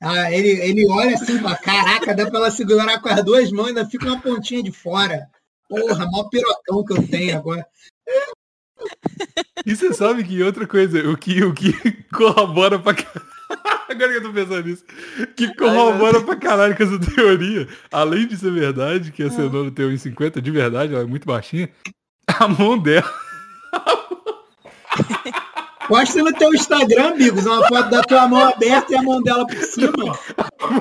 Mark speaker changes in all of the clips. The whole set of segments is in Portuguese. Speaker 1: Ah, ele, ele olha assim, fala, caraca, dá pra ela segurar com as duas mãos, ainda fica uma pontinha de fora. Porra, maior pirocão que eu tenho agora.
Speaker 2: E você sabe que outra coisa, o que, o que corrobora pra caralho. Agora que eu tô pensando nisso. Que corrobora pra caralho com essa teoria. Além de ser verdade, que a cenoura tem 1,50 de verdade, ela é muito baixinha. A mão dela.
Speaker 1: Posta no teu Instagram, Bigos, uma foto da tua mão aberta e a mão dela por cima.
Speaker 2: A mão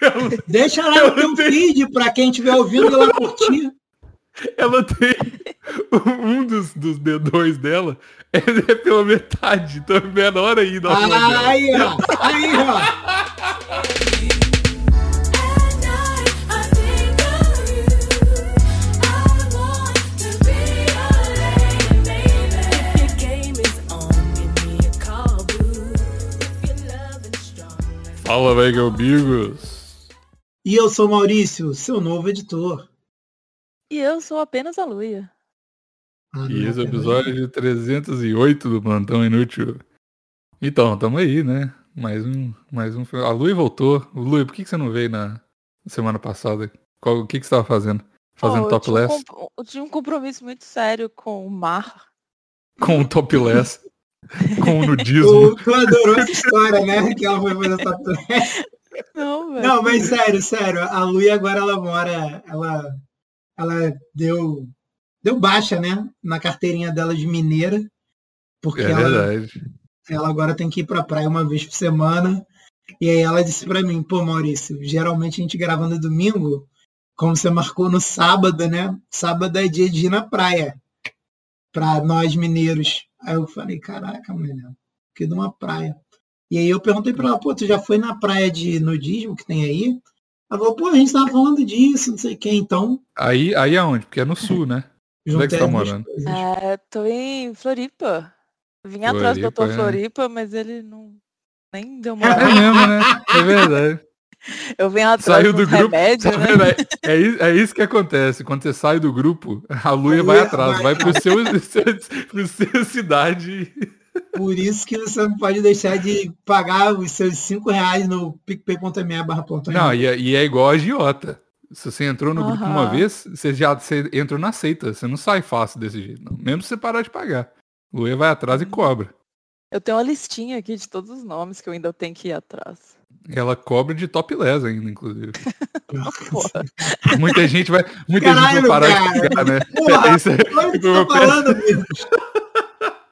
Speaker 2: dela
Speaker 1: Deixa lá no teu feed pra quem estiver ouvindo e lá curtir.
Speaker 2: Ela tem. Um dos, dos dedões dela é, é pela metade, então é menor ainda. a mão dela.
Speaker 1: Aí, ó. Aí, ó.
Speaker 3: At night, I think of you. I want to be your lady, baby. If your game is on, give me a call, boo. If you're loving strong.
Speaker 2: Fala, velho, que é o Bigos.
Speaker 1: E eu sou Maurício, seu novo editor.
Speaker 4: E eu sou apenas a Luia.
Speaker 1: Ah,
Speaker 2: E
Speaker 1: não,
Speaker 2: esse é o
Speaker 1: peraí.
Speaker 2: episódio de 308 do Plantão Inútil. Então, tamo aí, né? Mais um, mais um. A Lui voltou. Lui, por que, que você não veio na semana passada? Qual, o que, que você tava fazendo? Fazendo
Speaker 4: Ó, eu tinha um
Speaker 2: topless?
Speaker 4: comp- Eu tinha um compromisso muito sério com o mar.
Speaker 2: Com o topless. com o nudismo.
Speaker 1: Tu, tu adorou essa história, né? Que ela foi fazer essa tatuagem.
Speaker 4: Não, velho.
Speaker 1: Não, mas sério, sério. A Lui agora ela mora. Ela, ela deu. Deu baixa, né? Na carteirinha dela de mineira. Porque
Speaker 2: é
Speaker 1: ela,
Speaker 2: verdade.
Speaker 1: ela agora tem que ir pra praia uma vez por semana. E aí ela disse pra mim, pô, Maurício, geralmente a gente grava no domingo, como você marcou no sábado, né? Sábado é dia de ir na praia. Pra nós mineiros. Aí eu falei, caraca, mulher, que de uma praia. E aí eu perguntei pra ela, pô, tu já foi na praia de nudismo que tem aí? Ela falou, pô, a gente tava falando disso, não sei o que, então.
Speaker 2: Aí, aí aonde? Porque é no sul, né? Onde é que
Speaker 1: juntei
Speaker 2: você tá
Speaker 1: as duas
Speaker 2: morando?
Speaker 1: coisas.
Speaker 4: É, tô em Floripa. Vim atrás do
Speaker 2: Floripa,
Speaker 4: Dr.
Speaker 2: é.
Speaker 4: Floripa, mas ele não nem deu
Speaker 2: É
Speaker 4: moral.
Speaker 2: mesmo, né? É verdade.
Speaker 4: Eu vim atrás
Speaker 2: Saiu
Speaker 4: do
Speaker 2: do grupo.
Speaker 4: remédio,
Speaker 2: Tá
Speaker 4: né?
Speaker 2: vendo? É- É, i- é isso que acontece. Quando você sai do grupo, a Luia
Speaker 1: A
Speaker 2: vai
Speaker 1: Luia
Speaker 2: atrás, vai
Speaker 1: vai
Speaker 2: pro seu, seu- pro seu cidade.
Speaker 1: Por isso que você não pode deixar de pagar os seus 5 reais no picpay.me barra ponto aí.
Speaker 2: Não, e, é- e é igual a agiota. Se você entrou no grupo uma
Speaker 4: Aham.
Speaker 2: vez, você já você entrou na seita. Você não sai fácil desse jeito, não. Mesmo se você parar de pagar. Luia vai
Speaker 1: Uhum.
Speaker 2: atrás e cobra.
Speaker 4: Eu tenho uma listinha aqui de todos os nomes que eu ainda tenho que ir atrás.
Speaker 2: Ela cobra de topless ainda, inclusive. então-
Speaker 4: Porra.
Speaker 2: Muita gente vai, muita gente vai
Speaker 1: Caralho,
Speaker 2: parar de
Speaker 1: cara.
Speaker 2: pagar, né?
Speaker 1: Porra,
Speaker 2: Isso
Speaker 1: olha o que
Speaker 2: foi
Speaker 1: você
Speaker 2: uma
Speaker 1: tá falando, Vitor.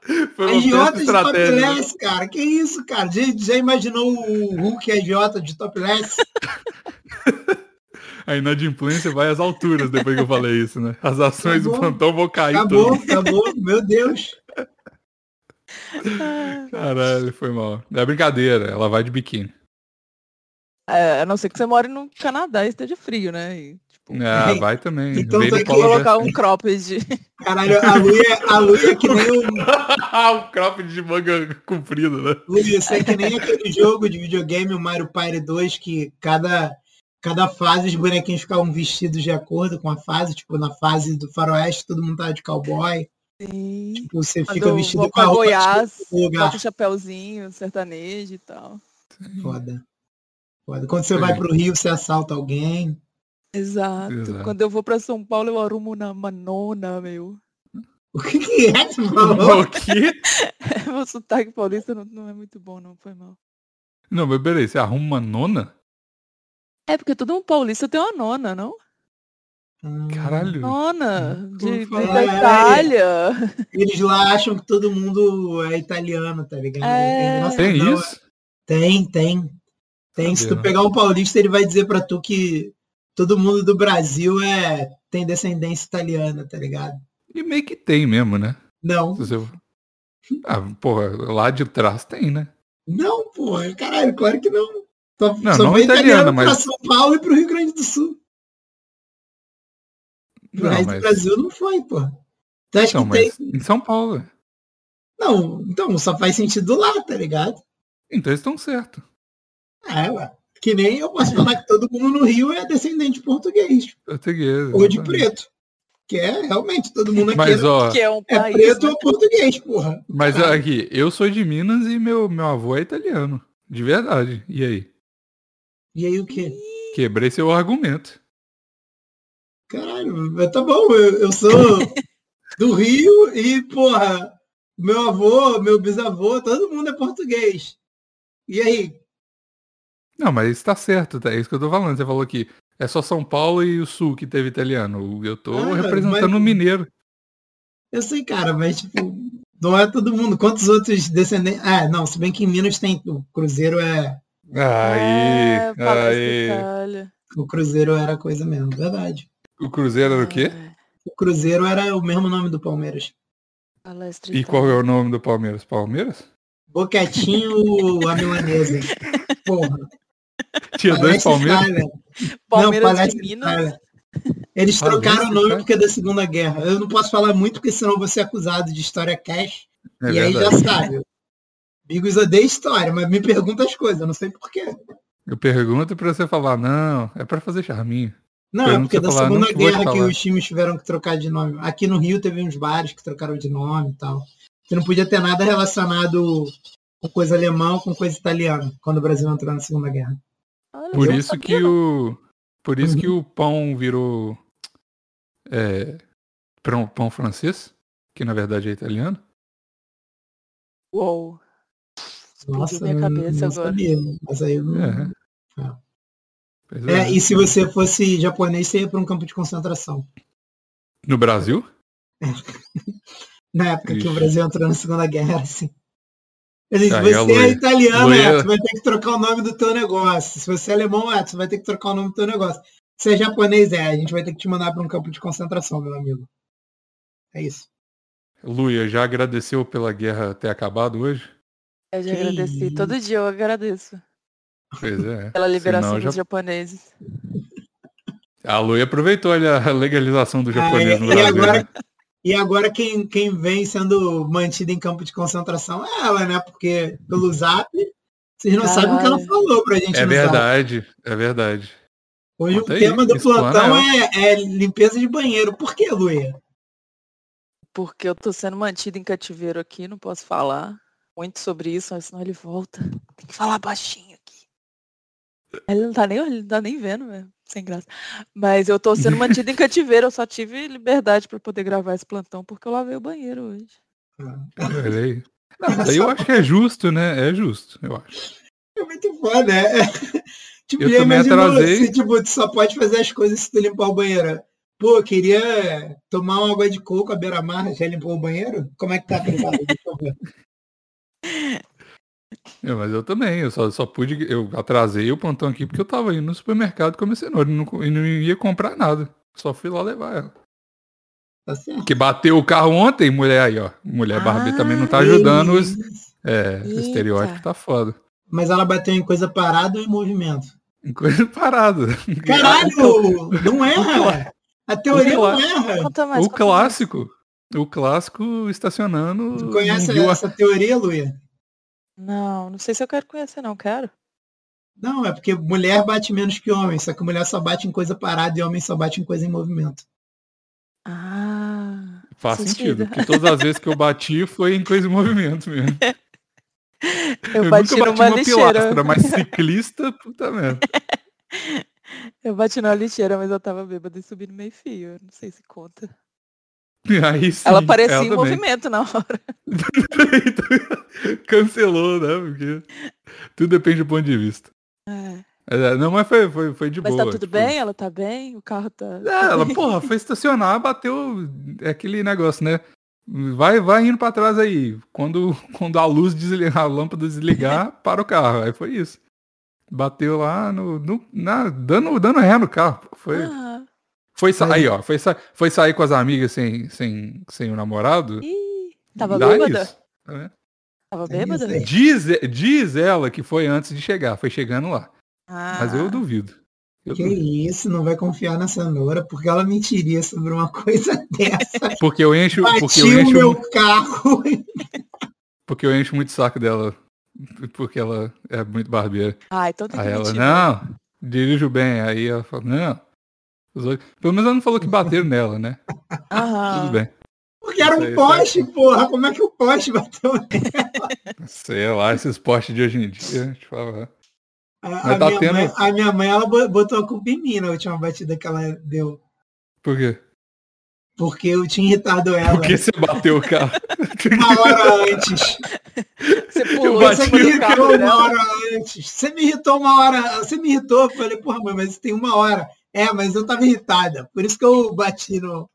Speaker 2: Foi uma péssima
Speaker 1: Agiota de
Speaker 2: estratégia. né?
Speaker 1: topless, cara. Que isso, cara? Já, já imaginou o Hulk agiota de topless?
Speaker 2: A inadimplência vai às alturas depois que eu falei isso, né? As ações do
Speaker 1: Acabou.
Speaker 2: plantão vão cair
Speaker 1: Acabou,
Speaker 2: todas.
Speaker 1: acabou. Meu Deus.
Speaker 2: Caralho, foi mal. É brincadeira, ela vai de biquíni.
Speaker 4: É, a não ser que você more no Canadá e esteja frio, né? E, tipo,
Speaker 2: Ah,
Speaker 1: Ei,
Speaker 2: vai também.
Speaker 1: então
Speaker 2: Vem
Speaker 1: tem
Speaker 2: no
Speaker 1: que
Speaker 2: Polo
Speaker 4: colocar um cropped.
Speaker 1: Caralho, a Lu é, a Lu é que nem o.
Speaker 2: Ah, o crop de manga comprido, né?
Speaker 1: Lu, isso é que nem aquele jogo de videogame, o Mario Party 2, que cada, cada fase os bonequinhos ficavam vestidos de acordo com a fase. Tipo, na fase do Faroeste, todo mundo tava de cowboy.
Speaker 4: Sim.
Speaker 1: Você fica
Speaker 4: Quando
Speaker 1: vestido
Speaker 4: vou
Speaker 1: com a
Speaker 4: pra
Speaker 1: roupa de um
Speaker 4: Goiás,
Speaker 1: lugar.
Speaker 4: bota o chapéuzinho, sertanejo e tal.
Speaker 1: Foda. Foda. Quando você
Speaker 2: é.
Speaker 1: vai pro Rio, você assalta alguém.
Speaker 4: Exato.
Speaker 2: Exato.
Speaker 4: Quando eu vou pra São Paulo, eu arrumo na manona, meu.
Speaker 1: O que, que é que você falou?
Speaker 2: O quê?
Speaker 4: Meu sotaque paulista não, não é muito bom, não, foi mal.
Speaker 2: Não, mas peraí, você arruma uma nona?
Speaker 4: É porque todo um paulista tem uma nona, não?
Speaker 1: Hum,
Speaker 2: Caralho.
Speaker 4: Nona, de, de-
Speaker 1: falar,
Speaker 4: da
Speaker 1: é.
Speaker 4: Itália.
Speaker 1: Eles lá acham que todo mundo é italiano, tá ligado?
Speaker 4: É.
Speaker 1: engraçado,
Speaker 2: Tem
Speaker 1: não, é-
Speaker 2: isso?
Speaker 1: Tem, tem. Tem. Se tu
Speaker 2: Sabia,
Speaker 1: pegar um paulista, ele vai dizer pra tu que todo mundo do Brasil é tem descendência italiana, tá ligado?
Speaker 2: E meio que tem mesmo, né?
Speaker 1: Não,
Speaker 2: Se você... Ah, porra, lá de trás tem, né?
Speaker 1: não, porra, caralho, claro que não. Só,
Speaker 2: Não,
Speaker 1: só
Speaker 2: não
Speaker 1: foi
Speaker 2: italiana,
Speaker 1: italiano pra
Speaker 2: mas-
Speaker 1: São Paulo e pro Rio Grande do Sul. Pro
Speaker 2: Não,
Speaker 1: resto
Speaker 2: mas...
Speaker 1: do Brasil não foi, porra. Tu acha
Speaker 2: Não,
Speaker 1: que tem.
Speaker 2: mas em São Paulo. é.
Speaker 1: Não, então só faz sentido lá, tá ligado?
Speaker 2: Então eles estão certos.
Speaker 1: É, ué. Que nem eu posso falar que todo mundo no Rio é descendente de português. tipo,
Speaker 2: Português.
Speaker 1: Ou de
Speaker 2: exatamente.
Speaker 1: preto. Que é realmente todo mundo aqui
Speaker 2: Mas, ó,
Speaker 4: Que é um
Speaker 1: é,
Speaker 4: país.
Speaker 1: preto
Speaker 4: né?
Speaker 1: ou português, porra.
Speaker 2: Mas
Speaker 1: Caralho.
Speaker 2: aqui, eu sou de Minas e meu, meu avô é italiano. De verdade. E aí?
Speaker 1: E aí o quê?
Speaker 2: Quebrei seu argumento.
Speaker 1: Caralho, mas tá bom, eu, eu sou do Rio e, porra, meu avô, meu bisavô, todo mundo é português. E aí?
Speaker 2: Não, mas isso tá certo, tá? É isso que eu tô falando. Você falou que é só São Paulo e o Sul que teve italiano. Eu tô
Speaker 1: Ah,
Speaker 2: representando
Speaker 1: mas-
Speaker 2: o mineiro.
Speaker 1: Eu sei, cara, mas, tipo, não é todo mundo. Quantos outros descendentes. Ah, não, se bem que em Minas tem. O Cruzeiro é.
Speaker 2: Aí,
Speaker 4: É, Palácio da
Speaker 2: aí.
Speaker 4: Itália.
Speaker 1: O Cruzeiro era coisa mesmo, verdade.
Speaker 2: O Cruzeiro era o
Speaker 1: Ah,
Speaker 2: quê?
Speaker 4: É,
Speaker 1: O Cruzeiro era o mesmo nome do Palmeiras.
Speaker 4: Palácio da
Speaker 2: E
Speaker 4: Itália.
Speaker 2: qual é o nome do Palmeiras? Palmeiras?
Speaker 1: Boquetinho a milanesa. Porra.
Speaker 2: Tinha dois
Speaker 1: Palestra
Speaker 2: Palmeiras?
Speaker 1: Itália.
Speaker 4: Palmeiras de
Speaker 1: Palestra
Speaker 4: Minas.
Speaker 1: Itália. Eles
Speaker 2: Palestra
Speaker 1: trocaram o nome
Speaker 2: Itália.
Speaker 1: porque é da Segunda Guerra. Eu não posso falar muito, porque senão eu vou ser acusado de história cash.
Speaker 2: É
Speaker 1: e aí
Speaker 2: verdade.
Speaker 1: já sabe. Bigos odeia história, mas me pergunta as coisas, eu não sei porquê.
Speaker 2: Eu pergunto pra você falar, não, é pra fazer charminho.
Speaker 1: Não, é
Speaker 2: Pergunta
Speaker 1: porque
Speaker 2: se eu
Speaker 1: da
Speaker 2: falar,
Speaker 1: Segunda
Speaker 2: nunca vou te
Speaker 1: Guerra que
Speaker 2: falar.
Speaker 1: os times tiveram que trocar de nome. Aqui no Rio teve uns bares que trocaram de nome e tal. Você não podia ter nada relacionado com coisa alemã ou com coisa italiana, quando o Brasil entrou na Segunda Guerra.
Speaker 4: Olha,
Speaker 2: Por
Speaker 4: eu não
Speaker 2: isso
Speaker 4: sabia,
Speaker 2: que
Speaker 4: não.
Speaker 2: o. Por isso
Speaker 1: Uhum.
Speaker 2: que o pão virou. É. Pão, pão francês, que na verdade é italiano.
Speaker 4: Uou.
Speaker 1: Nossa,
Speaker 4: minha
Speaker 1: eu
Speaker 4: cabeça
Speaker 1: não
Speaker 4: agora.
Speaker 1: sabia, mas aí eu não...
Speaker 2: É.
Speaker 1: É.
Speaker 2: Pois
Speaker 1: É,
Speaker 2: é.
Speaker 1: e se você fosse japonês, você ia para um campo de concentração.
Speaker 2: No Brasil?
Speaker 1: Na época que o
Speaker 2: Ixi.
Speaker 1: Brasil entrou na Segunda Guerra, era assim. Ele disse,
Speaker 2: Aí é
Speaker 1: você é
Speaker 2: loira.
Speaker 1: italiano,
Speaker 2: Loira.
Speaker 1: é, você vai ter que trocar o nome do teu negócio. Se você é alemão, é, você vai ter que trocar o nome do teu negócio. Se é japonês, é, a gente vai ter que te mandar para um campo de concentração, meu amigo. É isso.
Speaker 2: Luia, já agradeceu pela guerra ter acabado hoje?
Speaker 4: Eu já
Speaker 1: Que
Speaker 4: agradeci.
Speaker 1: isso.
Speaker 4: Todo dia eu agradeço
Speaker 2: Pois é.
Speaker 4: pela liberação
Speaker 2: Senão já-
Speaker 4: dos japoneses.
Speaker 2: A Luia aproveitou olha, a legalização do japonês no
Speaker 1: Ah, e
Speaker 2: Brasil.
Speaker 1: agora,
Speaker 2: né?
Speaker 1: e agora quem, quem vem sendo mantida em campo de concentração é ela, né? Porque pelo zap, vocês não sabem o que ela
Speaker 4: Caralho.
Speaker 1: falou pra gente
Speaker 2: É
Speaker 1: no zap.
Speaker 2: verdade, é verdade.
Speaker 1: Hoje
Speaker 2: Conta
Speaker 1: o
Speaker 2: aí,
Speaker 1: tema do
Speaker 2: explana
Speaker 1: plantão é, é limpeza de banheiro. Por que, Luia?
Speaker 4: Porque eu tô sendo mantida em cativeiro aqui, não posso falar muito sobre isso, senão ele volta. Tem que falar baixinho aqui. Ele não tá nem, olhando, não tá nem vendo, velho. Sem graça. Mas eu tô sendo mantida em cativeiro, eu só tive liberdade pra poder gravar esse plantão porque eu lavei o banheiro hoje.
Speaker 2: Olha aí. Não, mas aí eu acho que é justo, né? É justo, eu acho.
Speaker 1: É muito foda, né? tipo,
Speaker 2: Eu
Speaker 1: já
Speaker 2: também
Speaker 1: imaginou
Speaker 2: atrasei.
Speaker 1: se tipo, tu só pode fazer as coisas se tu limpar o banheiro. Pô, queria tomar uma água de coco à beira-mar, já limpou o banheiro? Como é que tá a privada? Deixa eu ver.
Speaker 2: É, mas eu também, eu só, só pude. Eu atrasei o plantão aqui porque eu tava indo no supermercado com a minha cenoura e não, co- e não ia comprar nada. Só fui lá levar ela.
Speaker 1: Tá certo?
Speaker 2: Que bateu o carro ontem, mulher aí, ó. Mulher Barbie também não tá
Speaker 1: Ah,
Speaker 2: ajudando os.
Speaker 1: beleza.
Speaker 2: É, o
Speaker 4: Eita.
Speaker 2: estereótipo tá foda.
Speaker 1: Mas ela bateu em coisa parada ou em movimento?
Speaker 2: Coisa parada. então,
Speaker 1: Caralho! Não erra! A teoria
Speaker 2: Vamos lá.
Speaker 1: não erra!
Speaker 4: Conta
Speaker 2: É,
Speaker 4: mais.
Speaker 2: o
Speaker 4: conta mais.
Speaker 2: clássico. O clássico estacionando.
Speaker 1: Tu
Speaker 2: num
Speaker 1: conhece
Speaker 2: rio
Speaker 1: essa teoria, Luia?
Speaker 4: Não, não sei se eu quero conhecer, não, quero.
Speaker 1: Não, é porque mulher bate menos que homem, só que mulher só bate em coisa parada e homem só bate em coisa em movimento.
Speaker 4: Ah.
Speaker 2: Faz
Speaker 4: Sentido.
Speaker 2: sentido, porque todas as vezes que eu bati foi em coisa em movimento mesmo.
Speaker 4: Eu, bati
Speaker 2: nunca bati
Speaker 4: numa
Speaker 2: uma
Speaker 4: lixeira.
Speaker 2: pilastra, mas ciclista, puta merda.
Speaker 4: Eu bati na lixeira, mas eu tava bêbada e subi no meio fio. eu Não sei se conta.
Speaker 2: Aí sim,
Speaker 4: ela parecia em
Speaker 2: também.
Speaker 4: movimento na hora.
Speaker 2: Cancelou, né? Porque tudo depende do ponto de vista.
Speaker 4: É.
Speaker 2: É, Não, mas foi, foi, foi de
Speaker 4: Mas
Speaker 2: boa.
Speaker 4: tá tudo
Speaker 2: tipo,
Speaker 4: bem? Ela tá bem? O carro tá.
Speaker 2: É, ela, porra, foi estacionar, bateu é aquele negócio, né? Vai, vai indo pra trás aí. Quando, quando a luz desligar, a lâmpada desligar, para o carro. Aí foi isso. Bateu lá no. no- na, dando, dando ré no carro. Foi,
Speaker 4: Ah,
Speaker 2: foi, sa-
Speaker 1: Mas-
Speaker 2: aí, ó. Foi, sa- foi sair com as amigas sem, sem, sem o namorado.
Speaker 4: ih, tava
Speaker 2: Dá
Speaker 4: bêbada?
Speaker 2: isso, tá vendo?
Speaker 4: Tava
Speaker 1: É isso
Speaker 4: bêbada?
Speaker 1: aí.
Speaker 2: Diz, diz ela que foi antes de chegar, foi chegando lá.
Speaker 4: Ah,
Speaker 2: Mas eu duvido. Eu
Speaker 1: Que
Speaker 2: duvido.
Speaker 1: isso, não vai confiar na cenoura, porque ela mentiria sobre uma coisa dessa.
Speaker 2: Porque é eu encho. Porque
Speaker 1: Bati
Speaker 2: eu
Speaker 1: o
Speaker 2: encho
Speaker 1: meu carro.
Speaker 2: Porque eu encho muito o saco dela. Porque ela é muito barbeira.
Speaker 4: Ah, então tem que
Speaker 2: Aí ela, né?
Speaker 4: mentir.
Speaker 2: não, dirijo bem. Aí ela fala, não. Os outros- Pelo menos ela não falou que bateram nela, né?
Speaker 4: Aham.
Speaker 2: Tudo bem.
Speaker 1: Porque era
Speaker 2: Isso aí,
Speaker 1: um
Speaker 2: isso
Speaker 1: poste,
Speaker 2: aí.
Speaker 1: porra. Como é que o poste bateu?
Speaker 2: "Ah, Sei lá, esses postes de hoje em dia. Deixa eu falar.
Speaker 1: A,
Speaker 2: Mas
Speaker 1: a
Speaker 2: tá
Speaker 1: minha
Speaker 2: tendo-
Speaker 1: mãe, a minha mãe, ela bo- botou a culpa em mim na última batida que ela deu.
Speaker 2: Por quê?
Speaker 1: Porque eu tinha irritado ela
Speaker 2: Porque você bateu o carro.
Speaker 1: uma hora antes.
Speaker 4: Você pulou
Speaker 2: bati
Speaker 1: Você
Speaker 4: em cima
Speaker 1: me
Speaker 4: do carro né?
Speaker 1: irritou uma
Speaker 4: dela.
Speaker 1: hora antes. Você me irritou uma hora. Você me irritou. Eu falei, porra, mãe, mas tem uma hora. É, mas eu tava irritada. Por isso que eu bati no.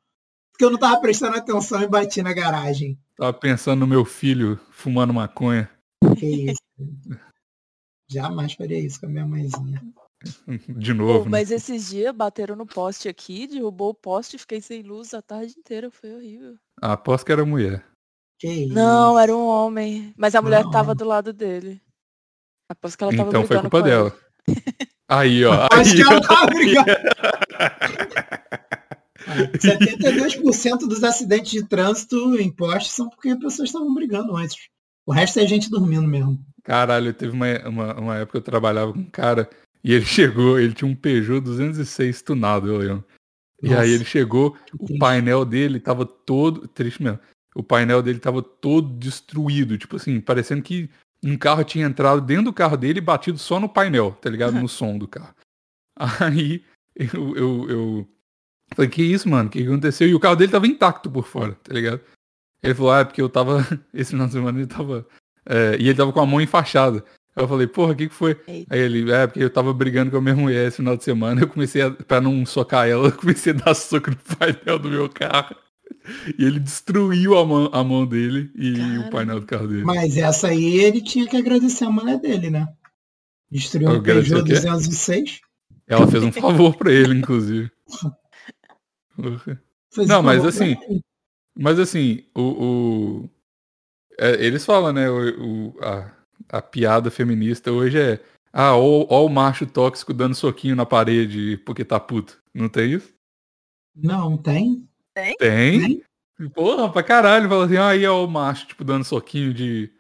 Speaker 1: Porque eu não tava prestando atenção e bati na garagem.
Speaker 2: Tava pensando no meu filho fumando maconha.
Speaker 1: Que isso. Jamais faria isso com a minha mãezinha.
Speaker 2: De
Speaker 4: Pô,
Speaker 2: novo. né?
Speaker 4: mas esses dias bateram no poste aqui, derrubou o poste e fiquei sem luz a tarde inteira. Foi horrível.
Speaker 2: Ah, aposto que era mulher.
Speaker 1: Que isso.
Speaker 4: Não, era um homem. Mas a mulher
Speaker 1: Não.
Speaker 4: tava do lado dele. Aposto que ela tava
Speaker 2: um Então foi
Speaker 4: brigando
Speaker 2: culpa
Speaker 4: com ela.
Speaker 2: dela. Aí, ó.
Speaker 1: Acho
Speaker 2: Aí,
Speaker 1: que ela tá
Speaker 2: ó.
Speaker 1: tava brigando. 72% dos acidentes de trânsito em postes são porque as pessoas estavam brigando antes. O resto é gente dormindo mesmo.
Speaker 2: Caralho, teve uma, uma, uma época que eu trabalhava com um cara e ele chegou, ele tinha um Peugeot 206 tunado, eu lembro. E
Speaker 1: Nossa,
Speaker 2: aí ele chegou, o
Speaker 1: triste.
Speaker 2: painel dele tava todo. Triste mesmo. O painel dele tava todo destruído, tipo assim, parecendo que um carro tinha entrado dentro do carro dele e batido só no painel, tá ligado? No som do carro. Aí eu, eu, eu falei, que isso, mano? O que que aconteceu? E o carro dele tava intacto por fora, tá ligado? Ele falou, ah, é porque eu tava. Esse final de semana ele tava. é, e ele tava com a mão enfaixada. Aí eu falei, porra, o que, que foi?
Speaker 4: Eita.
Speaker 2: Aí ele, é, porque eu tava brigando com a minha mulher esse final de semana, eu comecei a, pra não socar ela, eu comecei a dar soco no painel do meu carro. E ele destruiu a mão, a mão dele e
Speaker 4: Caramba.
Speaker 2: o painel do carro dele.
Speaker 1: Mas essa aí ele tinha que agradecer a mulher dele, né? Destruiu um
Speaker 2: Agradecer
Speaker 1: Peugeot
Speaker 2: o quê?
Speaker 1: 206.
Speaker 2: Ela fez um favor pra ele, inclusive. Porra.
Speaker 1: fez
Speaker 2: Não,
Speaker 1: um
Speaker 2: mas
Speaker 1: favor
Speaker 2: assim,
Speaker 1: pra ele.
Speaker 2: Mas assim, o. o- é, eles falam, né? o- o- a, a piada feminista hoje é. Ah, ó, ó o macho tóxico dando soquinho na parede porque tá puto. Não tem isso?
Speaker 1: Não, tem.
Speaker 2: Tem.
Speaker 1: Né?
Speaker 2: Porra, pra caralho. Fala assim, ah, aí é o macho, tipo, dando soquinho de,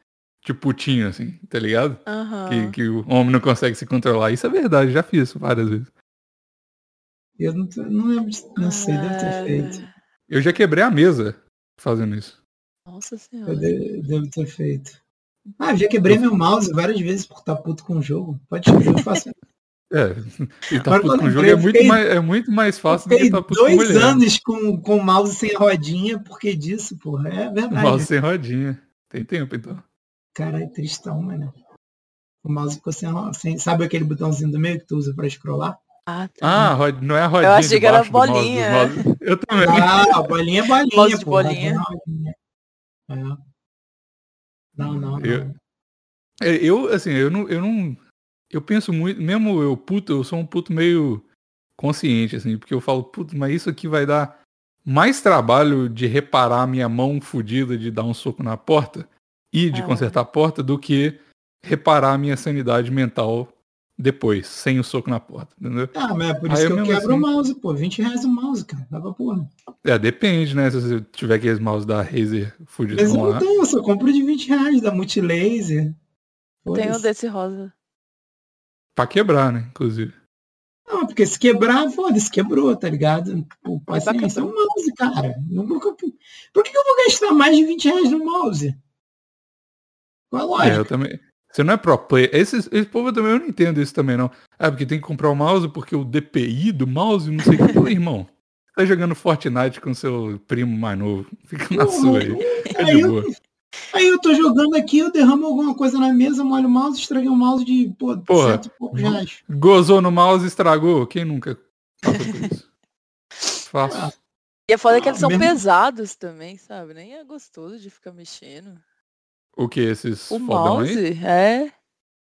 Speaker 2: de putinho, assim, tá ligado?
Speaker 1: Ah.
Speaker 4: Aham.
Speaker 2: Que, que o homem não consegue se controlar. Isso é verdade, já fiz isso várias vezes.
Speaker 1: Eu não, não lembro. de- Não sei, deve
Speaker 2: Ah,
Speaker 1: ter feito.
Speaker 4: Cara,
Speaker 2: Eu já quebrei a mesa fazendo isso.
Speaker 4: Nossa
Speaker 1: Eu
Speaker 4: senhora.
Speaker 1: de- devo ter feito. Ah, eu já quebrei meu mouse várias vezes por estar puto com o jogo. Pode ser, eu faço.
Speaker 2: É, e tá
Speaker 1: Agora
Speaker 2: puto
Speaker 1: que eu
Speaker 2: com o jogo
Speaker 1: lembrei,
Speaker 2: é
Speaker 1: eu
Speaker 2: muito,
Speaker 1: fiquei-
Speaker 2: mais, é muito mais fácil do que
Speaker 1: Fiquei
Speaker 2: tá puto com
Speaker 1: dois
Speaker 2: mulher.
Speaker 1: anos com, com o mouse sem rodinha, porque disso, porra. É verdade.
Speaker 2: Mal sem rodinha. Tem tempo, então.
Speaker 1: Caralho, tristão, mano. O mouse ficou sem, ro- sem. Sabe aquele botãozinho do meio que tu usa pra scrollar?
Speaker 4: Ah, tá.
Speaker 2: Ah, rod- não é a rodinha.
Speaker 4: achei
Speaker 2: de
Speaker 4: que era
Speaker 2: baixo do mouse, do
Speaker 4: bolinha.
Speaker 2: mouse. Eu também.
Speaker 1: Ah, bolinha é bolinha,
Speaker 4: Mouse de
Speaker 1: porra,
Speaker 4: bolinha.
Speaker 1: não é rodinha. É. Não, não, não.
Speaker 2: Eu- É, Eu, assim, eu não, eu não. Eu penso muito, mesmo eu puto, eu sou um puto meio consciente, assim, porque eu falo, puto, mas isso aqui vai dar mais trabalho de reparar a minha mão fodida de dar um soco na porta e de
Speaker 4: Ah.
Speaker 2: consertar a porta do que reparar a minha sanidade mental depois, sem o soco na porta, entendeu?
Speaker 1: Ah, mas é por
Speaker 2: Ah,
Speaker 1: isso
Speaker 2: eu
Speaker 1: que eu
Speaker 2: mesmo
Speaker 1: quebro o
Speaker 2: assim.
Speaker 1: mouse, pô. 20 reais o mouse, cara. Dava porra.
Speaker 2: É, depende, né? Se você tiver aqueles mouse da Razer
Speaker 1: Mas eu
Speaker 2: fudidão
Speaker 1: não
Speaker 2: lá.
Speaker 1: tenho, eu só compro de 20 reais da Multilaser.
Speaker 4: Tem
Speaker 1: Foda-se.
Speaker 4: um desse rosa.
Speaker 2: Pra quebrar, né? Inclusive.
Speaker 1: Não, porque se quebrar, foda-se, quebrou, tá ligado? Pô, paciência, é um
Speaker 4: quebrou.
Speaker 1: mouse, cara. Eu nunca- Por que que eu vou gastar mais de 20 reais no mouse? Qual a
Speaker 2: É,
Speaker 1: lógica?
Speaker 2: eu também. Você não é pro player. Esse, esse povo eu também eu não entendo isso também, não. Ah, porque tem que comprar o mouse porque o DPI do mouse, não sei o que. Pô, irmão, tá jogando Fortnite com seu primo mais novo. Fica na
Speaker 1: Pô, é
Speaker 2: sua
Speaker 1: mas-
Speaker 2: aí. Fica
Speaker 1: aí,
Speaker 2: de
Speaker 1: eu,
Speaker 2: boa.
Speaker 1: aí eu tô jogando aqui, eu derramo alguma coisa na mesa, molho o mouse, estraguei o mouse de, pô,
Speaker 2: Porra.
Speaker 1: cento e poucos reais.
Speaker 2: Gozou no mouse, estragou. Quem nunca passou por isso? Faço.
Speaker 4: E é foda que eles são
Speaker 1: Mesmo-
Speaker 4: pesados também, sabe? Nem é gostoso de ficar mexendo.
Speaker 2: O que, esses
Speaker 4: O
Speaker 2: fodão aí?
Speaker 4: mouse, é.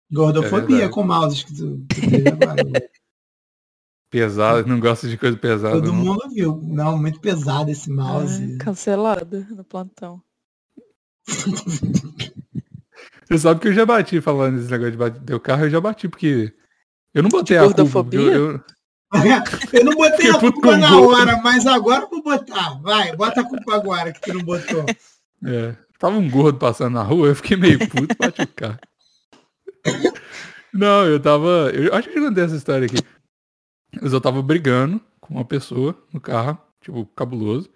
Speaker 1: Gordofobia
Speaker 2: É verdade.
Speaker 1: com mouses que tu, tu teve agora.
Speaker 2: Pesado, não gosta de coisa pesada,
Speaker 1: Todo
Speaker 2: não.
Speaker 1: mundo viu. Não, muito pesado esse mouse.
Speaker 4: Ah, cancelado no plantão.
Speaker 2: Você sabe que eu já bati falando desse negócio de bater o carro, eu já bati, porque. Eu não botei a culpa.
Speaker 4: gordofobia?
Speaker 2: eu- eu-
Speaker 1: Eu não botei
Speaker 2: Fiquei
Speaker 1: a
Speaker 2: puto
Speaker 1: culpa
Speaker 2: com
Speaker 1: na
Speaker 2: gordo.
Speaker 1: hora, mas agora eu vou botar. Vai, bota a culpa agora que tu não botou.
Speaker 2: É. Tava um gordo passando na rua, eu fiquei meio puto, bati o carro. Não, eu tava. Eu acho que eu já contei essa história aqui. Mas eu tava brigando com uma pessoa no carro, tipo, cabuloso.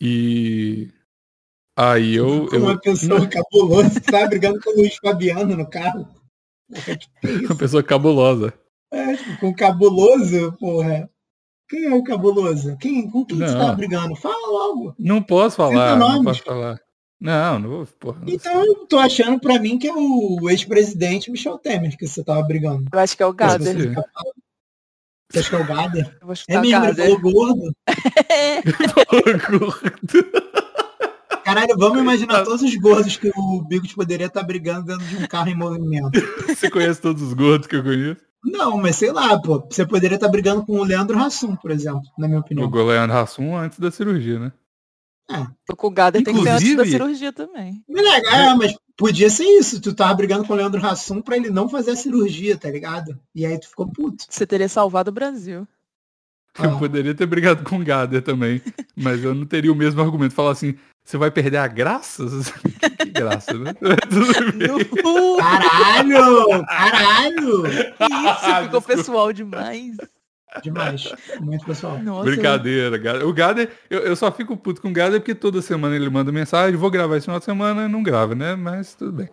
Speaker 2: E. Aí eu.
Speaker 1: Com
Speaker 2: eu
Speaker 1: é uma pessoa cabulosa que tá brigando com o Luiz Fabiano no carro.
Speaker 2: Uma pessoa cabulosa.
Speaker 1: Com o cabuloso, porra. Quem é o cabuloso? Quem, com quem você
Speaker 2: Não.
Speaker 1: tá brigando? Fala logo.
Speaker 2: Não posso falar,
Speaker 1: Cita
Speaker 2: não
Speaker 1: nomes.
Speaker 2: posso falar. Não, não vou, porra. não
Speaker 1: Então eu tô achando pra mim que é o ex-presidente Michel Temer que você tava brigando.
Speaker 4: Eu acho que é o
Speaker 2: Mas
Speaker 4: Gader.
Speaker 2: você-
Speaker 1: Você acha que é o Gader?
Speaker 4: Eu vou chutar
Speaker 1: É
Speaker 4: o
Speaker 1: mesmo, ele
Speaker 4: Gader.
Speaker 1: falou gordo.
Speaker 2: É.
Speaker 1: Caralho, vamos imaginar todos os gordos que o Bigos poderia estar brigando dentro de um carro em movimento.
Speaker 2: Você conhece todos os gordos que eu conheço?
Speaker 1: Não, mas sei lá, pô. Você poderia estar brigando com o Leandro Hassum, por exemplo, na minha
Speaker 2: O
Speaker 1: opinião.
Speaker 2: Goleandro Hassum antes da cirurgia, né?
Speaker 4: Tô com o Gader tem que ser antes da
Speaker 2: Inclusive-
Speaker 4: cirurgia também.
Speaker 1: Mas, é, mas podia ser isso. Tu tava brigando com o Leandro Hassum pra ele não fazer a cirurgia, tá ligado? E aí tu ficou puto.
Speaker 4: Você teria salvado o Brasil.
Speaker 2: Eu
Speaker 1: Ah.
Speaker 2: poderia ter brigado com o Gader também, mas eu não teria o mesmo argumento. Falar assim, você vai perder a graça? que graça, né? Tudo bem.
Speaker 4: Nu! Que
Speaker 1: Caralho! Caralho!
Speaker 4: isso, ficou
Speaker 2: Desculpa.
Speaker 4: pessoal demais.
Speaker 1: Demais. Muito pessoal.
Speaker 4: Nossa,
Speaker 2: Brincadeira, Gader. O Gader, eu, eu só fico puto com o Gader porque toda semana ele manda mensagem, vou gravar esse final de semana, não grava, né? Mas tudo bem.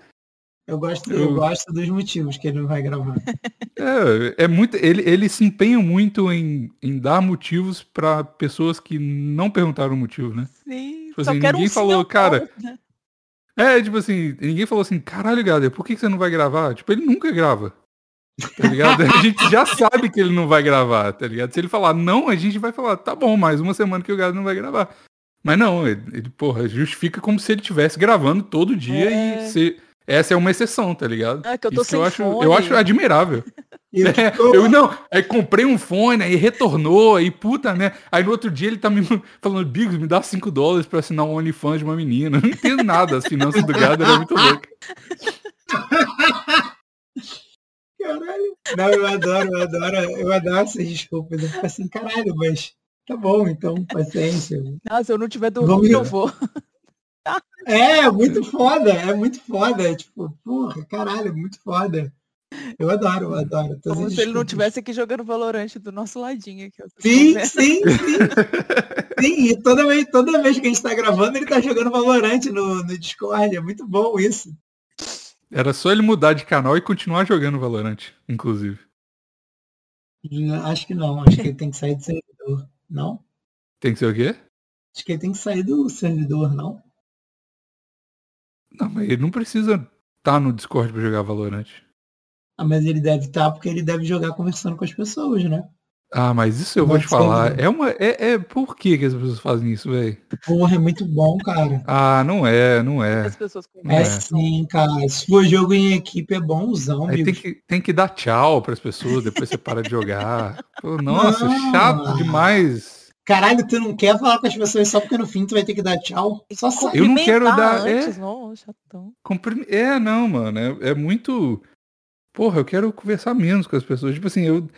Speaker 1: Eu gosto,
Speaker 2: Eu-
Speaker 1: eu gosto dos motivos que ele não vai gravar.
Speaker 2: É, é muito, ele, ele se empenha muito em, em dar motivos pra pessoas que não perguntaram o motivo, né?
Speaker 4: Sim,
Speaker 2: Tipo
Speaker 4: só
Speaker 2: assim,
Speaker 4: quero um
Speaker 2: ninguém
Speaker 4: sim
Speaker 2: falou,
Speaker 4: ou não,
Speaker 2: cara.
Speaker 4: né?
Speaker 2: É, tipo assim, ninguém falou assim, caralho, Gader, por que que você não vai gravar? Tipo, ele nunca grava. Tá ligado? A gente já sabe que ele não vai gravar, tá ligado? Se ele falar não, a gente vai falar, tá bom, mais uma semana que o Gader não vai gravar. Mas não, ele, ele, porra, justifica como se ele estivesse gravando todo dia
Speaker 4: É.
Speaker 2: e se- essa é uma exceção, tá ligado?
Speaker 4: É que eu tô
Speaker 2: Isso
Speaker 4: sem
Speaker 2: eu acho,
Speaker 4: fone.
Speaker 2: eu acho admirável.
Speaker 1: E o que
Speaker 2: É,
Speaker 1: eu- "Oh,
Speaker 2: eu não, aí comprei um fone, aí retornou, aí puta, né? Aí no outro dia ele tá me falando, Bigos, me dá 5 dólares pra assinar um OnlyFans de uma menina. Eu não entendo nada, as finanças do gado é muito louca.
Speaker 1: Caralho. Não, eu adoro, eu adoro, eu adoro essas desculpas. Eu fico assim, caralho, mas tá bom, então, paciência.
Speaker 4: Ah, se eu não tiver
Speaker 1: Vamos
Speaker 4: dormindo, eu
Speaker 1: ver.
Speaker 4: vou.
Speaker 1: É, muito foda, é muito foda. é Tipo, porra, caralho, muito foda. Eu adoro, eu adoro. todas
Speaker 4: Como
Speaker 1: as
Speaker 4: se ele não
Speaker 1: desculpas.
Speaker 4: tivesse aqui jogando Valorante do nosso ladinho aqui. ó.
Speaker 1: Sim,
Speaker 4: Tá
Speaker 1: sim, sim. Sim, e toda vez, toda vez que a gente tá gravando, ele tá jogando Valorante no, no Discord. É muito bom isso.
Speaker 2: Era só ele mudar de canal e continuar jogando Valorant, inclusive.
Speaker 1: Acho que não, acho que ele tem que sair do servidor. Não?
Speaker 2: Tem que ser o quê?
Speaker 1: Acho que ele tem que sair do servidor, não?
Speaker 2: Não, mas ele não precisa estar no Discord pra jogar Valorant.
Speaker 1: Ah, mas ele deve estar porque ele deve jogar conversando com as pessoas, né?
Speaker 2: Ah, mas isso eu vou
Speaker 1: Pode
Speaker 2: te
Speaker 1: ser,
Speaker 2: falar.
Speaker 1: né?
Speaker 2: É uma. É, é- por que, que as pessoas fazem isso, velho?
Speaker 1: Porra, é muito bom, cara.
Speaker 2: Ah, não é, não
Speaker 4: vendo?
Speaker 2: é.
Speaker 4: As pessoas com
Speaker 1: É,
Speaker 2: É.
Speaker 1: sim, cara. Se for jogo em equipe, é bonzão,
Speaker 2: Aí tem
Speaker 1: bicho.
Speaker 2: que, tem que dar tchau pras pessoas, depois você para de jogar. Pô, nossa,
Speaker 1: Não.
Speaker 2: chato demais.
Speaker 1: Caralho, tu não quer falar com as pessoas só porque no fim tu vai ter que dar tchau? Só sai.
Speaker 2: Eu não quero dar- é?
Speaker 4: Antes, não, chatão.
Speaker 2: Comprime- É, não, mano. É, é muito. Porra, eu quero conversar menos com as pessoas. Tipo assim, eu.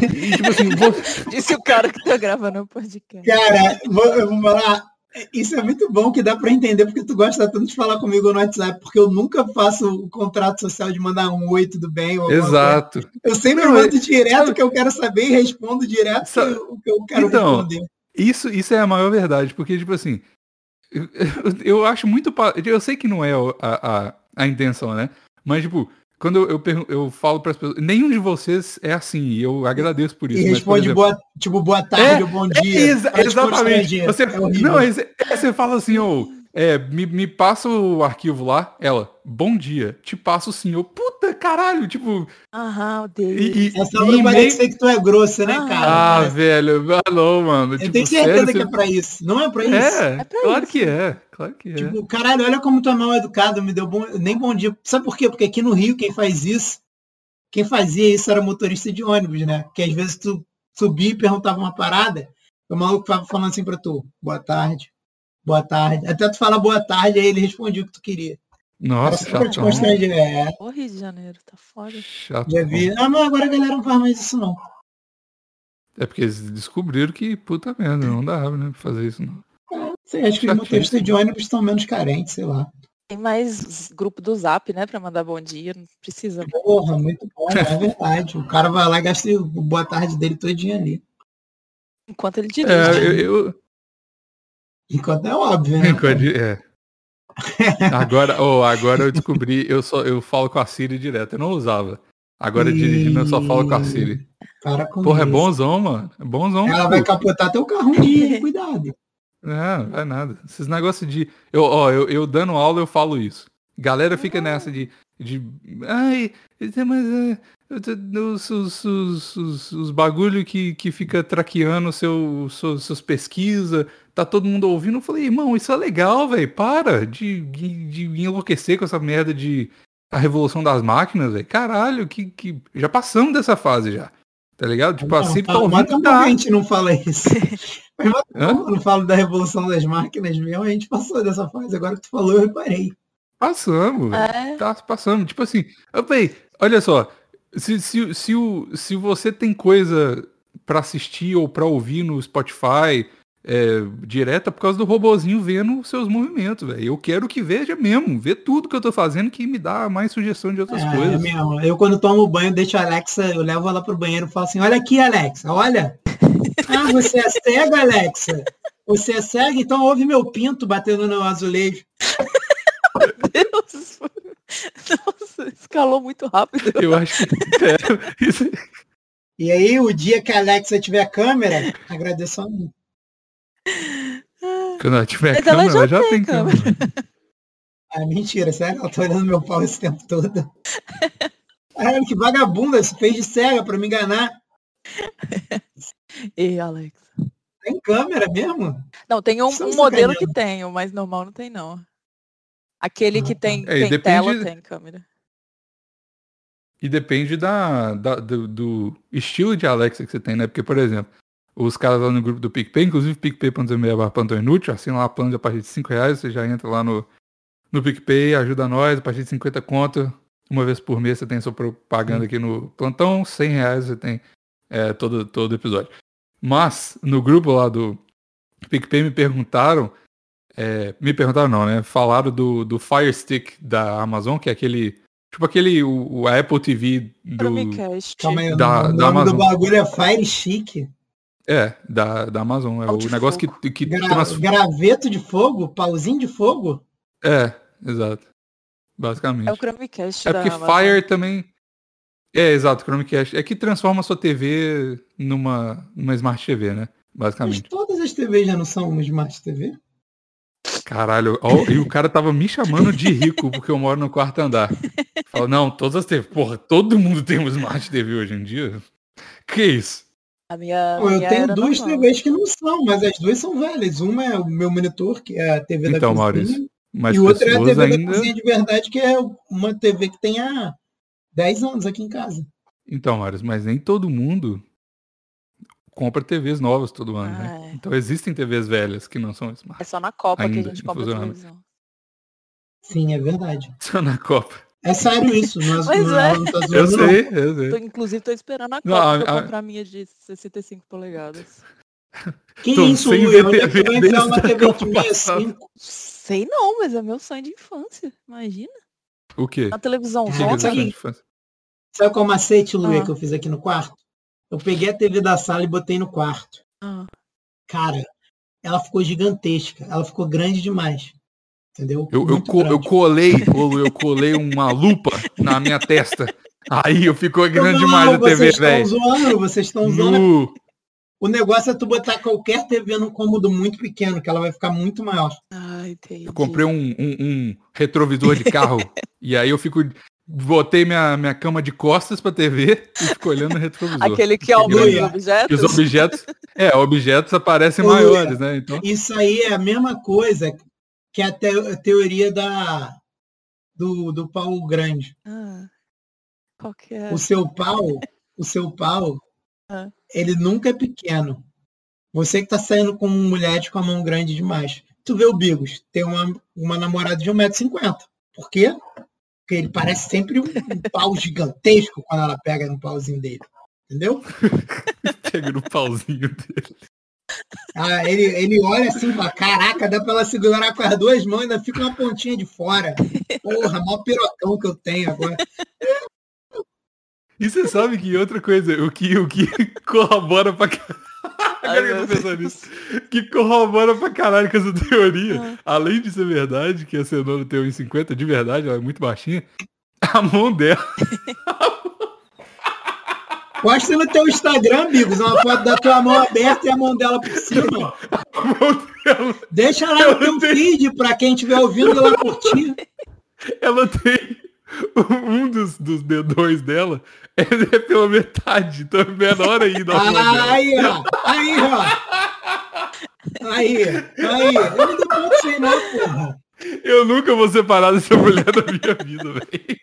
Speaker 2: e, tipo assim, você-
Speaker 4: Disse o cara que tá gravando o podcast.
Speaker 1: Cara, vou- eu vou falar. Isso é muito bom que dá pra entender porque tu gosta tanto de falar comigo no WhatsApp, porque eu nunca faço o contrato social de mandar um oi, tudo bem? ou alguma
Speaker 2: Exato.
Speaker 1: coisa. Eu sempre
Speaker 2: Não, é,
Speaker 1: mando direto o que eu quero saber e respondo direto
Speaker 2: Sa-
Speaker 1: o que eu quero
Speaker 2: Então,
Speaker 1: responder.
Speaker 2: Isso, isso é a maior verdade, porque, tipo assim. Eu, eu acho muito. pa- Eu sei que não é o- a, a, a intenção, né? Mas, tipo, quando eu, eu, pergun- eu falo pras pessoas. Nenhum de vocês é assim, e eu agradeço por
Speaker 1: e
Speaker 2: isso. mas, por
Speaker 1: responde
Speaker 2: exemplo-
Speaker 1: boa, tipo, boa tarde ou bom dia.
Speaker 2: Exa-
Speaker 1: pra te
Speaker 2: É exatamente.
Speaker 1: constranger.
Speaker 2: Você,
Speaker 1: É horrível.
Speaker 2: não, aí você, aí você fala assim, ô, é, me, me passa o arquivo lá, ela, bom dia, te passo sim, eu, puta caralho, tipo,
Speaker 4: Aham, odeio.
Speaker 2: e, e,
Speaker 1: É só pra
Speaker 2: e e-mail-
Speaker 1: parecer que tu é grosso, né,
Speaker 4: Ah.
Speaker 1: cara?
Speaker 2: Ah, velho, alô, mano.
Speaker 1: eu
Speaker 2: tipo,
Speaker 1: tenho certeza
Speaker 2: sério,
Speaker 1: que é pra isso. Não é pra isso.
Speaker 2: você- É,
Speaker 4: É pra
Speaker 2: claro
Speaker 4: isso.
Speaker 2: que é, claro que é.
Speaker 1: Tipo, caralho, olha como tu é mal educado, me deu bom, nem bom dia. Sabe por quê? Porque aqui no Rio, quem faz isso, quem fazia isso era motorista de ônibus, né? Porque às vezes tu subia e perguntava uma parada, o maluco tava falando assim pra tu, boa tarde, boa tarde. Até tu falar boa tarde, aí ele respondia o que tu queria. Era
Speaker 2: Nossa, né?
Speaker 1: só pra te
Speaker 2: chatão.
Speaker 1: constranger. É,
Speaker 4: Ô, Rio de Janeiro, tá fora.
Speaker 2: chatão.
Speaker 1: já vi. Ah, mas agora a galera não faz mais isso, não.
Speaker 2: É porque eles descobriram que, puta merda, não dá né, pra fazer isso, não.
Speaker 1: Sei, acho que os
Speaker 2: Chatíssimo.
Speaker 1: motoristas de ônibus estão menos carentes, sei lá.
Speaker 4: Tem mais grupo do Zap, né, pra mandar bom dia. Não precisa.
Speaker 1: Porra, muito bom, é verdade. O cara vai lá e gasta o boa tarde dele todinho ali.
Speaker 4: Enquanto ele
Speaker 2: É,
Speaker 4: dirige.
Speaker 2: eu... eu-
Speaker 1: Enquanto é óbvio, né?
Speaker 2: enquanto- é. Agora, oh, agora eu descobri, eu só eu falo com a Siri direto, eu não usava. Agora dirigindo eu só falo com a Siri.
Speaker 1: Para com
Speaker 2: Porra, é
Speaker 1: isso.
Speaker 2: bonzão, mano. É bonzão.
Speaker 1: Ela
Speaker 2: pô.
Speaker 1: vai capotar teu carro um dia, cuidado.
Speaker 2: É, vai nada. Esses negócios de. Eu, ó, eu, eu dando aula eu falo isso. Galera fica nessa de. de Ai, é, mas é, eu tô- os, os, os, os, os bagulho que, que fica traqueando seu, seu, suas pesquisas, tá todo mundo ouvindo. Eu falei, irmão, isso é legal, velho. Para de, de, de enlouquecer com essa merda de a revolução das máquinas, velho. Caralho, que, que. Já passamos dessa fase já. Tá ligado? Tipo, a
Speaker 1: Não,
Speaker 2: Siri tá
Speaker 1: fala-
Speaker 2: ouvindo.
Speaker 1: mata
Speaker 2: Tá. então.
Speaker 1: a gente não fala isso. Mas mata
Speaker 2: Hã?
Speaker 1: eu não falo da revolução das máquinas mesmo, a gente passou dessa fase. Agora que tu falou, eu reparei.
Speaker 2: Passamos, velho.
Speaker 4: É.
Speaker 2: Tá passando. Tipo assim, eu falei, olha só, se, se, se, o- se você tem coisa pra assistir ou pra ouvir no Spotify é, direta por causa do robozinho vendo os seus movimentos, velho. Eu quero que veja mesmo, vê tudo que eu tô fazendo que me dá mais sugestão de outras
Speaker 1: É, é
Speaker 2: coisas.
Speaker 1: mesmo. Eu quando tomo banho, deixo a Alexa, eu levo ela pro banheiro e falo assim, olha aqui, Alexa, olha. Ah, você é cega, Alexa? Você é cega? Então ouve meu pinto batendo no azulejo.
Speaker 4: Deus. Nossa, escalou muito rápido.
Speaker 2: Eu acho que. É, isso-
Speaker 1: E aí, o dia que a Alexa tiver câmera, agradeço a mim.
Speaker 2: quando ela tiver
Speaker 4: Mas ela
Speaker 2: câmera, ela
Speaker 4: já
Speaker 2: já,
Speaker 4: tem
Speaker 2: tem câmera.
Speaker 1: Ah, mentira, sério, ela tá olhando meu pau esse tempo todo. Caralho, que vagabunda, se fez de cega pra me enganar.
Speaker 4: Ei, Alex.
Speaker 1: Tem Tá câmera mesmo?
Speaker 4: Não, tem um,
Speaker 1: Só
Speaker 4: um
Speaker 1: sacaneando.
Speaker 4: modelo que tem, o mais normal não tem, não. Aquele que tem,
Speaker 2: É, e
Speaker 4: tem tela,
Speaker 2: depende-
Speaker 4: tem câmera.
Speaker 2: E depende da, da- do, do estilo de Alexa que você tem, né? Porque, por exemplo, os caras lá no grupo do PicPay, inclusive picpay.meia barra plantão inútil, assina lá plano de a partir de 5 reais, você já entra lá no, no PicPay, ajuda nós, a partir de 50 conto, uma vez por mês você tem sua
Speaker 4: Hum.
Speaker 2: propaganda aqui no plantão, 100 reais você tem é, todo, todo episódio. Mas, no grupo lá do PicPay me perguntaram, é, me perguntaram não, né? Falaram do, do Fire Stick da Amazon, que é aquele Tipo aquele, o, o Apple TV do,
Speaker 4: Chromecast.
Speaker 1: Calma aí,
Speaker 2: Da-
Speaker 1: o nome
Speaker 2: da
Speaker 1: do
Speaker 2: Amazon.
Speaker 1: bagulho é Fire Chic.
Speaker 2: é, da, da Amazon. É
Speaker 4: Pau
Speaker 2: o
Speaker 4: de
Speaker 2: negócio que,
Speaker 4: fogo.
Speaker 2: que
Speaker 1: Gra-
Speaker 2: trans-
Speaker 1: Graveto de fogo? Pauzinho de fogo?
Speaker 2: É, exato.
Speaker 4: É o
Speaker 2: Basicamente.
Speaker 4: Chromecast
Speaker 2: É
Speaker 4: da
Speaker 2: porque
Speaker 1: né?
Speaker 4: Amazon.
Speaker 2: Fire também... É, exato, Chromecast. É que transforma a sua TV numa, numa Smart TV, né?
Speaker 1: Mas
Speaker 2: Basicamente.
Speaker 1: todas as TVs já não são uma Smart TV?
Speaker 2: Caralho, ó, e o cara tava me chamando de rico porque eu moro no quarto andar. Fala, não, todas as TV. Porra, todo mundo tem uma Smart TV hoje em dia? Que isso?
Speaker 4: A minha,
Speaker 1: Pô,
Speaker 4: a
Speaker 1: eu
Speaker 4: minha
Speaker 1: tenho
Speaker 4: era
Speaker 1: duas
Speaker 4: normal.
Speaker 1: TVs que não são, mas as duas são velhas. Uma é o meu monitor, que é a TV da
Speaker 2: Então,
Speaker 1: cozinha.
Speaker 2: Maurício, Mas
Speaker 1: e outra é a
Speaker 2: pessoas
Speaker 1: TV da
Speaker 2: ainda...
Speaker 1: cozinha de verdade, que é uma TV que tem há 10 anos aqui em casa.
Speaker 2: Então, Marius, mas nem todo mundo compra TVs novas todo ano, né?
Speaker 4: Ah, é.
Speaker 2: Então existem TVs velhas que não são smart.
Speaker 4: É só na Copa que a
Speaker 2: Ainda,
Speaker 4: gente compra
Speaker 2: inclusive,
Speaker 4: televisão.
Speaker 1: Sim, é verdade.
Speaker 2: Só na Copa.
Speaker 1: É sério isso, não é,
Speaker 4: Pois
Speaker 1: não,
Speaker 4: é.
Speaker 1: não tá zoando,
Speaker 2: Eu
Speaker 1: não.
Speaker 2: sei, eu sei.
Speaker 4: Tô- inclusive, tô esperando a Copa
Speaker 2: Não, a-
Speaker 4: pra
Speaker 2: a-
Speaker 4: comprar a minha de 65 polegadas.
Speaker 1: Que
Speaker 2: Tô
Speaker 1: isso,
Speaker 2: sem
Speaker 1: Will?
Speaker 2: ver
Speaker 1: Onde é que
Speaker 2: TV
Speaker 1: vai entrar uma
Speaker 2: desde a
Speaker 1: TV
Speaker 2: Copa
Speaker 1: de 65?
Speaker 2: passada.
Speaker 4: Sei não, mas é meu sonho de infância. Imagina.
Speaker 2: O quê?
Speaker 4: Na televisão
Speaker 1: Você
Speaker 2: Você tá
Speaker 1: Nossa,
Speaker 2: É. quer dizer
Speaker 4: nossa.
Speaker 1: que-
Speaker 2: de infância?
Speaker 1: Sabe qual é macete, Luia,
Speaker 4: Ah.
Speaker 1: que eu fiz aqui no quarto? Eu peguei a TV da sala e botei no quarto.
Speaker 4: Ah,
Speaker 1: Cara, ela ficou gigantesca. Ela ficou grande demais. Entendeu?
Speaker 2: Eu, eu,
Speaker 1: Muito
Speaker 2: co- eu
Speaker 1: grande.
Speaker 2: colei, ô, Lu, eu colei uma lupa na minha testa. Aí eu ficou grande
Speaker 1: Não,
Speaker 2: demais a TV,
Speaker 1: Então, vocês estão
Speaker 2: velho.
Speaker 1: zoando, vocês estão zoando.
Speaker 2: Nu.
Speaker 1: O negócio é tu botar qualquer TV num cômodo muito pequeno, que ela vai ficar muito maior.
Speaker 4: ah, entendi.
Speaker 2: Eu comprei um, um- um retrovisor de carro. e aí eu fico. Botei minha, minha cama de costas pra TV e fico olhando o retrovisor.
Speaker 4: Aquele que aumenta
Speaker 1: Aleluia.
Speaker 4: os objetos.
Speaker 2: E os objetos. É, objetos aparecem
Speaker 1: Aleluia.
Speaker 2: maiores, né? Então.
Speaker 1: Isso aí é a mesma coisa que a, te- a teoria da, do, do Paulo Grande.
Speaker 4: Ah, qual que é?
Speaker 1: O seu pau, o seu pau,
Speaker 4: Ah.
Speaker 1: ele nunca é pequeno. Você que tá saindo com um mulher com a mão grande demais. Tu vê o Bigos, tem uma, uma namorada de 1,50m. Por quê? Porque ele parece sempre um, um pau gigantesco quando ela pega no pauzinho dele. Entendeu?
Speaker 2: Pega no pauzinho dele.
Speaker 1: Ah, ele, ele olha assim e fala, caraca, dá pra ela segurar com as duas mãos, ainda fica uma pontinha de fora. Porra, maior pirocão que eu tenho agora.
Speaker 2: E você sabe que outra coisa, o que, o que corrobora pra caralho. Agora que eu tô pensando nisso. Que corrobora pra caralho com essa teoria. Além de ser verdade, que a cenoura tem 1,50 de verdade, ela é muito baixinha. A mão dela.
Speaker 1: Posta no teu um Instagram, Bigos, uma foto da tua mão aberta e a mão dela por cima.
Speaker 2: A mão dela.
Speaker 1: Deixa lá no teu feed pra quem estiver ouvindo lá curtir.
Speaker 2: Ela tem. Um dos, dos dedões dela é é pela metade, então é menor ainda. a mão dela.
Speaker 1: Aí, ó. Aí, ó. Aí, aí. Eu não dou ponto sem nada, porra.
Speaker 2: Eu nunca vou separar dessa mulher da minha vida, velho.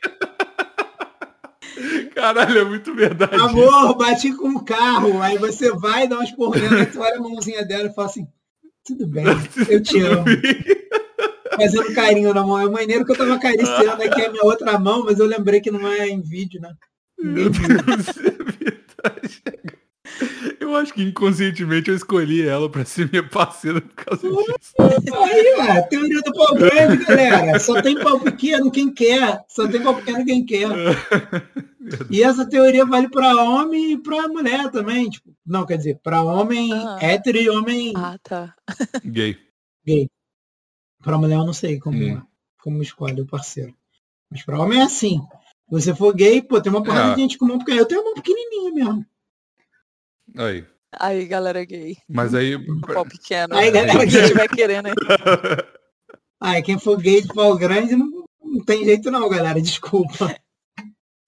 Speaker 2: Caralho, é muito verdade. isso.
Speaker 1: Amor, bati com o carro. Aí você vai dar umas porrinhas, tu olha a mãozinha dela e fala assim, tudo bem, eu te amo. Fazendo carinho na mão. É maneiro que eu tava acariciando aqui a minha outra mão, mas eu lembrei que não é em vídeo, né?
Speaker 2: Meu Deus, isso é verdade. Eu acho que inconscientemente eu escolhi ela pra ser minha parceira por causa disso.
Speaker 1: Aí, ó, teoria do pau grande, galera. Só tem pau pequeno quem quer. Só tem pau pequeno quem quer. E essa teoria vale pra homem e pra mulher também. Tipo, não, quer dizer, pra homem
Speaker 4: Ah.
Speaker 1: hétero e homem
Speaker 4: Ah, tá.
Speaker 2: Gay.
Speaker 1: gay. Pra mulher eu não sei como,
Speaker 2: Hum.
Speaker 1: é, como escolhe o parceiro. Mas pra homem é assim. Você for gay, pô, tem uma porrada
Speaker 2: Ah.
Speaker 1: de gente com mão pequena. Eu tenho uma mão pequenininha mesmo.
Speaker 2: Aí.
Speaker 4: Aí, galera gay.
Speaker 2: Mas aí.
Speaker 4: Pau pequeno.
Speaker 1: Aí, galera
Speaker 4: Quem
Speaker 1: gay.
Speaker 4: estiver querendo aí.
Speaker 1: Ah, e quem for gay de pau grande não, não tem jeito não, galera. Desculpa.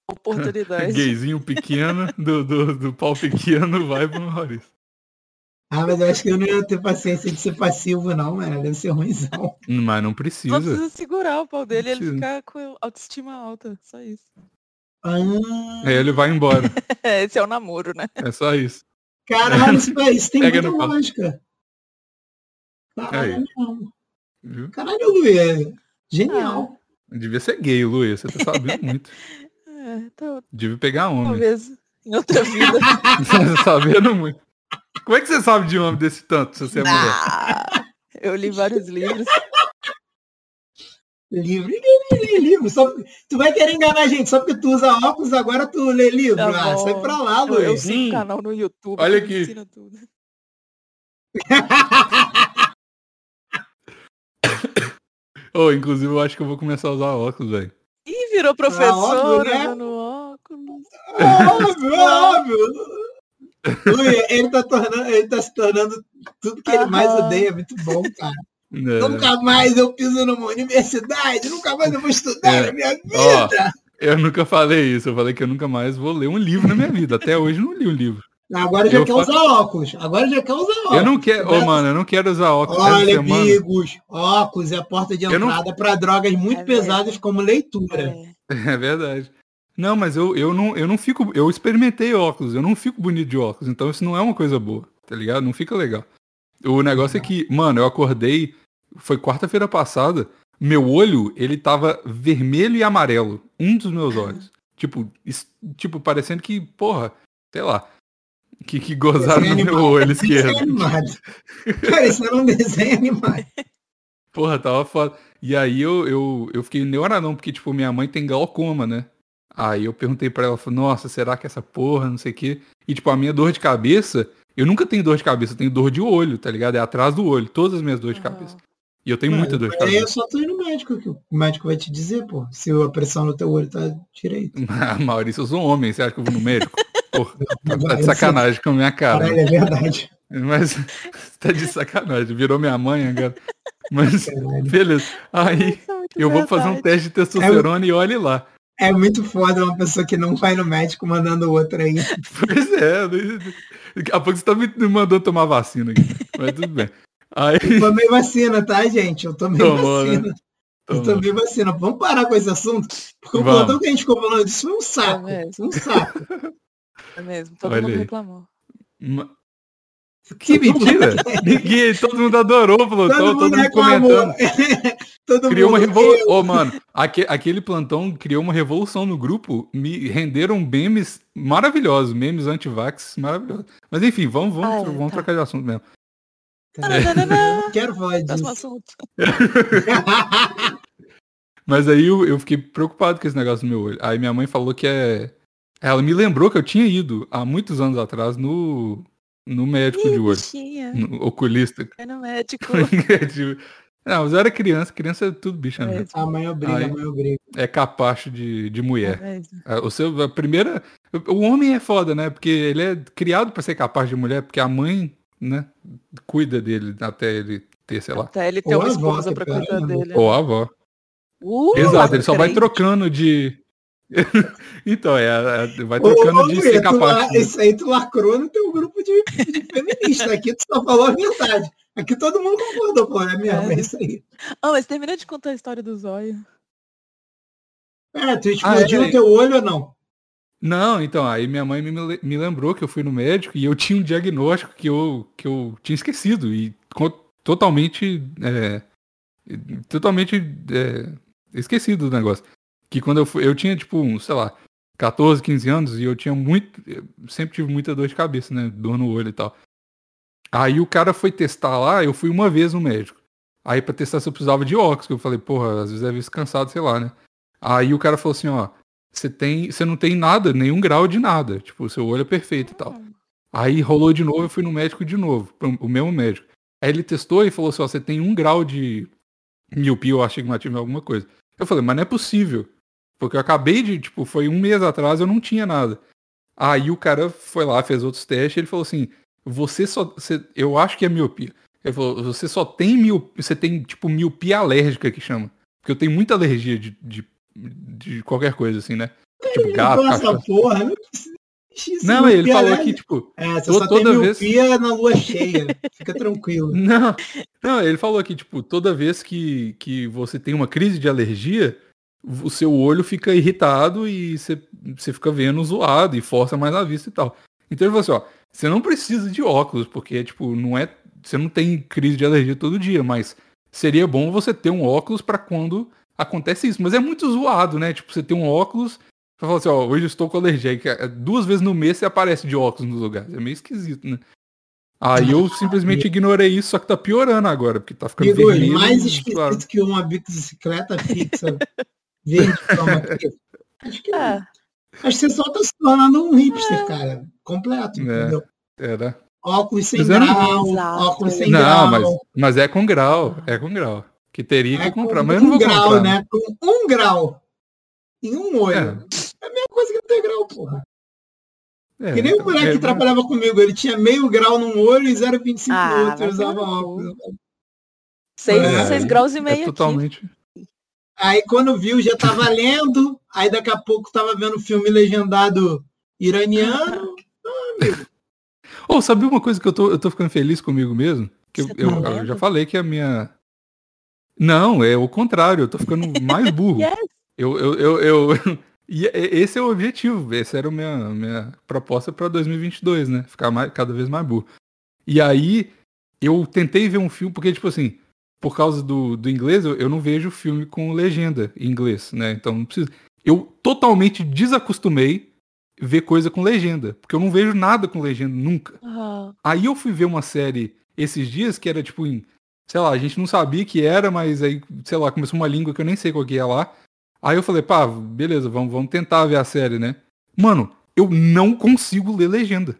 Speaker 4: Oportunidade.
Speaker 2: Gayzinho pequeno, do, do, do pau pequeno, vai pro Maurício.
Speaker 1: Ah, mas eu acho que eu não ia ter paciência de ser passivo, não, mano. Deve ser ruimzão.
Speaker 2: Mas não
Speaker 4: Só
Speaker 2: precisa.
Speaker 4: precisa segurar o pau dele e ele
Speaker 2: Precisa.
Speaker 4: ficar com autoestima alta. Só isso.
Speaker 1: Ah,
Speaker 2: Aí ele vai embora.
Speaker 4: Esse é o namoro, né?
Speaker 2: É só isso.
Speaker 1: caralho, isso, vai- isso tem
Speaker 2: Pega
Speaker 1: muita
Speaker 2: no pau.
Speaker 1: lógica. Caralho,
Speaker 2: Aí.
Speaker 1: não.
Speaker 2: Viu?
Speaker 1: Caralho, Luê. Genial.
Speaker 2: Devia ser gay, Luiz. Você tá sabendo muito.
Speaker 4: É, então,
Speaker 2: Devia pegar homem.
Speaker 4: talvez em outra vida.
Speaker 2: Você tá sabendo muito. Como é que você sabe de homem desse tanto, se você é mulher?
Speaker 4: Ah, eu li vários livros.
Speaker 1: Livro. Ninguém nem lê livro. Só... Tu vai querer enganar a gente só porque tu usa óculos, agora tu lê livro.
Speaker 4: Tá
Speaker 1: ah,
Speaker 4: bom.
Speaker 1: sai pra lá,
Speaker 4: Eu, eu
Speaker 1: Luiz.
Speaker 4: sigo
Speaker 2: Hum.
Speaker 4: um canal no YouTube.
Speaker 2: Olha
Speaker 4: que
Speaker 2: aqui.
Speaker 4: Ensina tudo.
Speaker 2: Ô, inclusive, eu acho que eu vou começar a usar óculos, velho.
Speaker 4: Ih, virou
Speaker 2: Tá,
Speaker 4: professora
Speaker 1: né?
Speaker 4: dando óculos.
Speaker 1: Óbvio, óbvio. Luê, ele tá, tornando, ele tá se tornando tudo que ele mais
Speaker 4: Aham.
Speaker 1: odeia. Muito bom, cara.
Speaker 2: É.
Speaker 1: Nunca mais eu piso numa universidade, nunca mais eu vou estudar
Speaker 2: É.
Speaker 1: na minha vida.
Speaker 2: Ó, eu nunca falei isso. Eu falei que eu nunca mais vou ler um livro na minha vida. Até hoje eu não li um livro.
Speaker 1: Agora já
Speaker 2: eu
Speaker 1: quer
Speaker 2: faço-
Speaker 1: usar óculos. Agora já quer usar óculos.
Speaker 2: Eu não quero. Ô, mano, eu não quero usar óculos essa
Speaker 1: Olha,
Speaker 2: semana.
Speaker 1: amigos, óculos é a porta de
Speaker 2: Eu não-
Speaker 1: entrada para drogas muito
Speaker 4: É mesmo.
Speaker 1: pesadas como leitura.
Speaker 4: É.
Speaker 2: É verdade. Não, mas eu, eu, não, eu não fico. Eu experimentei óculos, eu não fico bonito de óculos, então isso não é uma coisa boa, tá ligado? Não fica legal. O negócio é que, mano, eu acordei, foi quarta-feira passada, meu olho, ele tava vermelho e amarelo, um dos meus olhos. Tipo, es- tipo, parecendo que, porra, sei lá, que, que gozaram
Speaker 1: Desenho
Speaker 2: no meu
Speaker 1: animado.
Speaker 2: olho
Speaker 1: Desenho
Speaker 2: esquerdo.
Speaker 1: é animado. Cara, isso era um desenho animado.
Speaker 2: Porra, tava foda. E aí eu, eu, eu fiquei neuradão, porque, tipo, minha mãe tem glaucoma, né? Aí eu perguntei pra ela, falei, nossa, será que essa porra, não sei o quê? E, tipo, a minha dor de cabeça, eu nunca tenho dor de cabeça, eu tenho dor de olho, tá ligado? É atrás do olho, todas as minhas dores de
Speaker 4: Aham.
Speaker 2: cabeça. E eu tenho muita dor de
Speaker 1: Aí
Speaker 2: cabeça.
Speaker 1: eu só tô indo no médico, que o médico vai te dizer, pô, se a pressão no teu olho tá direito.
Speaker 2: Ah, Maurício, eu sou um homem, você acha que eu vou no médico? Porra, tá, tá
Speaker 1: Vai,
Speaker 2: de sacanagem com a minha cara.
Speaker 1: Caralho, é verdade.
Speaker 2: Mas tá de sacanagem, virou minha mãe agora. Mas,
Speaker 1: Caralho.
Speaker 2: beleza. Aí
Speaker 4: Isso é muito
Speaker 2: eu vou fazer um
Speaker 4: verdade.
Speaker 2: teste de testosterona e olhe lá.
Speaker 1: É muito foda uma pessoa que não vai no médico mandando outra aí.
Speaker 2: Pois é, né? daqui a pouco você tá me me mandando tomar vacina aqui. Mas tudo bem. Aí.
Speaker 1: Tomei vacina, tá, gente? Eu tomei
Speaker 2: Tomou, né?
Speaker 1: vacina. Eu
Speaker 2: Toma.
Speaker 1: tomei vacina. Vamos parar com esse assunto? Porque o
Speaker 2: Então, Vamos.
Speaker 1: plantão que a gente ficou falando disso foi um saco.
Speaker 4: É mesmo.
Speaker 1: Foi um saco.
Speaker 4: É mesmo, todo
Speaker 2: Olha
Speaker 4: mundo
Speaker 2: aí.
Speaker 4: reclamou.
Speaker 2: Ma- Que mentira! Ninguém, todo mundo adorou, falou.
Speaker 1: Todo,
Speaker 2: Todo,
Speaker 1: mundo
Speaker 2: mundo
Speaker 1: reclamou.
Speaker 2: comentando.
Speaker 1: Todo
Speaker 2: Criou uma
Speaker 1: mundo.
Speaker 2: revolução. Ô, mano, aque- aquele plantão criou uma revolução no grupo. Me renderam memes maravilhosos, memes anti-vax maravilhosos. Mas enfim, vamos, vamos,
Speaker 4: Ah, é,
Speaker 2: vamos
Speaker 4: tá.
Speaker 2: trocar de assunto mesmo. É.
Speaker 4: Tadadadadá.
Speaker 1: Eu Quero falar
Speaker 4: Próximo
Speaker 2: Hum.
Speaker 1: disso.
Speaker 4: assunto.
Speaker 2: Mas aí eu, eu fiquei preocupado com esse negócio do meu olho. Aí minha mãe falou que é. Ela me lembrou que eu tinha ido há muitos anos atrás no. No médico de
Speaker 4: Ih,
Speaker 2: olho. Hum.
Speaker 4: bichinha.
Speaker 2: No oculista.
Speaker 4: Foi é no médico.
Speaker 2: Tipo, Não, mas eu era criança, criança é tudo bicha, né?
Speaker 4: Mesmo, é
Speaker 1: A mãe obriga,
Speaker 2: Ai.
Speaker 1: a mãe obriga.
Speaker 2: É capacho de, de mulher.
Speaker 4: mesmo.
Speaker 2: A- O seu, a primeira. O homem é foda, né? Porque ele é criado pra ser capaz de mulher, porque a mãe, né, cuida dele até ele ter, sei lá.
Speaker 4: Até Tá, ele ter
Speaker 1: Ou
Speaker 4: uma
Speaker 1: a avó,
Speaker 4: esposa
Speaker 1: que
Speaker 4: pra
Speaker 1: pega,
Speaker 4: cuidar
Speaker 1: né?
Speaker 4: dele.
Speaker 2: Ou a avó.
Speaker 4: Uh,
Speaker 2: Exato, ele só vai
Speaker 4: crente.
Speaker 2: trocando de. então, é, a- a- vai
Speaker 1: Ô,
Speaker 2: trocando de
Speaker 1: Guia,
Speaker 2: ser
Speaker 1: tu
Speaker 2: capaz.
Speaker 1: la- Isso aí tu lacrou no teu grupo de, de feminista. Aqui tu só falou a verdade. Aqui todo mundo concordou, pô, é mesmo, é isso aí.
Speaker 4: Ah, mas termina de contar a história do zóio.
Speaker 1: É, tu explodiu
Speaker 2: Ah, é.
Speaker 1: o teu olho ou não?
Speaker 2: Não, então, aí minha mãe me, le- me lembrou que eu fui no médico e eu tinha um diagnóstico que eu, que eu tinha esquecido e co- totalmente. é, totalmente é, esquecido do negócio. Que quando eu fui, eu tinha tipo, um, sei lá, 14, 15 anos e eu tinha muito. eu sempre tive muita dor de cabeça, né? Dor no olho e tal. Aí o cara foi testar lá, eu fui uma vez no médico. Aí pra testar se eu precisava de óculos, que eu falei, porra, às vezes é visto cansado, sei lá, né? Aí o cara falou assim, ó, você tem, você não tem nada, nenhum grau de nada. Tipo, seu olho é perfeito e tal. Aí rolou de novo, eu fui no médico de novo, pro- o mesmo médico. Aí ele testou e falou assim, ó, você tem um grau de miopia ou astigmatismo, alguma coisa. Eu falei, mas não é possível. Porque eu acabei de, tipo, foi um mês atrás, eu não tinha nada. Aí o cara foi lá, fez outros testes, ele falou assim, você só, você- eu acho que é miopia. Ele falou, você só tem miopia, você tem, tipo, miopia alérgica que chama. Porque eu tenho muita alergia de, de, de qualquer coisa, assim, né? Tipo, gato,
Speaker 1: Então, essa
Speaker 2: cachorro.
Speaker 1: porra, não precisa existir
Speaker 2: Não, ele
Speaker 1: assim, miopia
Speaker 2: falou
Speaker 1: leve.
Speaker 2: que, tipo,
Speaker 1: É, você
Speaker 2: to-
Speaker 1: só tem
Speaker 2: toda vez-
Speaker 1: miopia na lua cheia. Fica tranquilo.
Speaker 2: Não, não, ele falou que, tipo, toda vez que, que você tem uma crise de alergia, o seu olho fica irritado e você, você fica vendo zoado e força mais a vista e tal. Então ele falou assim, ó, você não precisa de óculos, porque, tipo, não é. Você não tem crise de alergia todo dia, mas seria bom você ter um óculos pra quando acontece isso. Mas é muito zoado, né? Tipo, você tem um óculos pra falar assim, ó, hoje eu estou com alergia. e que- Duas vezes no mês você aparece de óculos nos lugares. É meio esquisito, né? Aí eu simplesmente ignorei isso, só que tá piorando agora, porque tá ficando
Speaker 1: Igor,
Speaker 2: vermelho
Speaker 1: é mais
Speaker 2: e
Speaker 1: esquisito
Speaker 2: claro.
Speaker 1: que uma bicicleta fixa verde toma aqui. Acho
Speaker 2: Hum.
Speaker 1: que,
Speaker 4: Ah,
Speaker 1: acho que você só tá se tornando um hipster, cara. Completo,
Speaker 2: É.
Speaker 1: entendeu?
Speaker 2: Era.
Speaker 1: Óculos sem
Speaker 2: Mas eu não-
Speaker 1: grau,
Speaker 4: Exato.
Speaker 1: óculos sem grau.
Speaker 2: Não, mas, mas é com grau, é com grau. Que teria
Speaker 1: É
Speaker 2: que
Speaker 1: com
Speaker 2: comprar, mas
Speaker 1: um
Speaker 2: eu não vou
Speaker 1: grau,
Speaker 2: comprar.
Speaker 1: né? Com um grau. Em um olho. É, a mesma coisa que não ter grau, porra.
Speaker 2: É,
Speaker 1: que nem o
Speaker 2: então,
Speaker 1: moleque
Speaker 2: é,
Speaker 1: que trabalhava comigo. Ele tinha meio grau num olho e 0,25
Speaker 4: Ah,
Speaker 1: no outro.
Speaker 4: vai
Speaker 1: Ele usava
Speaker 4: tomar no cu.
Speaker 1: óculos.
Speaker 4: seis,
Speaker 1: É.
Speaker 4: seis graus e meio
Speaker 2: É
Speaker 4: aqui.
Speaker 2: totalmente.
Speaker 1: Aí quando viu, já tava lendo, aí daqui a pouco tava vendo um filme legendado iraniano.
Speaker 2: Ou sabe uma coisa que eu tô, eu tô ficando feliz comigo mesmo? Que eu,
Speaker 4: Você tá
Speaker 2: eu- eu
Speaker 4: lendo?
Speaker 2: já falei que a minha. Não, é o contrário, eu tô ficando mais burro.
Speaker 4: Yes.
Speaker 2: Eu, eu, eu, eu- E é- esse é o objetivo, essa era a minha, minha proposta pra 2022, né? Ficar mais, cada vez mais burro. E aí, eu tentei ver um filme, porque, tipo assim, por causa do, do inglês, eu, eu não vejo filme com legenda em inglês, né? Então não preciso. Eu totalmente desacostumei ver coisa com legenda, porque eu não vejo nada com legenda nunca.
Speaker 4: Ah,
Speaker 2: Aí eu fui ver uma série esses dias que era tipo em, sei lá, a gente não sabia que era, mas aí, sei lá, começou uma língua que eu nem sei qual que é lá. Aí eu falei, pá, beleza, vamos, vamos tentar ver a série, né? Mano, eu não consigo ler legenda.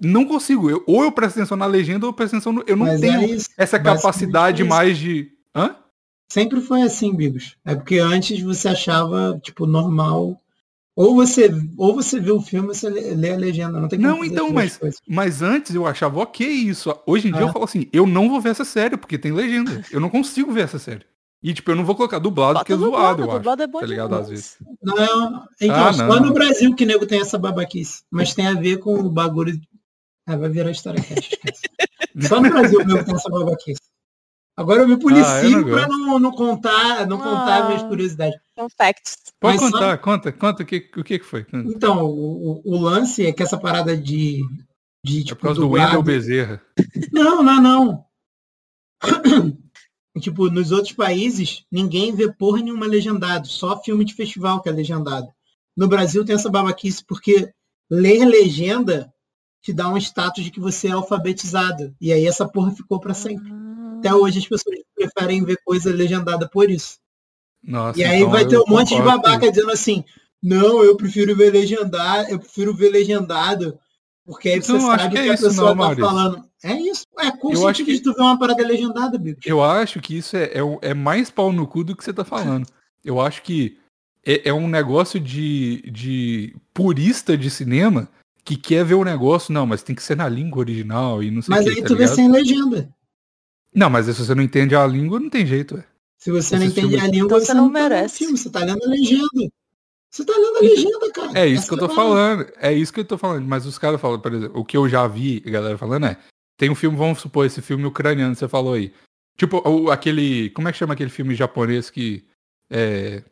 Speaker 2: Não consigo. Eu- ou eu presto atenção na legenda ou eu presto atenção no. Eu não
Speaker 1: mas
Speaker 2: tenho
Speaker 1: era isso.
Speaker 2: essa
Speaker 1: basicamente
Speaker 2: capacidade
Speaker 1: isso.
Speaker 2: mais de. Hã?
Speaker 1: Sempre foi assim, Bigos. É porque antes você achava, tipo, normal. Ou você, ou você vê o filme, você lê lê a legenda. Não tem como
Speaker 2: Não,
Speaker 1: fazer
Speaker 2: então,
Speaker 1: as duas
Speaker 2: mas-
Speaker 1: coisas.
Speaker 2: Mas antes eu achava ok isso. Hoje em dia
Speaker 1: Ah.
Speaker 2: eu falo assim, eu não vou ver essa série, porque tem legenda. Eu não consigo ver essa série. E tipo, eu não vou colocar dublado, porque é
Speaker 4: bota
Speaker 2: zoado,
Speaker 4: dublado,
Speaker 2: eu acho.
Speaker 4: dublado é tá bom
Speaker 2: tá ligado? Às vezes.
Speaker 4: demais.
Speaker 1: Não, então,
Speaker 2: Ah,
Speaker 1: só
Speaker 2: não.
Speaker 1: no Brasil que nego tem essa babaquice. Mas tem a ver com o bagulho. de- Ah, vai virar história cast, esquece. Só no Brasil mesmo tem essa babaquice. Agora eu me
Speaker 2: Ah, eu
Speaker 1: policio
Speaker 2: não
Speaker 1: pra não, não contar, não contar
Speaker 4: Ah.
Speaker 1: minhas curiosidades.
Speaker 4: São facts.
Speaker 2: Pode
Speaker 1: Mas só-
Speaker 2: contar, conta, conta o que, o que que foi. É
Speaker 1: Então, o, o- o lance é que essa parada de. de tipo,
Speaker 2: É por causa do
Speaker 1: dublado-
Speaker 2: Wendel Bezerra.
Speaker 1: Não, não, não. tipo, nos outros países, ninguém vê porra nenhuma legendado. Só filme de festival que é legendado. No Brasil tem essa babaquice porque ler legenda te dá um status de que você é alfabetizado. E aí essa porra ficou pra sempre.
Speaker 4: Ah.
Speaker 1: Até hoje as pessoas preferem ver coisa legendada por isso.
Speaker 2: Nossa,
Speaker 1: E aí
Speaker 2: então
Speaker 1: vai ter
Speaker 2: eu
Speaker 1: um monte de
Speaker 2: concordo com
Speaker 1: babaca dizendo assim, não, eu prefiro ver legendado, eu prefiro ver legendado Porque aí
Speaker 2: Mas
Speaker 1: você
Speaker 2: eu não acho
Speaker 1: sabe
Speaker 2: que
Speaker 1: que,
Speaker 2: é
Speaker 1: a
Speaker 2: isso
Speaker 1: pessoa
Speaker 2: não,
Speaker 1: tá
Speaker 2: Maurício.
Speaker 1: falando. É isso. É com
Speaker 2: Eu
Speaker 1: sentido
Speaker 2: acho que-
Speaker 1: de tu ver uma parada legendada, Bigo.
Speaker 2: Eu acho que isso é, é, o- é mais pau no cu do que você tá falando. Eu acho que é, é um negócio de, de purista de cinema que quer ver o negócio, não, mas tem que ser na língua original e não sei o
Speaker 1: Mas
Speaker 2: que,
Speaker 1: aí
Speaker 2: tá
Speaker 1: tu vê
Speaker 2: ligado?
Speaker 1: sem legenda.
Speaker 2: Não, mas se você não entende a língua, não tem jeito, ué.
Speaker 1: Se você não
Speaker 2: Esses
Speaker 1: entende a
Speaker 2: filmes-
Speaker 1: língua,
Speaker 4: Então você não
Speaker 1: tá vendo o
Speaker 4: merece.
Speaker 1: Filme, você tá lendo a legenda. Você tá lendo a legenda, cara.
Speaker 2: É isso que eu
Speaker 1: Essa
Speaker 2: tô
Speaker 1: a parada.
Speaker 2: falando. É isso que eu tô falando. Mas os caras falam, por exemplo, o que eu já vi a galera falando é. Tem um filme, vamos supor, esse filme ucraniano que você falou aí. Tipo, o- aquele. Como é que chama aquele filme japonês que. É.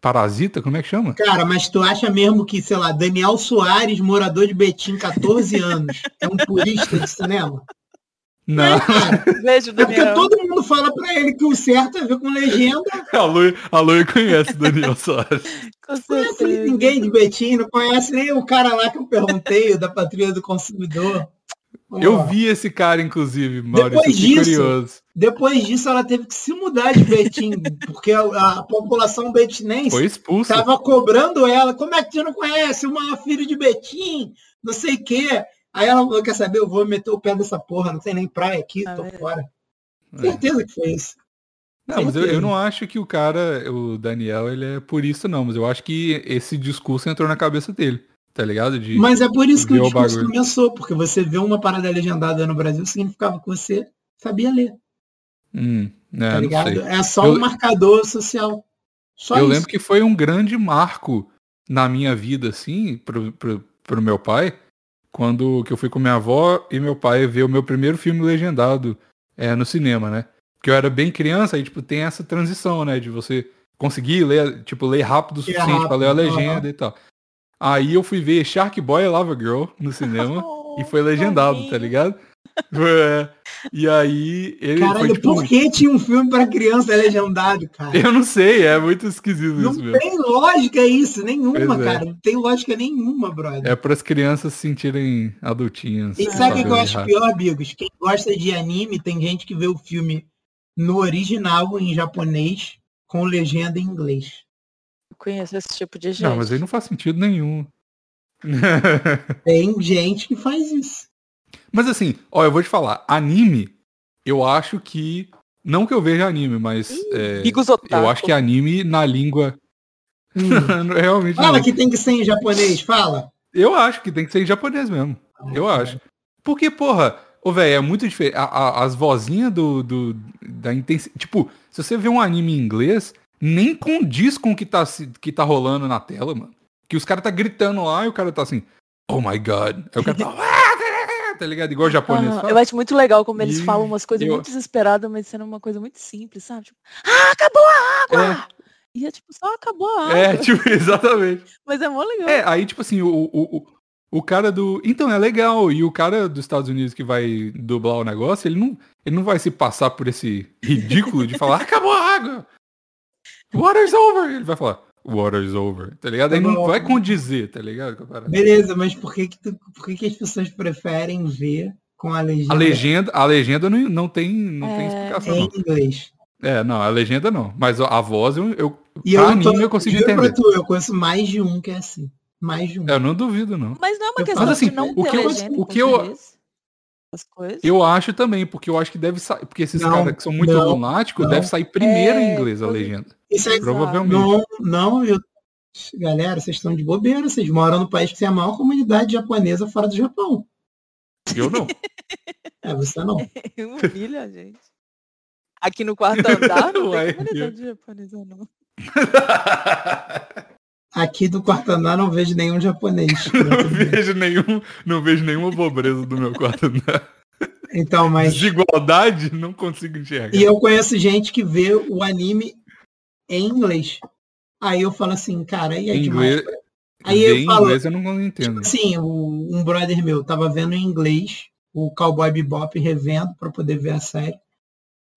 Speaker 2: Parasita? Como é que chama?
Speaker 1: Cara, mas tu acha mesmo que, sei lá, Daniel Soares, morador de Betim, 14 anos, é um purista de cinema?
Speaker 2: Não.
Speaker 4: Um Beijo,
Speaker 1: É porque
Speaker 4: Daniel.
Speaker 1: todo mundo fala pra ele que o certo é ver com legenda.
Speaker 2: A Lui, a Lui conhece o Daniel Soares.
Speaker 4: Com
Speaker 1: Conhece
Speaker 4: certeza.
Speaker 1: é ninguém de Betim, não conhece nem o cara lá que eu perguntei, o da Patrulha do Consumidor. Ó,
Speaker 2: Eu vi esse cara, inclusive, Maurício.
Speaker 1: Depois
Speaker 2: fiquei
Speaker 1: disso-
Speaker 2: curioso.
Speaker 1: Depois disso, ela teve que se mudar de Betim, porque a, a população betinense
Speaker 2: Foi expulso.
Speaker 1: Tava cobrando ela, como é que tu não conhece o maior filho de Betim? Não sei o quê. Aí ela falou, quer saber, eu vou meter o pé nessa porra, não tem nem praia aqui,
Speaker 4: Ah,
Speaker 1: tô
Speaker 4: é.
Speaker 1: fora.
Speaker 2: É.
Speaker 1: Certeza que foi isso.
Speaker 2: Não, mas eu,
Speaker 1: certeza.
Speaker 2: eu não acho que o cara, o Daniel, ele é purista, não. Mas eu acho que esse discurso entrou na cabeça dele. Tá ligado? De...
Speaker 1: Mas é por isso que
Speaker 2: Vê
Speaker 1: o
Speaker 2: o
Speaker 1: discurso
Speaker 2: bagulho.
Speaker 1: começou, porque você vê uma parada legendada no Brasil, significava que você sabia ler,
Speaker 2: Hum, né,
Speaker 1: tá
Speaker 2: não sei.
Speaker 1: ligado? É só
Speaker 2: Eu-
Speaker 1: um marcador social. Só
Speaker 2: eu
Speaker 1: isso.
Speaker 2: lembro que foi um grande marco na minha vida, assim, pro, pro, pro meu pai, quando que eu fui com minha avó e meu pai ver o meu primeiro filme legendado é, no cinema, né? Porque eu era bem criança, aí, tipo, tem essa transição, né? De você conseguir ler, tipo, ler rápido o
Speaker 1: Que é
Speaker 2: suficiente pra ler a
Speaker 1: rápido,
Speaker 2: legenda e tal. Aí eu fui ver Shark Boy e Lava Girl no cinema
Speaker 1: Oh,
Speaker 2: e foi legendado, tá ligado? É, e aí ele foi,
Speaker 1: Caralho,
Speaker 2: tipo,
Speaker 1: por que tinha um filme pra criança legendado, cara?
Speaker 2: eu não sei, é muito esquisito
Speaker 1: Não
Speaker 2: isso mesmo.
Speaker 1: tem lógica isso, nenhuma,
Speaker 2: Pois é.
Speaker 1: cara. Não tem lógica nenhuma, brother.
Speaker 2: É para as crianças se sentirem adultinhas.
Speaker 1: E sabe o que eu
Speaker 2: sabendo
Speaker 1: acho
Speaker 2: errar.
Speaker 1: pior, Bigos? Quem gosta de anime, tem gente que vê o filme no original, em japonês, com legenda em inglês.
Speaker 4: Eu conheço esse tipo de gente.
Speaker 2: Não, mas aí não faz sentido nenhum.
Speaker 1: Tem gente que faz isso.
Speaker 2: mas assim, ó, eu vou te falar, anime, eu acho que. Não que eu veja anime, mas é,
Speaker 4: Bigos otaku.
Speaker 2: eu acho que anime na língua. Hum. Realmente.
Speaker 1: Fala
Speaker 2: não.
Speaker 1: que tem que ser em japonês, fala.
Speaker 2: Eu acho que tem que ser em japonês mesmo. Eu acho. Porque, porra, ô, velho, é muito diferente. A- a- as vozinhas do, do- da intensidade. Tipo, se você vê um anime em inglês, nem condiz com o que tá, se- que tá rolando na tela, mano. Que os caras tá gritando lá e o cara tá assim, oh my god. Aí o cara tá. "Ah", tá ligado? Igual o japonês.
Speaker 4: Aham,
Speaker 2: fala.
Speaker 4: Eu acho muito legal como eles
Speaker 2: E
Speaker 4: falam umas coisas
Speaker 2: eu-
Speaker 4: muito desesperadas, mas sendo uma coisa muito simples, sabe? Tipo, ah, acabou a água! E é tipo, só acabou a água.
Speaker 2: É, tipo, exatamente.
Speaker 4: Mas é mó legal.
Speaker 2: É, aí tipo assim, o, o, o, o cara do. Então, é legal. E o cara dos Estados Unidos que vai dublar o negócio, ele não, ele não vai se passar por esse ridículo de falar, acabou a água! Water's over! Ele vai falar, water's over, tá ligado? Aí não vai condizer, tá ligado? com a parada.
Speaker 1: Beleza, mas por que, que, tu- por que, que as pessoas preferem ver com a legenda
Speaker 2: A legenda, a legenda não, não tem, não tem
Speaker 4: É,
Speaker 2: explicação,
Speaker 1: em
Speaker 2: não.
Speaker 1: inglês?
Speaker 2: É, não, a legenda não. Mas a voz eu, eu,
Speaker 1: E
Speaker 2: pra
Speaker 1: eu, tô-
Speaker 2: anime eu consigo
Speaker 1: juro pra
Speaker 2: entender.
Speaker 1: tu, eu conheço mais de um que é assim. Mais de um.
Speaker 2: Eu não duvido, não.
Speaker 4: Mas não é uma
Speaker 1: Eu
Speaker 4: questão
Speaker 1: falo
Speaker 2: assim,
Speaker 4: de não
Speaker 2: o
Speaker 4: ter
Speaker 2: que eu-
Speaker 4: legenda em
Speaker 2: o que eu-
Speaker 4: português, As coisas.
Speaker 2: Eu acho também, porque eu acho que deve sair. Porque esses
Speaker 1: Não,
Speaker 2: caras que são muito
Speaker 1: não,
Speaker 2: lunáticos,
Speaker 1: não.
Speaker 2: deve sair primeiro em
Speaker 4: É,
Speaker 2: inglês a
Speaker 4: pois é.
Speaker 2: legenda.
Speaker 1: Isso é
Speaker 2: Provavelmente.
Speaker 1: Não, não, eu... Galera, vocês estão de bobeira, vocês moram no país que tem a maior comunidade japonesa fora do Japão.
Speaker 2: Eu não.
Speaker 1: É, você não.
Speaker 4: Humilha a gente. Aqui no quarto andar não
Speaker 2: Uai,
Speaker 4: tem comunidade japonesa, não.
Speaker 1: Aqui do quarto andar não vejo nenhum japonês.
Speaker 2: não vejo nenhum, não vejo nenhuma pobreza do meu quarto. Não.
Speaker 1: Então, mas.
Speaker 2: Desigualdade, não consigo enxergar.
Speaker 1: E eu conheço gente que vê o anime em inglês. Aí eu falo assim, cara, aí é demais.
Speaker 2: inglês,
Speaker 1: Aí
Speaker 2: ver
Speaker 1: eu
Speaker 2: em
Speaker 1: falo,
Speaker 2: inglês eu não entendo.
Speaker 1: assim, o- um brother meu tava vendo em inglês o Cowboy Bebop revendo pra poder ver a série.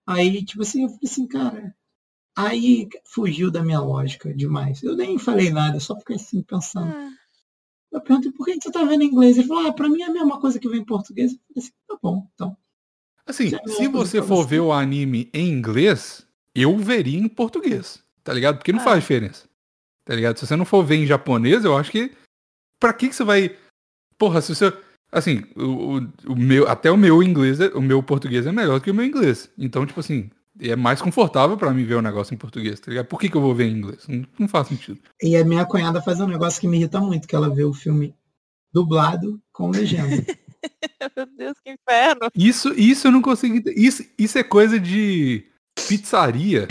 Speaker 1: Aí, tipo assim, eu falei assim, cara. Aí fugiu da minha lógica demais. Eu nem falei nada, eu só fiquei assim pensando.
Speaker 2: Hum.
Speaker 4: Ah,
Speaker 1: Eu perguntei, por que que você tá vendo em inglês? Ele falou, ah, pra mim é a mesma coisa que vem em português. Eu falei assim, tá bom, então.
Speaker 2: Assim,
Speaker 1: Sabe uma
Speaker 2: se
Speaker 1: coisa
Speaker 2: você
Speaker 1: pra
Speaker 2: for
Speaker 1: você?
Speaker 2: ver o anime em inglês, eu veria em português, tá ligado? Porque não
Speaker 4: Ah.
Speaker 2: faz diferença, tá ligado? Se você não for ver em japonês, eu acho que... Pra que, que você vai... Porra, se você... Assim, o, o- o meu, até o meu inglês, é- o meu português é melhor do que o meu inglês. Então, tipo assim, é mais confortável pra mim ver o negócio em português, tá ligado? Por que, que eu vou ver em inglês? Não, não faz sentido.
Speaker 1: E a minha cunhada faz um negócio que me irrita muito, que ela vê o filme dublado com legenda.
Speaker 4: Ah, Meu Deus, que inferno.
Speaker 2: Isso, isso eu não consigo ente- Isso, isso é coisa de pizzaria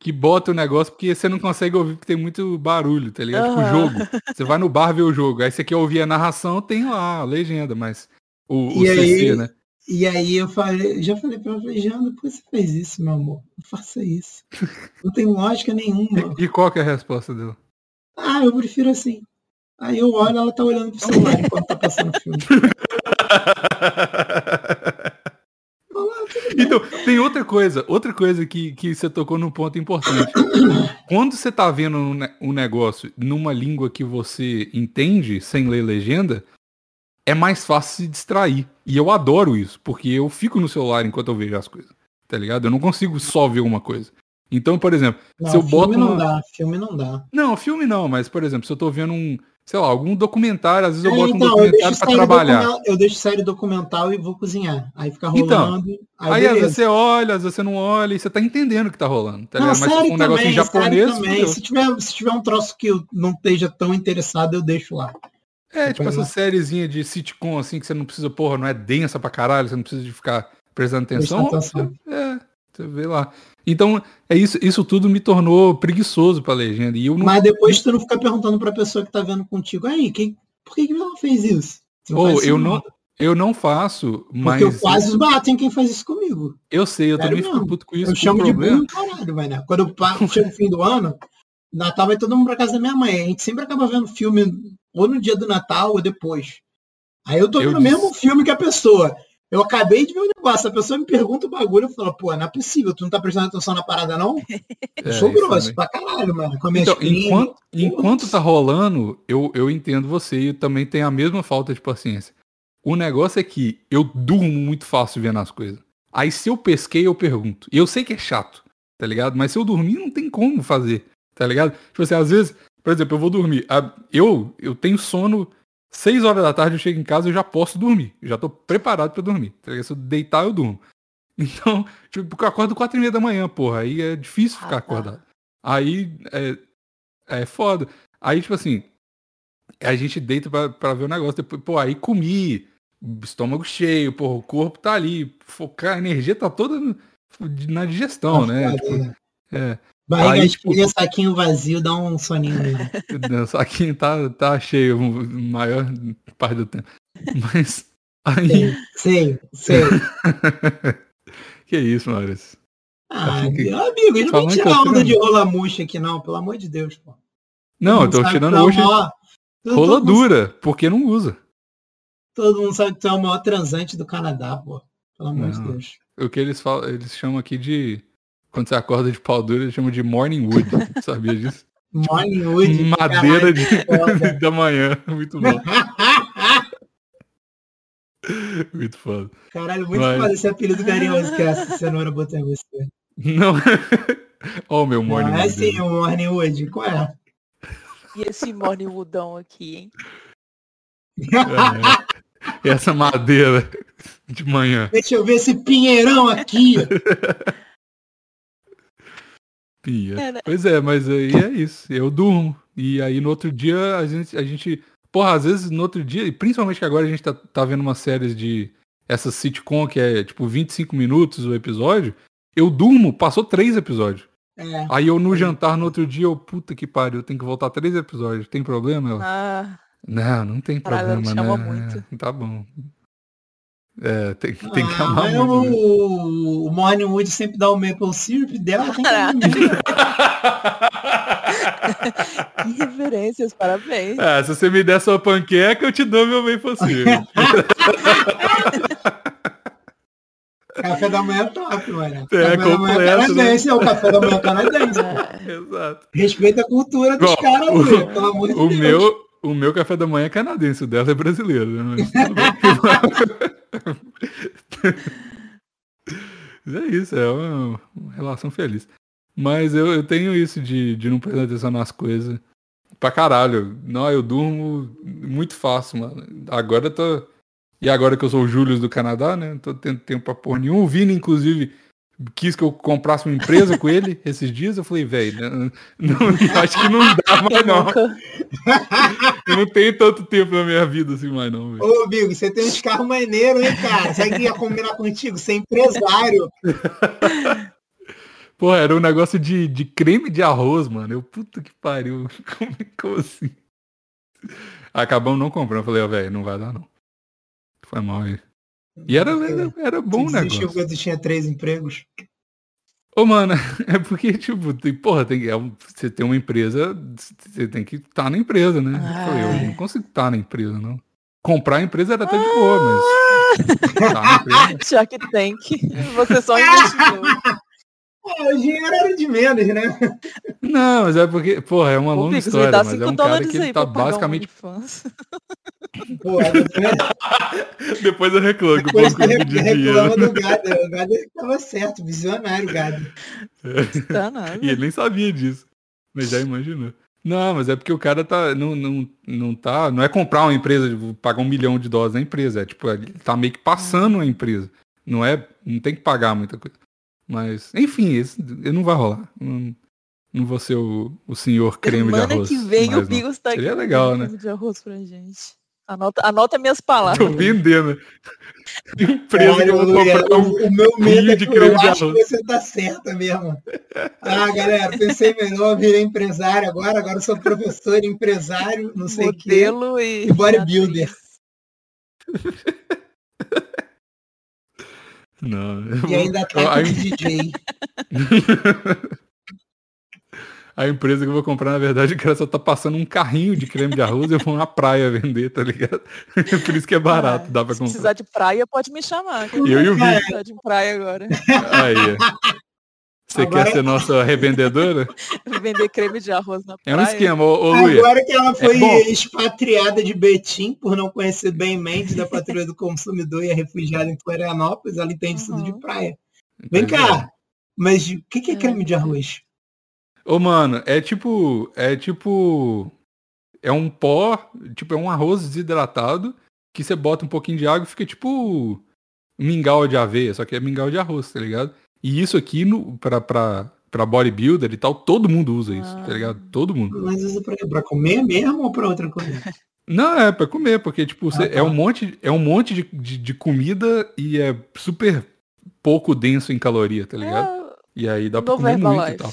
Speaker 2: que bota o negócio porque você não consegue ouvir porque tem muito barulho, tá ligado? Tipo
Speaker 4: Aham.
Speaker 2: jogo. Você vai no bar ver o jogo. Aí você quer ouvir a narração, tem lá a legenda, mas. O, o
Speaker 1: E aí-
Speaker 2: CC, né?
Speaker 1: e aí eu falei, já falei pra ela, falei, Jana, por que você fez isso, meu amor? Não faça isso. Não tem lógica nenhuma.
Speaker 2: E, e qual que é a resposta dela?
Speaker 1: Ah, eu prefiro assim. Aí eu olho, ela tá olhando pro celular enquanto tá passando o filme. Fala, "Ah, tudo bem."
Speaker 2: Então, tem outra coisa, outra coisa que, que você tocou num ponto importante. Quando você tá vendo um, ne- um negócio numa língua que você entende, sem ler legenda, é mais fácil se distrair. E eu adoro isso, porque eu fico no celular enquanto eu vejo as coisas, tá ligado? Eu não consigo só ver uma coisa. Então, por exemplo,
Speaker 1: Não,
Speaker 2: se eu
Speaker 1: filme
Speaker 2: boto
Speaker 1: não
Speaker 2: uma-
Speaker 1: dá, filme não dá.
Speaker 2: não, filme não, mas por exemplo, se eu tô vendo um, sei lá, algum documentário, às vezes eu
Speaker 1: É,
Speaker 2: boto um
Speaker 1: então, eu deixo,
Speaker 2: documentário pra
Speaker 1: série
Speaker 2: trabalhar.
Speaker 1: documental, eu deixo série documental e vou cozinhar. Aí fica
Speaker 2: Então,
Speaker 1: rolando. aí
Speaker 2: Aí às
Speaker 1: Ah, beleza.
Speaker 2: vezes você olha, às vezes você não olha, e você tá entendendo o que tá rolando, tá
Speaker 1: Não,
Speaker 2: ligado? Mas se
Speaker 1: série
Speaker 2: for um negócio em
Speaker 1: também, série
Speaker 2: japonês,
Speaker 1: também.
Speaker 2: fudeu.
Speaker 1: Se tiver, se tiver um troço que eu não esteja tão interessado, eu deixo lá.
Speaker 2: É, tipo
Speaker 1: Pois
Speaker 2: essa sériezinha de sitcom, assim, que você não precisa, porra, não é densa pra caralho, você não precisa de ficar prestando atenção.
Speaker 1: Presta atenção.
Speaker 2: É, você vê lá. Então, é isso, isso tudo me tornou preguiçoso pra legenda. E eu não.
Speaker 1: Mas depois tu não fica perguntando pra pessoa que tá vendo contigo, aí, quem, por que, que ela fez isso? Você
Speaker 2: ou
Speaker 1: faz isso
Speaker 2: eu não. Eu não faço, mas.
Speaker 1: Porque eu quase bato em quem faz isso comigo.
Speaker 2: eu sei, eu
Speaker 1: Sério
Speaker 2: também fico
Speaker 1: mesmo.
Speaker 2: puto com
Speaker 1: Eu
Speaker 2: isso. porque o
Speaker 1: chamo de
Speaker 2: problema-
Speaker 1: burro caralho, vai, né? Quando eu paro, chego no fim do ano, Natal vai todo mundo pra casa da minha mãe. A gente sempre acaba vendo filme ou no dia do Natal ou depois. Aí eu tô
Speaker 2: Eu
Speaker 1: vendo o
Speaker 2: disse-
Speaker 1: mesmo filme que a pessoa. Eu acabei de ver o negócio, a pessoa me pergunta o bagulho, eu falo, pô, não é possível, tu não tá prestando atenção na parada, não?
Speaker 2: É,
Speaker 1: Eu sou
Speaker 2: isso
Speaker 1: grosso
Speaker 2: também.
Speaker 1: pra caralho, mano. Com a minha
Speaker 2: Então,
Speaker 1: screen.
Speaker 2: enquanto, enquanto tá rolando, eu, eu entendo você e eu também tenho a mesma falta de paciência. O negócio é que eu durmo muito fácil vendo as coisas. Aí se eu pesquei, eu pergunto. E eu sei que é chato, tá ligado? Mas se eu dormir, não tem como fazer, tá ligado? Tipo assim, às vezes, por exemplo, eu vou dormir. A- Eu, eu tenho sono 6 horas da tarde, eu chego em casa, eu já posso dormir. Eu já tô preparado pra dormir. tá ligado? Se eu deitar, eu durmo. Então, tipo, porque eu acordo 4 e meia da manhã, porra. Aí é difícil
Speaker 4: Ah,
Speaker 2: ficar
Speaker 4: tá.
Speaker 2: acordado. Aí é, é foda. Aí, tipo assim, a gente deita pra, pra ver o negócio. Depois, pô, aí comi, estômago cheio, porra, o corpo tá ali, focar, a energia tá toda no- na digestão, né? Tipo, é,
Speaker 1: Barriga
Speaker 2: Aí, tipo-
Speaker 1: cheia, saquinho vazio, dá um soninho mesmo.
Speaker 2: Não, Só que tá, tá cheio a maior parte do tempo. Mas aí.
Speaker 1: Sei, sei.
Speaker 2: que isso, Maurício?
Speaker 1: Ah,
Speaker 2: Acho que-
Speaker 1: meu amigo, ele não
Speaker 2: Tá Falando
Speaker 1: me
Speaker 2: que
Speaker 1: tira
Speaker 2: eu
Speaker 1: a onda
Speaker 2: tenho-
Speaker 1: de rola murcha aqui, não, pelo amor de Deus, pô.
Speaker 2: Não,
Speaker 1: Todo
Speaker 2: eu tô
Speaker 1: mundo sabe
Speaker 2: tirando
Speaker 1: que tu é o
Speaker 2: hoje
Speaker 1: maior- todo
Speaker 2: rola
Speaker 1: mundo-
Speaker 2: dura, porque não usa.
Speaker 1: Todo mundo sabe que tu é o maior transante do Canadá, pô. Pelo amor de
Speaker 2: Não.
Speaker 1: Deus.
Speaker 2: É O que eles falam, eles chamam aqui de. Quando você acorda de pau dura, eles chamam de morning wood. Sabia disso? Hum.
Speaker 1: Mollywood.
Speaker 2: Madeira de,
Speaker 1: foda.
Speaker 2: da manhã. Muito bom. Muito foda.
Speaker 1: Caralho, muito
Speaker 2: Vai.
Speaker 1: foda esse apelido carinhoso que essa cenoura botou em você.
Speaker 2: Não. Ó, o meu morning
Speaker 1: não é
Speaker 2: wood.
Speaker 1: assim, o Morningwood, qual é?
Speaker 4: E esse morning woodão aqui, hein?
Speaker 2: É, é. Essa madeira de manhã.
Speaker 1: Deixa eu ver esse pinheirão aqui.
Speaker 2: Pia.
Speaker 4: É, né?
Speaker 2: Pois é, mas aí é isso. Eu durmo. E aí no outro dia a gente. A gente porra, às vezes no outro dia, e principalmente que agora a gente tá, tá vendo uma série de. Essa sitcom que é tipo 25 minutos o episódio. Eu durmo, passou três episódios.
Speaker 1: É.
Speaker 2: Aí eu no jantar no outro dia, eu, puta que pariu, eu tenho que voltar três episódios. Tem problema? Ela?
Speaker 4: Ah,
Speaker 2: Não, não tem
Speaker 4: Caralho,
Speaker 2: problema,
Speaker 4: ela te ama
Speaker 2: né?
Speaker 4: muito.
Speaker 2: Tá bom. É, tem, tem que
Speaker 1: Ah,
Speaker 2: amar
Speaker 1: mas
Speaker 2: muito. né?
Speaker 1: o, o Morningwood sempre dá o maple syrup dela, tem que dar mesmo.
Speaker 4: que referências, parabéns.
Speaker 2: Ah, se você me der sua panqueca, eu te dou meu bem possível.
Speaker 1: Café da manhã é top, mano.
Speaker 2: É,
Speaker 1: café da manhã
Speaker 2: completo,
Speaker 1: canadense, é o café da manhã canadense.
Speaker 4: Ah,
Speaker 2: Exato.
Speaker 1: Respeita a cultura dos
Speaker 2: Bom,
Speaker 1: caras,
Speaker 2: o-
Speaker 1: Luiz, pelo amor de
Speaker 2: O
Speaker 1: Deus.
Speaker 2: meu, o meu café da manhã é canadense, o dela é brasileiro. né? Mas tudo bem. Mas é isso, é uma, uma relação feliz. Mas eu, eu tenho isso de, de não prestar atenção nas coisas. Pra caralho. Não, eu durmo muito fácil, mano. Agora eu tô. E agora que eu sou o Júlio do Canadá, né? Não tô tendo tempo pra porra nenhuma. O Vini, inclusive, quis que eu comprasse uma empresa com ele esses dias. Eu falei, velho, não, não- acho que não dá mais não.
Speaker 4: Nunca.
Speaker 2: Eu não tenho tanto tempo na minha vida assim mais não, velho.
Speaker 1: Ô, Bigo, você tem uns carros maneiros, hein, cara? Sabe que ia combinar contigo? Você é empresário.
Speaker 2: Porra, era um negócio de, de creme de arroz, mano. Eu, puta que pariu. Como, como assim? Acabamos não comprando. Eu falei, ó, velho, não vai dar não. Foi mal aí. E era, era, era bom o
Speaker 1: Você desistiu
Speaker 2: negócio.
Speaker 1: quando tu tinha três empregos.
Speaker 2: Ô, mano, é porque, tipo, tem, porra, tem, que- é um- você tem uma empresa, você tem que estar na empresa, né? Eu falei,
Speaker 1: Ah,
Speaker 2: eu
Speaker 1: é."
Speaker 2: não consigo estar na empresa, não. Comprar a empresa era até de boa,
Speaker 1: Ah!
Speaker 2: mas. tá na empresa.
Speaker 4: Já que tem que. Você só investiu.
Speaker 1: Pô, É, o dinheiro era de menos, né?
Speaker 2: Não, mas é porque, porra, é uma
Speaker 4: Ô,
Speaker 2: longa
Speaker 4: Bigos,
Speaker 2: história,
Speaker 4: me dá
Speaker 2: mas é
Speaker 4: 5
Speaker 2: um cara
Speaker 4: dólares
Speaker 2: que
Speaker 4: aí
Speaker 2: ele tá
Speaker 4: pra pagar um
Speaker 2: basicamente.
Speaker 4: OnlyFans.
Speaker 1: Pô, era-
Speaker 2: Depois eu reclamo que o
Speaker 1: Depois
Speaker 2: povo
Speaker 1: você
Speaker 2: pedir dinheiro.
Speaker 1: reclama do gado. O gado estava certo, visionário gado.
Speaker 4: Tá nada.
Speaker 2: E é ele nem sabia disso. Mas já imaginou. Não, mas é porque o cara tá. Não, não, não tá. Não é comprar uma empresa, tipo, pagar um milhão de dólares na empresa. É tipo, ele tá meio que passando a empresa. Não é. Não tem que pagar muita coisa. Mas, enfim, esse, não vai rolar. Não, não vou ser o, o senhor creme
Speaker 4: Semana
Speaker 2: de arroz.
Speaker 4: que vem o
Speaker 2: mais, não.
Speaker 4: Bigos tá
Speaker 2: Seria
Speaker 4: aqui.
Speaker 2: legal,
Speaker 4: fazendo
Speaker 2: né?
Speaker 4: creme De arroz pra gente. Anota, anota minhas palavras.
Speaker 2: Tô vendendo. né? Empresa que
Speaker 1: Olha,
Speaker 2: eu vou
Speaker 1: Luia,
Speaker 2: comprar um.
Speaker 1: o, o meu medo é
Speaker 2: de
Speaker 1: que
Speaker 2: creme
Speaker 1: eu
Speaker 2: de
Speaker 1: acho
Speaker 2: arroz.
Speaker 1: que você tá certa mesmo. Ah, galera, pensei melhor, virei empresário agora, agora eu sou professor, empresário, não sei o quê.
Speaker 4: modelo e.
Speaker 1: e bodybuilder.
Speaker 4: atriz. um
Speaker 2: Não.
Speaker 1: E ainda tá
Speaker 2: a,
Speaker 1: com DJ.
Speaker 2: a empresa que eu vou comprar, na verdade, o cara só tá passando um carrinho de creme de arroz e eu vou na praia vender, tá ligado? Por isso que é barato, dá pra
Speaker 4: Se
Speaker 2: comprar.
Speaker 4: precisar de é praia, pode me chamar. que
Speaker 2: Eu e o
Speaker 4: vou
Speaker 2: Vitor.
Speaker 4: precisar de praia agora.
Speaker 2: Aí. ó. Você
Speaker 1: Agora-
Speaker 2: quer ser nossa revendedora?
Speaker 4: Vender creme de arroz na
Speaker 2: É
Speaker 4: praia.
Speaker 2: um esquema, ô, ô Luia.
Speaker 1: Agora que ela foi
Speaker 2: É bom.
Speaker 1: expatriada de Betim por não conhecer bem Mendes da Patrulha do Consumidor e é refugiada em Florianópolis, ela entende tudo de
Speaker 4: Uhum.
Speaker 1: praia. Vem cá, mas o que, que é creme de arroz?
Speaker 2: Ô, mano, é tipo. É tipo. É um pó, tipo, é um arroz desidratado que você bota um pouquinho de água e fica tipo mingau de aveia, só que é mingau de arroz, tá ligado? E isso aqui no, pra, pra, pra bodybuilder e tal, todo mundo usa isso, tá
Speaker 4: Ah.
Speaker 2: ligado? Todo mundo.
Speaker 1: Mas usa pra, pra comer mesmo ou pra outra coisa?
Speaker 2: Não, é pra comer, porque tipo, você-
Speaker 1: tá.
Speaker 2: é um monte, é um monte de, de, de comida e é super pouco denso em caloria, tá ligado?
Speaker 4: É,
Speaker 2: E aí dá pra
Speaker 4: novo
Speaker 2: comer muito e tal.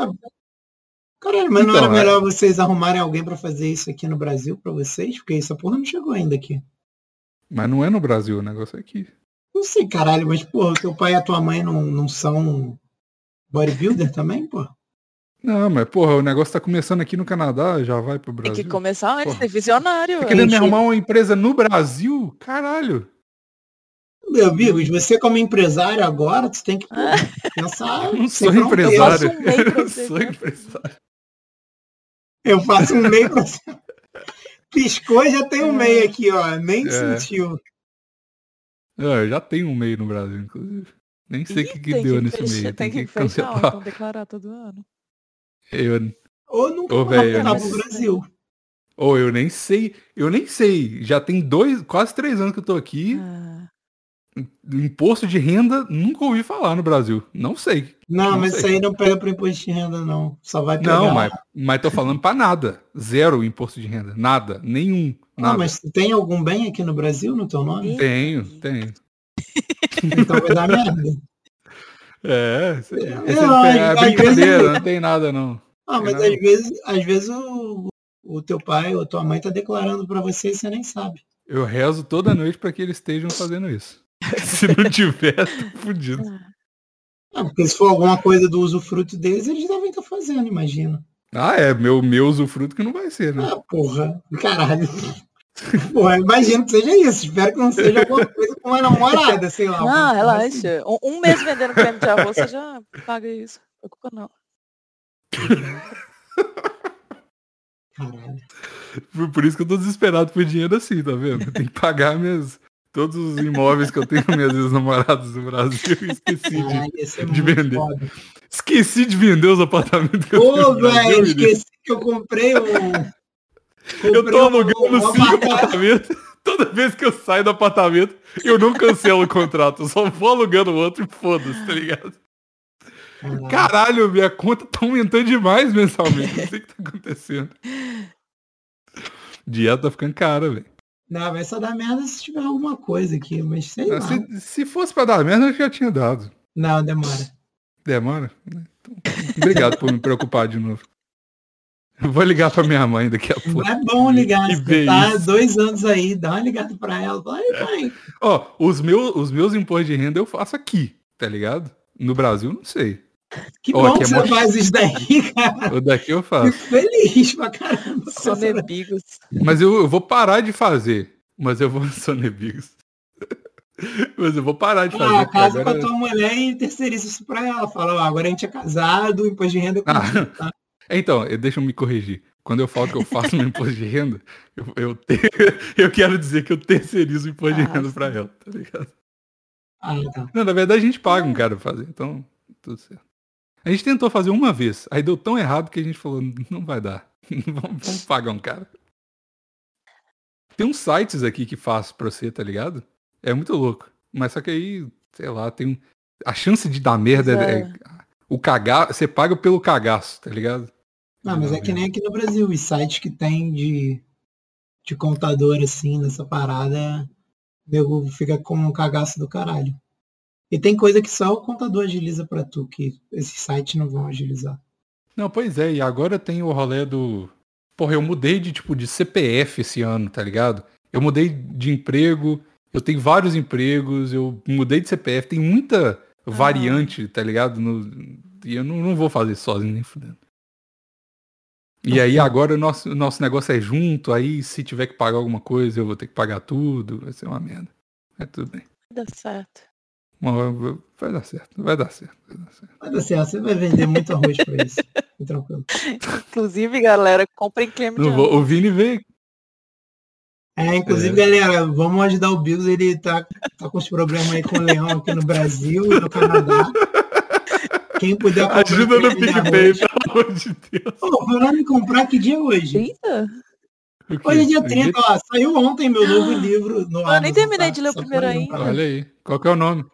Speaker 4: Herbalife.
Speaker 1: Caralho, mas não
Speaker 2: Então,
Speaker 1: era
Speaker 2: é.
Speaker 1: melhor vocês arrumarem alguém pra fazer isso aqui no Brasil pra vocês? Porque essa porra não chegou ainda aqui.
Speaker 2: Mas não é no Brasil, o negócio é aqui.
Speaker 1: Não sei, caralho, mas porra, teu pai e a tua mãe não, não são bodybuilder também, pô?
Speaker 2: Não, mas porra, o negócio tá começando aqui no Canadá, já vai pro
Speaker 4: Tem
Speaker 2: Brasil.
Speaker 4: que um começar antes,
Speaker 2: Porra.
Speaker 4: ser visionário.
Speaker 2: Tá
Speaker 4: ué.
Speaker 2: querendo me
Speaker 1: Gente.
Speaker 2: arrumar uma empresa no Brasil? Caralho.
Speaker 1: Meu amigo, você como empresário agora, tu tem que pô, pensar.
Speaker 2: Eu não
Speaker 1: sem
Speaker 2: sou
Speaker 1: fronteira.
Speaker 2: empresário.
Speaker 4: Eu faço um
Speaker 2: Eu
Speaker 4: meio pra
Speaker 2: não
Speaker 4: você,
Speaker 2: sou
Speaker 4: né?
Speaker 2: empresário.
Speaker 1: Eu faço um meio pra você. Piscou e já tem um meio aqui, ó. Nem
Speaker 2: É.
Speaker 1: sentiu.
Speaker 2: Ah, eu já tenho um meio no Brasil, inclusive. Nem sei o
Speaker 4: Ih,
Speaker 2: que, que
Speaker 4: tem
Speaker 2: deu
Speaker 4: que
Speaker 2: nesse
Speaker 4: fechar-
Speaker 2: meio.
Speaker 4: Tem que fechar, ou
Speaker 2: cancelar.
Speaker 4: então declarar todo ano.
Speaker 2: Eu,
Speaker 1: Ou nunca
Speaker 2: Ô,
Speaker 1: vai
Speaker 2: velho,
Speaker 1: voltar
Speaker 2: eu
Speaker 1: pro
Speaker 4: não-
Speaker 1: Brasil.
Speaker 2: ou eu nem sei. Eu nem sei. Já tem dois, quase três anos que eu tô aqui.
Speaker 4: Ah,
Speaker 2: Imposto de renda, nunca ouvi falar no Brasil. Não sei.
Speaker 1: Não,
Speaker 2: Não
Speaker 1: mas
Speaker 2: sei.
Speaker 1: isso aí não pega pro imposto de renda, não. Só vai pegar.
Speaker 2: Não, mas, mas tô falando pra nada. Zero imposto de renda. Nada. Nenhum.
Speaker 1: Não,
Speaker 2: Nada.
Speaker 1: mas tu tem algum bem aqui no Brasil no teu nome?
Speaker 2: Tenho, tenho.
Speaker 1: Então vai dar merda.
Speaker 2: É, isso-
Speaker 1: É,
Speaker 2: isso
Speaker 1: não,
Speaker 2: é, é
Speaker 1: às- às
Speaker 2: brincadeira,
Speaker 1: vezes-
Speaker 2: não tem nada não.
Speaker 1: Ah, mas
Speaker 2: Não.
Speaker 1: às vezes, às vezes o, o teu pai ou tua mãe tá declarando pra você e você nem sabe.
Speaker 2: Eu rezo toda noite pra que eles estejam fazendo isso. Se não tiver, tô fudido.
Speaker 1: Ah, porque se for alguma coisa do usufruto deles, eles devem estar fazendo, imagina.
Speaker 2: Ah, é, meu, meu usufruto que não vai ser, né?
Speaker 1: Ah, porra, caralho. Porra, imagino que seja isso. Espero que não seja alguma coisa com uma namorada, sei lá. alguma
Speaker 4: Ah,
Speaker 1: coisa assim.
Speaker 4: relaxa. Um, um mês vendendo creme de arroz, você já paga isso. Não preocupa não.
Speaker 1: Caralho.
Speaker 2: Por, por isso que eu tô desesperado por dinheiro assim, tá vendo? Eu tenho que pagar minhas, todos os imóveis que eu tenho com minhas ex-namoradas no Brasil. Eu esqueci de,
Speaker 1: Caralho, ia ser
Speaker 2: de
Speaker 1: muito
Speaker 2: vender.
Speaker 1: foda.
Speaker 2: esqueci de vender os apartamentos que eu tenho
Speaker 1: Ô,
Speaker 2: no Brasil,
Speaker 1: velho,
Speaker 2: menino.
Speaker 1: esqueci que eu comprei um.
Speaker 2: Eu
Speaker 1: comprei
Speaker 2: tô alugando
Speaker 1: um
Speaker 2: cinco
Speaker 1: apartamento.
Speaker 2: apartamentos. Toda vez que eu saio do apartamento, eu não cancelo o contrato. Eu só vou alugando o outro e foda-se, tá ligado?
Speaker 1: Caraca.
Speaker 2: Caralho, minha conta tá aumentando demais mensalmente. Não sei o que tá acontecendo. Dieta tá ficando cara, velho.
Speaker 1: Não, vai só dar merda se tiver alguma coisa aqui, mas sei lá.
Speaker 2: Se, se fosse pra dar merda, eu já tinha dado.
Speaker 1: Não, demora.
Speaker 2: Demora? né? Então, obrigado por me preocupar de novo. Eu vou ligar pra minha mãe daqui a pouco.
Speaker 1: É bom ligar,
Speaker 2: que
Speaker 1: você tá
Speaker 2: beijo.
Speaker 1: dois anos aí, dá uma ligada pra ela. Fala,
Speaker 2: É.
Speaker 1: "Ei, mãe,
Speaker 2: Ó, os, meus, os meus impostos de renda eu faço aqui, tá ligado? No Brasil, não sei.
Speaker 1: que
Speaker 2: Ó,
Speaker 1: bom
Speaker 2: aqui
Speaker 1: que
Speaker 2: é
Speaker 1: você
Speaker 2: mó-
Speaker 1: faz isso daí, cara.
Speaker 2: O daqui eu faço.
Speaker 1: Fico feliz pra caramba.
Speaker 4: Sonebigos.
Speaker 2: Mas eu, eu vou parar de fazer. Mas eu vou. Sonebigos. Mas eu vou parar de fazer.
Speaker 1: Ah,
Speaker 4: é
Speaker 2: porque
Speaker 1: casa
Speaker 2: né, agora-
Speaker 1: pra tua mulher e terceiriza isso pra ela. Fala, ó, agora a gente é casado, o imposto de renda é com
Speaker 2: Ah, então, eu- deixa eu me corrigir. Quando eu falo que eu faço meu imposto de renda, eu, eu, te- eu quero dizer que eu terceirizo o imposto de
Speaker 4: Ah,
Speaker 2: renda
Speaker 4: sim.
Speaker 2: pra ela, tá ligado?
Speaker 1: Ah, tá.
Speaker 2: Não, na verdade a gente paga um cara pra fazer, então tudo certo. A gente tentou fazer uma vez, aí deu tão errado que a gente falou, não vai dar. vamos, vamos pagar um cara. Tem uns sites aqui que faz pra você, tá ligado? É muito louco. Mas só que aí, sei lá, tem um... A chance de dar merda
Speaker 4: Mas
Speaker 2: é...
Speaker 4: é-
Speaker 2: O cagar, você paga pelo cagaço, tá ligado?
Speaker 1: Não, mas é que nem aqui no Brasil, os sites que tem de, de contador, assim, nessa parada, o nego fica com um cagaço do caralho. E tem coisa que só o contador agiliza pra tu, que esses sites não vão agilizar.
Speaker 2: Não, pois é, e agora tem o rolê do. Porra, eu mudei de tipo de CPF esse ano, tá ligado? Eu mudei de emprego, eu tenho vários empregos, eu mudei de CPF, tem muita variante, tá ligado? No- E eu não, não vou fazer sozinho nem fudendo. E aí agora o nosso, o nosso negócio é junto, aí se tiver que pagar alguma coisa, eu vou ter que pagar tudo, vai ser uma merda. Mas tudo bem.
Speaker 4: Dá certo.
Speaker 2: Uma hora eu- vai dar certo, vai dar certo, vai dar certo.
Speaker 1: Mas assim, ó, você vai vender muito arroz pra isso. Fica tranquilo.
Speaker 4: Inclusive, galera, comprem creme de
Speaker 2: Não vou, o Vini veio
Speaker 1: É, inclusive, galera, vamos ajudar o Bills, ele tá, tá com os problemas aí com o leão aqui no Brasil e no Canadá. Quem puder comprar
Speaker 2: Ajuda no
Speaker 1: creme de
Speaker 2: PicPay, tá?
Speaker 1: arroz.
Speaker 2: pelo amor de Deus.
Speaker 1: Ô, falando em comprar, que dia é hoje?
Speaker 4: Eita!
Speaker 1: Hoje é dia 30, ó, saiu ontem meu novo livro no
Speaker 4: Ah, nem
Speaker 1: Amazon,
Speaker 4: terminei
Speaker 1: tá?
Speaker 4: de ler o
Speaker 1: Só
Speaker 4: primeiro
Speaker 1: pra-
Speaker 4: ainda.
Speaker 2: Olha aí. Qual que é o nome?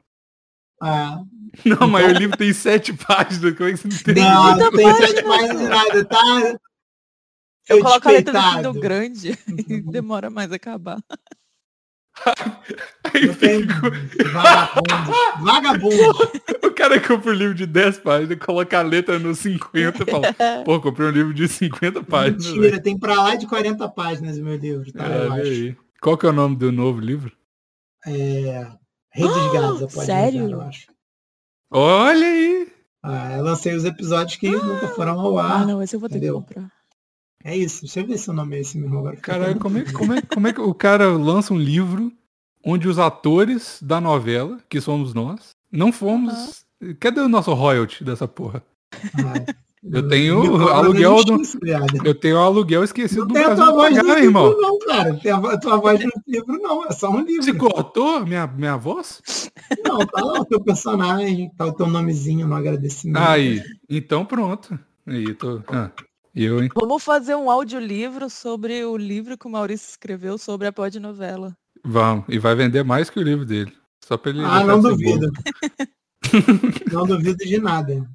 Speaker 1: Ah,
Speaker 2: Não, mas o livro tem sete páginas. Como é que você não tem?
Speaker 1: não, não
Speaker 4: muita
Speaker 1: tem
Speaker 4: página,
Speaker 1: sete páginas de nada, tá?
Speaker 4: Eu
Speaker 1: Seu
Speaker 4: coloco a letra do
Speaker 1: despeitado.
Speaker 4: Kindle grande e demora mais a acabar.
Speaker 2: Aí
Speaker 1: Eu tenho
Speaker 2: fica
Speaker 1: Vagabundo. Vagabundo.
Speaker 2: o cara compra um livro de 10 páginas, coloca a letra no 50 e fala, pô, comprei um livro de 50 páginas. velho. É,
Speaker 1: Mentira, tem pra lá de 40 páginas o meu livro, tá? eu
Speaker 2: Olha
Speaker 1: acho.
Speaker 2: aí. Qual que é o nome do novo livro?
Speaker 1: É... Rei dos Gados, eu posso dizer,
Speaker 4: Ah, sério?
Speaker 1: eu acho.
Speaker 2: Olha aí.
Speaker 1: Ah, eu lancei os episódios que nunca foram ao
Speaker 4: Ah,
Speaker 1: ar.
Speaker 4: não, esse eu vou ter
Speaker 1: entendeu?
Speaker 4: que comprar.
Speaker 1: É isso, deixa eu ver se o nome é esse mesmo agora.
Speaker 2: Caralho, como é, como, é, como é que o cara lança um livro onde os atores da novela, que somos nós, não fomos... Cadê o nosso royalty dessa porra?
Speaker 1: Ah,
Speaker 2: Eu tenho
Speaker 1: me cobra
Speaker 2: aluguel
Speaker 1: na
Speaker 2: do-
Speaker 1: justiça, viado.
Speaker 2: Eu tenho aluguel esquecido
Speaker 1: Não
Speaker 2: do
Speaker 1: tem a
Speaker 2: Brasil
Speaker 1: tua
Speaker 2: pra
Speaker 1: voz no
Speaker 2: pagar,
Speaker 1: livro,
Speaker 2: irmão.
Speaker 1: não, cara. Tem a vo- tua voz no livro, não. É só um
Speaker 2: Você
Speaker 1: livro.
Speaker 2: cortou minha, minha voz?
Speaker 1: Não, tá lá o teu personagem, tá o teu nomezinho no agradecimento.
Speaker 2: Aí, então pronto. Aí, tô... ah, eu, hein?
Speaker 4: Vamos fazer um audiolivro sobre o livro que o Maurício escreveu sobre a podnovela.
Speaker 2: Vamos. E vai vender mais que o livro dele. Só pra ele...
Speaker 1: ah,
Speaker 2: deixar
Speaker 1: não
Speaker 2: de ser
Speaker 1: duvido.
Speaker 2: bobo.
Speaker 1: não duvido de nada.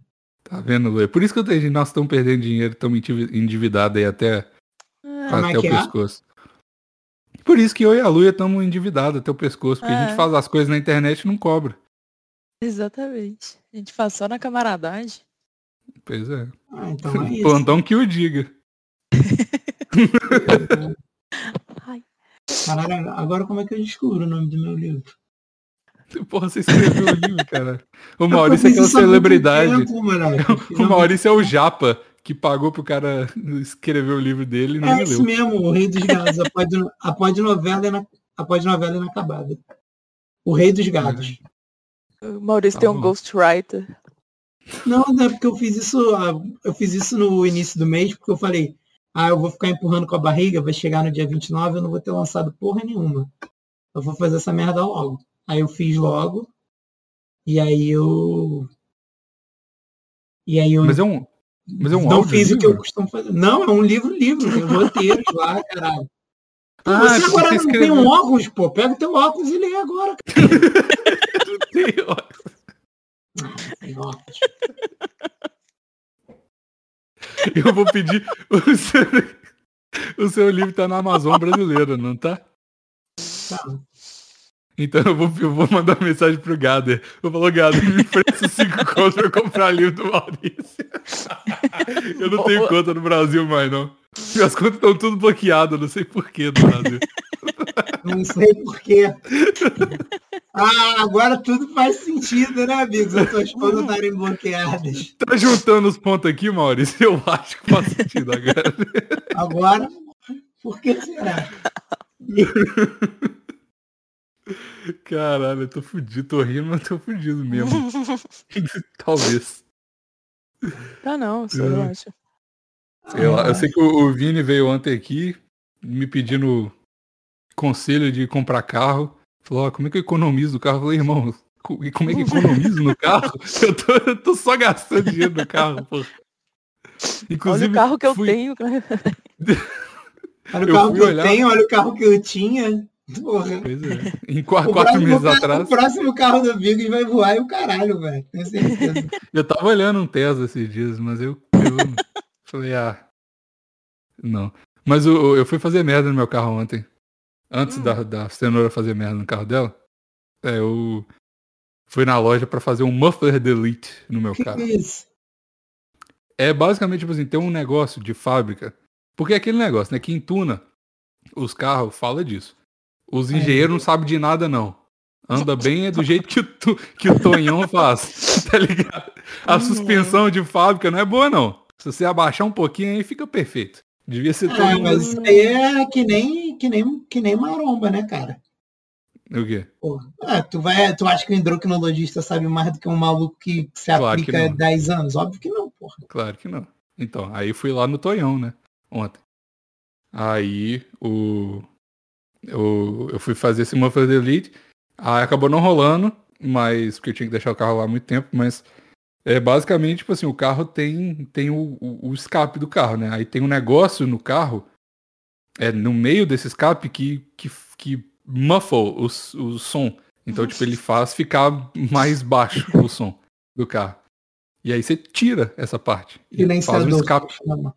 Speaker 2: Tá vendo, Lu? É Por isso que eu tenho... nós estamos perdendo dinheiro, estamos endividados aí até,
Speaker 4: Ah,
Speaker 1: Como é
Speaker 2: até o
Speaker 1: que é?
Speaker 2: pescoço. Por isso que eu e a Luia estamos endividados até o pescoço, porque a gente
Speaker 4: É.
Speaker 2: faz as coisas na internet e não cobra.
Speaker 4: exatamente. A gente faz só na camaradagem.
Speaker 2: Pois é.
Speaker 1: Ah, então é isso.
Speaker 2: Plantão que o diga.
Speaker 1: Caralho, agora como é que eu descubro o nome do meu livro?
Speaker 2: Porra, você escreveu o livro, cara. O
Speaker 1: Eu
Speaker 2: Maurício é
Speaker 1: fiz
Speaker 2: aquela
Speaker 1: isso há muito
Speaker 2: celebridade.
Speaker 1: tempo, é, moleque.
Speaker 2: O Maurício é o Japa, que pagou pro cara escrever o livro dele e não
Speaker 1: É isso
Speaker 2: leu.
Speaker 1: mesmo, o Rei dos Gados. A pod- A podnovela é na- a podnovela é inacabada. O Rei dos Gados.
Speaker 2: É.
Speaker 4: O Maurício
Speaker 2: Tá
Speaker 4: tem um
Speaker 2: bom.
Speaker 4: ghostwriter.
Speaker 1: Não, não é porque eu fiz isso, ah, eu fiz isso no início do mês, porque eu falei, ah, eu vou ficar empurrando com a barriga, vai chegar no dia 29, eu não vou ter lançado porra nenhuma. Eu vou fazer essa merda logo. Aí eu fiz logo, e aí eu. E aí eu
Speaker 2: Mas é um. Mas é um
Speaker 1: não
Speaker 2: áudio
Speaker 1: fiz o que eu
Speaker 2: livro?
Speaker 1: costumo fazer. Não, é um livro livro, tem roteiros lá, caralho. Pô,
Speaker 2: Ah,
Speaker 1: você
Speaker 2: é porque
Speaker 1: agora não
Speaker 2: você
Speaker 1: tem
Speaker 2: escreveu.
Speaker 1: um óculos, pô. Pega o teu óculos e lê agora. cara. Tem óculos.
Speaker 2: Eu vou pedir. O seu, o seu livro tá na Amazon brasileira, não tá?
Speaker 1: Tá.
Speaker 2: Então eu vou, eu vou mandar uma mensagem pro Gader. Eu vou falar, Gader, me empresta 5 contos pra eu comprar livro do Maurício. Eu não tenho
Speaker 4: Boa.
Speaker 2: conta no Brasil mais, não. Minhas contas estão tudo bloqueadas, não sei porquê do Brasil.
Speaker 1: Não sei porquê. Ah, agora tudo faz sentido, né, amigos? As suas
Speaker 2: Uhum.
Speaker 1: contas estarem bloqueadas.
Speaker 2: Tá juntando os pontos aqui, Maurício? Eu acho que faz sentido agora.
Speaker 1: Agora, por que será?
Speaker 2: Caralho, eu tô fudido, tô rindo, mas tô fudido mesmo. Talvez.
Speaker 4: Tá não, só
Speaker 2: É.
Speaker 4: relaxa.
Speaker 2: Sei lá, eu sei que o, o Vini veio ontem aqui me pedindo conselho de comprar carro. Falou, ó, como é que eu economizo no carro? Eu falei, irmão, co- e como é que eu economizo no carro? Eu tô, eu tô só gastando dinheiro no carro, pô.
Speaker 4: Olha o carro que eu
Speaker 2: fui-
Speaker 4: tenho. cara.
Speaker 1: Olha o
Speaker 2: Eu
Speaker 1: carro
Speaker 2: fui
Speaker 1: que eu
Speaker 2: olhar.
Speaker 1: tenho, olha o carro que eu tinha. Porra.
Speaker 2: Pois é, Em quatro,
Speaker 1: O
Speaker 2: quatro
Speaker 1: próximo
Speaker 2: meses
Speaker 1: carro-
Speaker 2: atrás,
Speaker 1: O próximo carro do Bigos vai voar e o caralho, velho. Tenho certeza.
Speaker 2: eu tava olhando um Tesla esses dias, mas eu, eu falei, ah, não. Mas o- eu fui fazer merda no meu carro ontem. Antes
Speaker 4: Hum.
Speaker 2: da, da cenoura fazer merda no carro dela, é, eu fui na loja pra fazer um muffler delete no meu
Speaker 1: O que que
Speaker 2: carro.
Speaker 1: é isso?
Speaker 2: É basicamente, tipo assim, tem um negócio de fábrica. Porque é aquele negócio, né? Que em Tuna, os carros fala disso. Os
Speaker 1: É.
Speaker 2: engenheiros não sabem de nada, não. Anda bem é do jeito que o, Tu- que o Tonhão faz, tá ligado?
Speaker 1: Uhum.
Speaker 2: A suspensão de fábrica não é boa, não. Se você abaixar um pouquinho aí, fica perfeito. Devia ser todo
Speaker 1: Ah,
Speaker 2: mundo...
Speaker 1: mas isso aí é que nem, que nem, que nem maromba, né, cara?
Speaker 2: O quê?
Speaker 1: Pô, ah, tu, vai, tu acha que o endocrinologista sabe mais do que um maluco que se
Speaker 2: Claro que
Speaker 1: aplica há
Speaker 2: não.
Speaker 1: 10 anos? Óbvio que não, porra.
Speaker 2: Claro que não. Então, aí fui lá no Tonhão, né? Ontem. Aí o. o eu fui fazer esse Muffler Delete. Aí acabou não rolando, mas. Porque eu tinha que deixar o carro lá há muito tempo, mas. É basicamente, tipo assim, o carro tem, tem o, o, o escape do carro, né? Aí tem um negócio no carro, é no meio desse escape, que, que, que muffle o, s- o som. Então, tipo, ele faz ficar mais baixo o som do carro. E aí você tira essa parte. E faz
Speaker 1: Silenciador.
Speaker 2: um escape
Speaker 1: chama.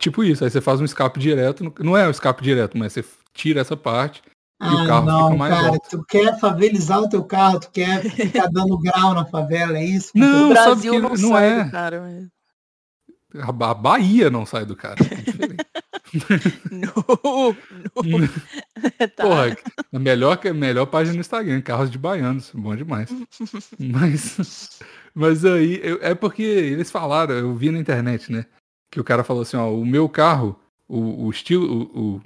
Speaker 2: Tipo isso, aí você faz um escape direto. no- Não é um escape direto, mas você tira essa parte.
Speaker 1: Ah,
Speaker 2: o carro
Speaker 1: não,
Speaker 2: fica mais
Speaker 1: cara,
Speaker 2: alto.
Speaker 1: tu quer favelizar o teu carro, tu quer ficar dando grau na favela, é isso?
Speaker 2: Não,
Speaker 4: o
Speaker 2: sabe
Speaker 4: Brasil
Speaker 2: que
Speaker 4: não,
Speaker 2: não
Speaker 4: sai
Speaker 2: é.
Speaker 4: do cara, mas...
Speaker 2: A, Ba- a Bahia não sai do cara. É diferente.
Speaker 4: Não, não. tá.
Speaker 2: Porra, a melhor, a melhor página no Instagram, Carros de Baianos. Bom demais. Mas, mas aí, eu- é porque eles falaram, eu vi na internet, né? Que o cara falou assim, ó, o meu carro, o, o estilo, o, o-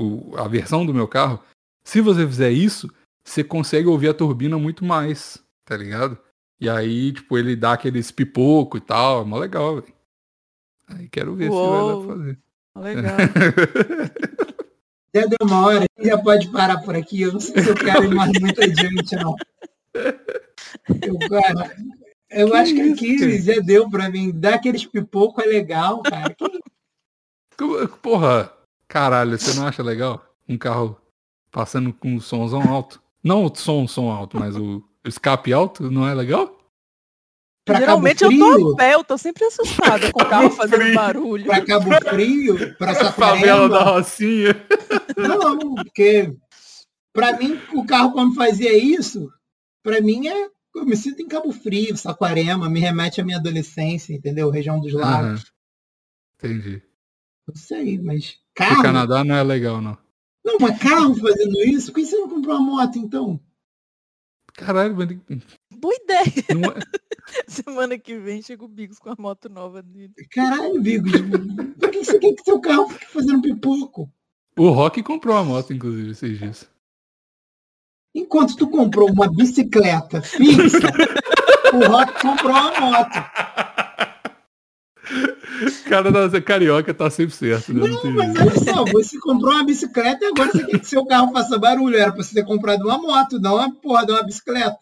Speaker 2: o- a versão do meu carro, se você fizer isso, você consegue ouvir a turbina muito mais, tá ligado? E aí, tipo, ele dá aqueles pipoco e tal, é mó legal, velho. Aí quero ver
Speaker 4: Uou.
Speaker 2: se vai dar
Speaker 4: Legal.
Speaker 2: pra fazer.
Speaker 1: Já deu uma hora, já pode parar por aqui. Eu não sei se eu quero ir mais muito adiante, não. Eu, cara, eu
Speaker 2: Que
Speaker 1: acho que
Speaker 2: isso,
Speaker 1: aqui
Speaker 2: cara?
Speaker 1: já deu pra mim. Dar aqueles pipoco é legal, cara. Que-
Speaker 2: Como- Porra, caralho, você não acha legal um carro passando com um somzão alto? Não o som, um som alto, mas o o escape alto não é legal?
Speaker 1: Pra
Speaker 4: Geralmente eu
Speaker 1: Cabo
Speaker 4: tô
Speaker 1: Frio,
Speaker 4: a pé, eu tô sempre assustada com o carro fazendo
Speaker 2: Frio.
Speaker 4: barulho.
Speaker 1: pra Cabo Frio, pra
Speaker 2: Tá Favela da
Speaker 1: Safarema.
Speaker 2: Rocinha.
Speaker 1: Não, porque pra mim, o carro quando fazia isso, pra mim é. Eu me sinto em Cabo Frio, Saquarema, me remete à minha adolescência, entendeu? Região dos lagos.
Speaker 2: Aham. Entendi.
Speaker 1: Não sei, mas.
Speaker 2: O
Speaker 1: Carro.
Speaker 2: Canadá não é legal, não.
Speaker 1: Não, mas carro fazendo isso? Por que você não comprou uma moto então?
Speaker 2: Caralho, mas
Speaker 4: Boa ideia.
Speaker 2: não é-
Speaker 4: Semana que vem chega o Bigos com a moto nova dele. É
Speaker 1: Caralho, Bigos. Por que você quer que seu carro fique fazendo pipoco?
Speaker 2: o Rock comprou uma moto, inclusive, esses dias.
Speaker 1: Enquanto tu comprou uma bicicleta fixa, o Rock comprou uma moto.
Speaker 2: O cara da carioca tá sempre certo, né? Não tem
Speaker 1: Mas
Speaker 2: jeito.
Speaker 1: olha só, você comprou uma bicicleta e agora você quer que seu carro faça barulho. Era pra você ter comprado uma moto, não uma porra de uma bicicleta.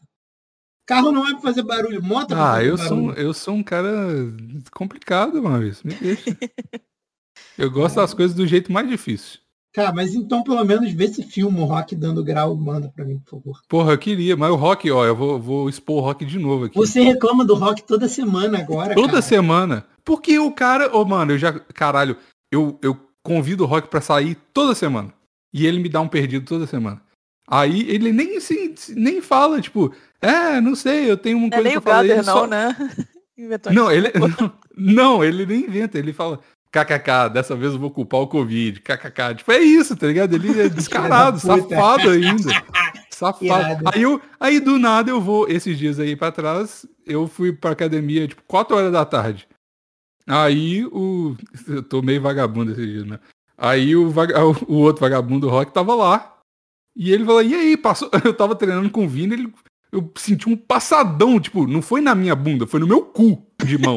Speaker 1: Carro não é pra fazer barulho, moto é pra
Speaker 2: Ah,
Speaker 1: fazer
Speaker 2: eu
Speaker 1: barulho.
Speaker 2: sou, um- eu sou um cara complicado, Maurício. Me deixa. Eu gosto das coisas do jeito mais difícil.
Speaker 1: Cara, mas então pelo menos vê se filma o Rock dando grau, manda pra mim, por favor.
Speaker 2: Porra, eu queria, mas o Rock, ó, eu vou, vou expor o Rock de novo aqui.
Speaker 1: Você reclama do Rock toda semana
Speaker 4: é
Speaker 1: agora,
Speaker 2: Toda
Speaker 1: cara.
Speaker 2: semana. Porque o cara, ô mano, eu já, caralho, eu, eu convido o Rock pra sair toda semana. E ele me dá um perdido toda semana. Aí ele nem se, nem fala, tipo, é, não sei, eu tenho uma
Speaker 4: Não é
Speaker 2: coisa pra
Speaker 4: nem o
Speaker 2: falar.
Speaker 4: Gader,
Speaker 2: Ele
Speaker 4: não,
Speaker 2: só-
Speaker 4: né? Inventou
Speaker 2: Não, ele não, não, ele nem inventa, ele fala KKK, dessa vez eu vou culpar o Covid, KKK. Tipo, é isso, tá ligado? Ele é descarado,
Speaker 1: Filho da puta.
Speaker 2: safado ainda. Safado.
Speaker 1: Irado.
Speaker 2: Aí, eu, aí do nada eu vou, esses dias aí pra trás, eu fui pra academia, tipo, 4 horas da tarde. Aí o. Eu tô meio vagabundo esses dias, né? Aí o, vaga- o outro vagabundo rock tava lá. E ele falou, e aí, passou? Eu tava treinando com o Vini, ele eu senti um passadão, tipo, não foi na minha bunda, foi no meu cu de mão.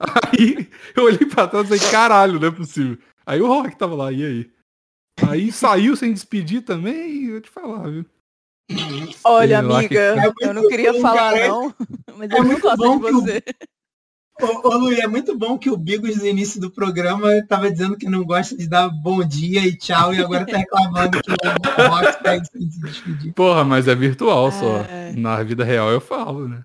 Speaker 2: aí eu olhei pra trás e falei, caralho, não é possível. Aí o Rock tava lá, e aí? Aí saiu sem despedir também, e eu te falar, viu?
Speaker 4: Olha,
Speaker 2: Sei lá que-
Speaker 4: amiga,
Speaker 1: que-
Speaker 4: eu não queria
Speaker 1: Cara,
Speaker 4: falar
Speaker 1: é-
Speaker 4: não, mas
Speaker 1: é
Speaker 4: eu não
Speaker 1: muito
Speaker 4: gosto
Speaker 1: bom
Speaker 4: de
Speaker 1: que o-
Speaker 4: você. é.
Speaker 1: Ô, ô Luiz, é muito bom que o Bigos no início do programa estava dizendo que não gosta de dar bom dia e tchau, e agora tá reclamando que o Rock tá sem se despedir.
Speaker 2: Porra, mas é virtual só.
Speaker 4: É.
Speaker 2: Na vida real eu falo, né?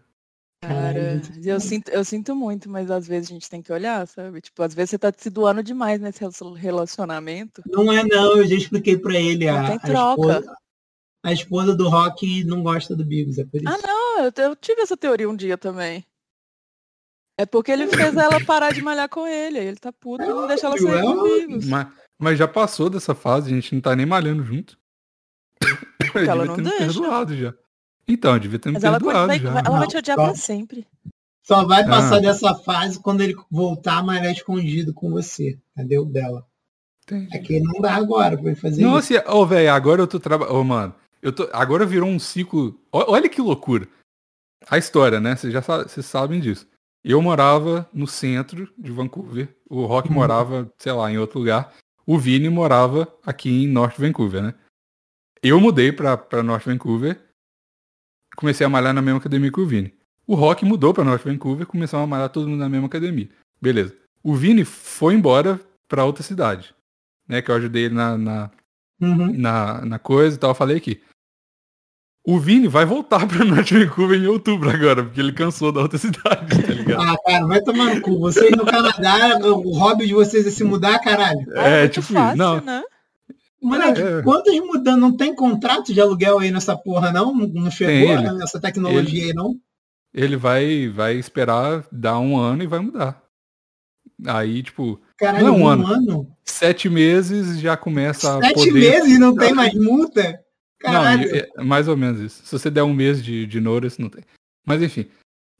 Speaker 4: Cara, eu sinto, eu sinto muito, mas às vezes a gente tem que olhar, sabe? Tipo, às vezes você tá se doando demais nesse rel- relacionamento.
Speaker 1: Não é não, eu já expliquei pra ele.
Speaker 4: Não
Speaker 1: A,
Speaker 4: tem
Speaker 1: a
Speaker 4: troca.
Speaker 1: esposa, a esposa do Rock não gosta do Bigos, é por isso.
Speaker 4: Ah, não, eu, te- eu tive essa teoria um dia também. É porque ele fez ela parar de malhar com ele, aí ele tá puto e não deixa ela
Speaker 1: óbvio,
Speaker 4: sair
Speaker 1: é
Speaker 4: comigo.
Speaker 2: Mas, mas já passou dessa fase, a gente não tá nem malhando junto. Porque
Speaker 4: ela não deixa.
Speaker 2: perdoado já. Então, eu devia ter me
Speaker 4: Mas ela,
Speaker 2: perdoado
Speaker 4: vai,
Speaker 2: já.
Speaker 4: vai- ela vai te odiar pra
Speaker 1: Não.
Speaker 4: sempre.
Speaker 1: Só vai passar
Speaker 2: Ah.
Speaker 1: dessa fase quando ele voltar a malhar escondido com você, entendeu? Dela.
Speaker 2: Entendi.
Speaker 1: É que não dá agora pra ele fazer isso.
Speaker 2: Nossa, ô, velho, agora eu tô trabalhando. Ô, mano, eu tô... agora virou um ciclo. Ó- Olha que loucura. A história, né? Vocês já sa- vocês sabem disso. Eu morava no centro de Vancouver. O Rock
Speaker 1: Uhum.
Speaker 2: morava, sei lá, em outro lugar. O Vini morava aqui em North Vancouver, né? Eu mudei pra, pra North Vancouver. Comecei a malhar na mesma academia que o Vini. O Rock mudou pra North Vancouver, começou a malhar todo mundo na mesma academia. Beleza. O Vini foi embora pra outra cidade, né? Que eu ajudei ele na- na,
Speaker 1: Uhum.
Speaker 2: na, na coisa e tal, eu falei aqui. O Vini vai voltar pra North Vancouver em outubro agora, porque ele cansou da outra cidade, tá ligado?
Speaker 1: Ah, cara, vai tomar no cu. Vocês no Canadá, o hobby de vocês é se mudar, caralho.
Speaker 4: Ah,
Speaker 2: é,
Speaker 4: muito
Speaker 2: tipo,
Speaker 4: fácil,
Speaker 2: não.
Speaker 4: né?
Speaker 1: Moleque,
Speaker 2: É, é.
Speaker 1: quantas mudanças? Não tem contrato de aluguel aí nessa porra, não? Não- Não
Speaker 2: Tem
Speaker 1: chegou né,
Speaker 2: ele.
Speaker 1: nessa tecnologia aí, não?
Speaker 2: Ele vai, vai esperar dar um ano e vai mudar. Aí, tipo,
Speaker 1: Caralho,
Speaker 2: Não é um
Speaker 1: um
Speaker 2: ano.
Speaker 1: ano.
Speaker 2: sete meses já começa a
Speaker 1: Sete
Speaker 2: poder...
Speaker 1: meses e não tem mais multa?
Speaker 2: Não,
Speaker 1: Caralho.
Speaker 2: é- é mais ou menos isso. Se você der um mês de, de Noras, não tem. Mas enfim.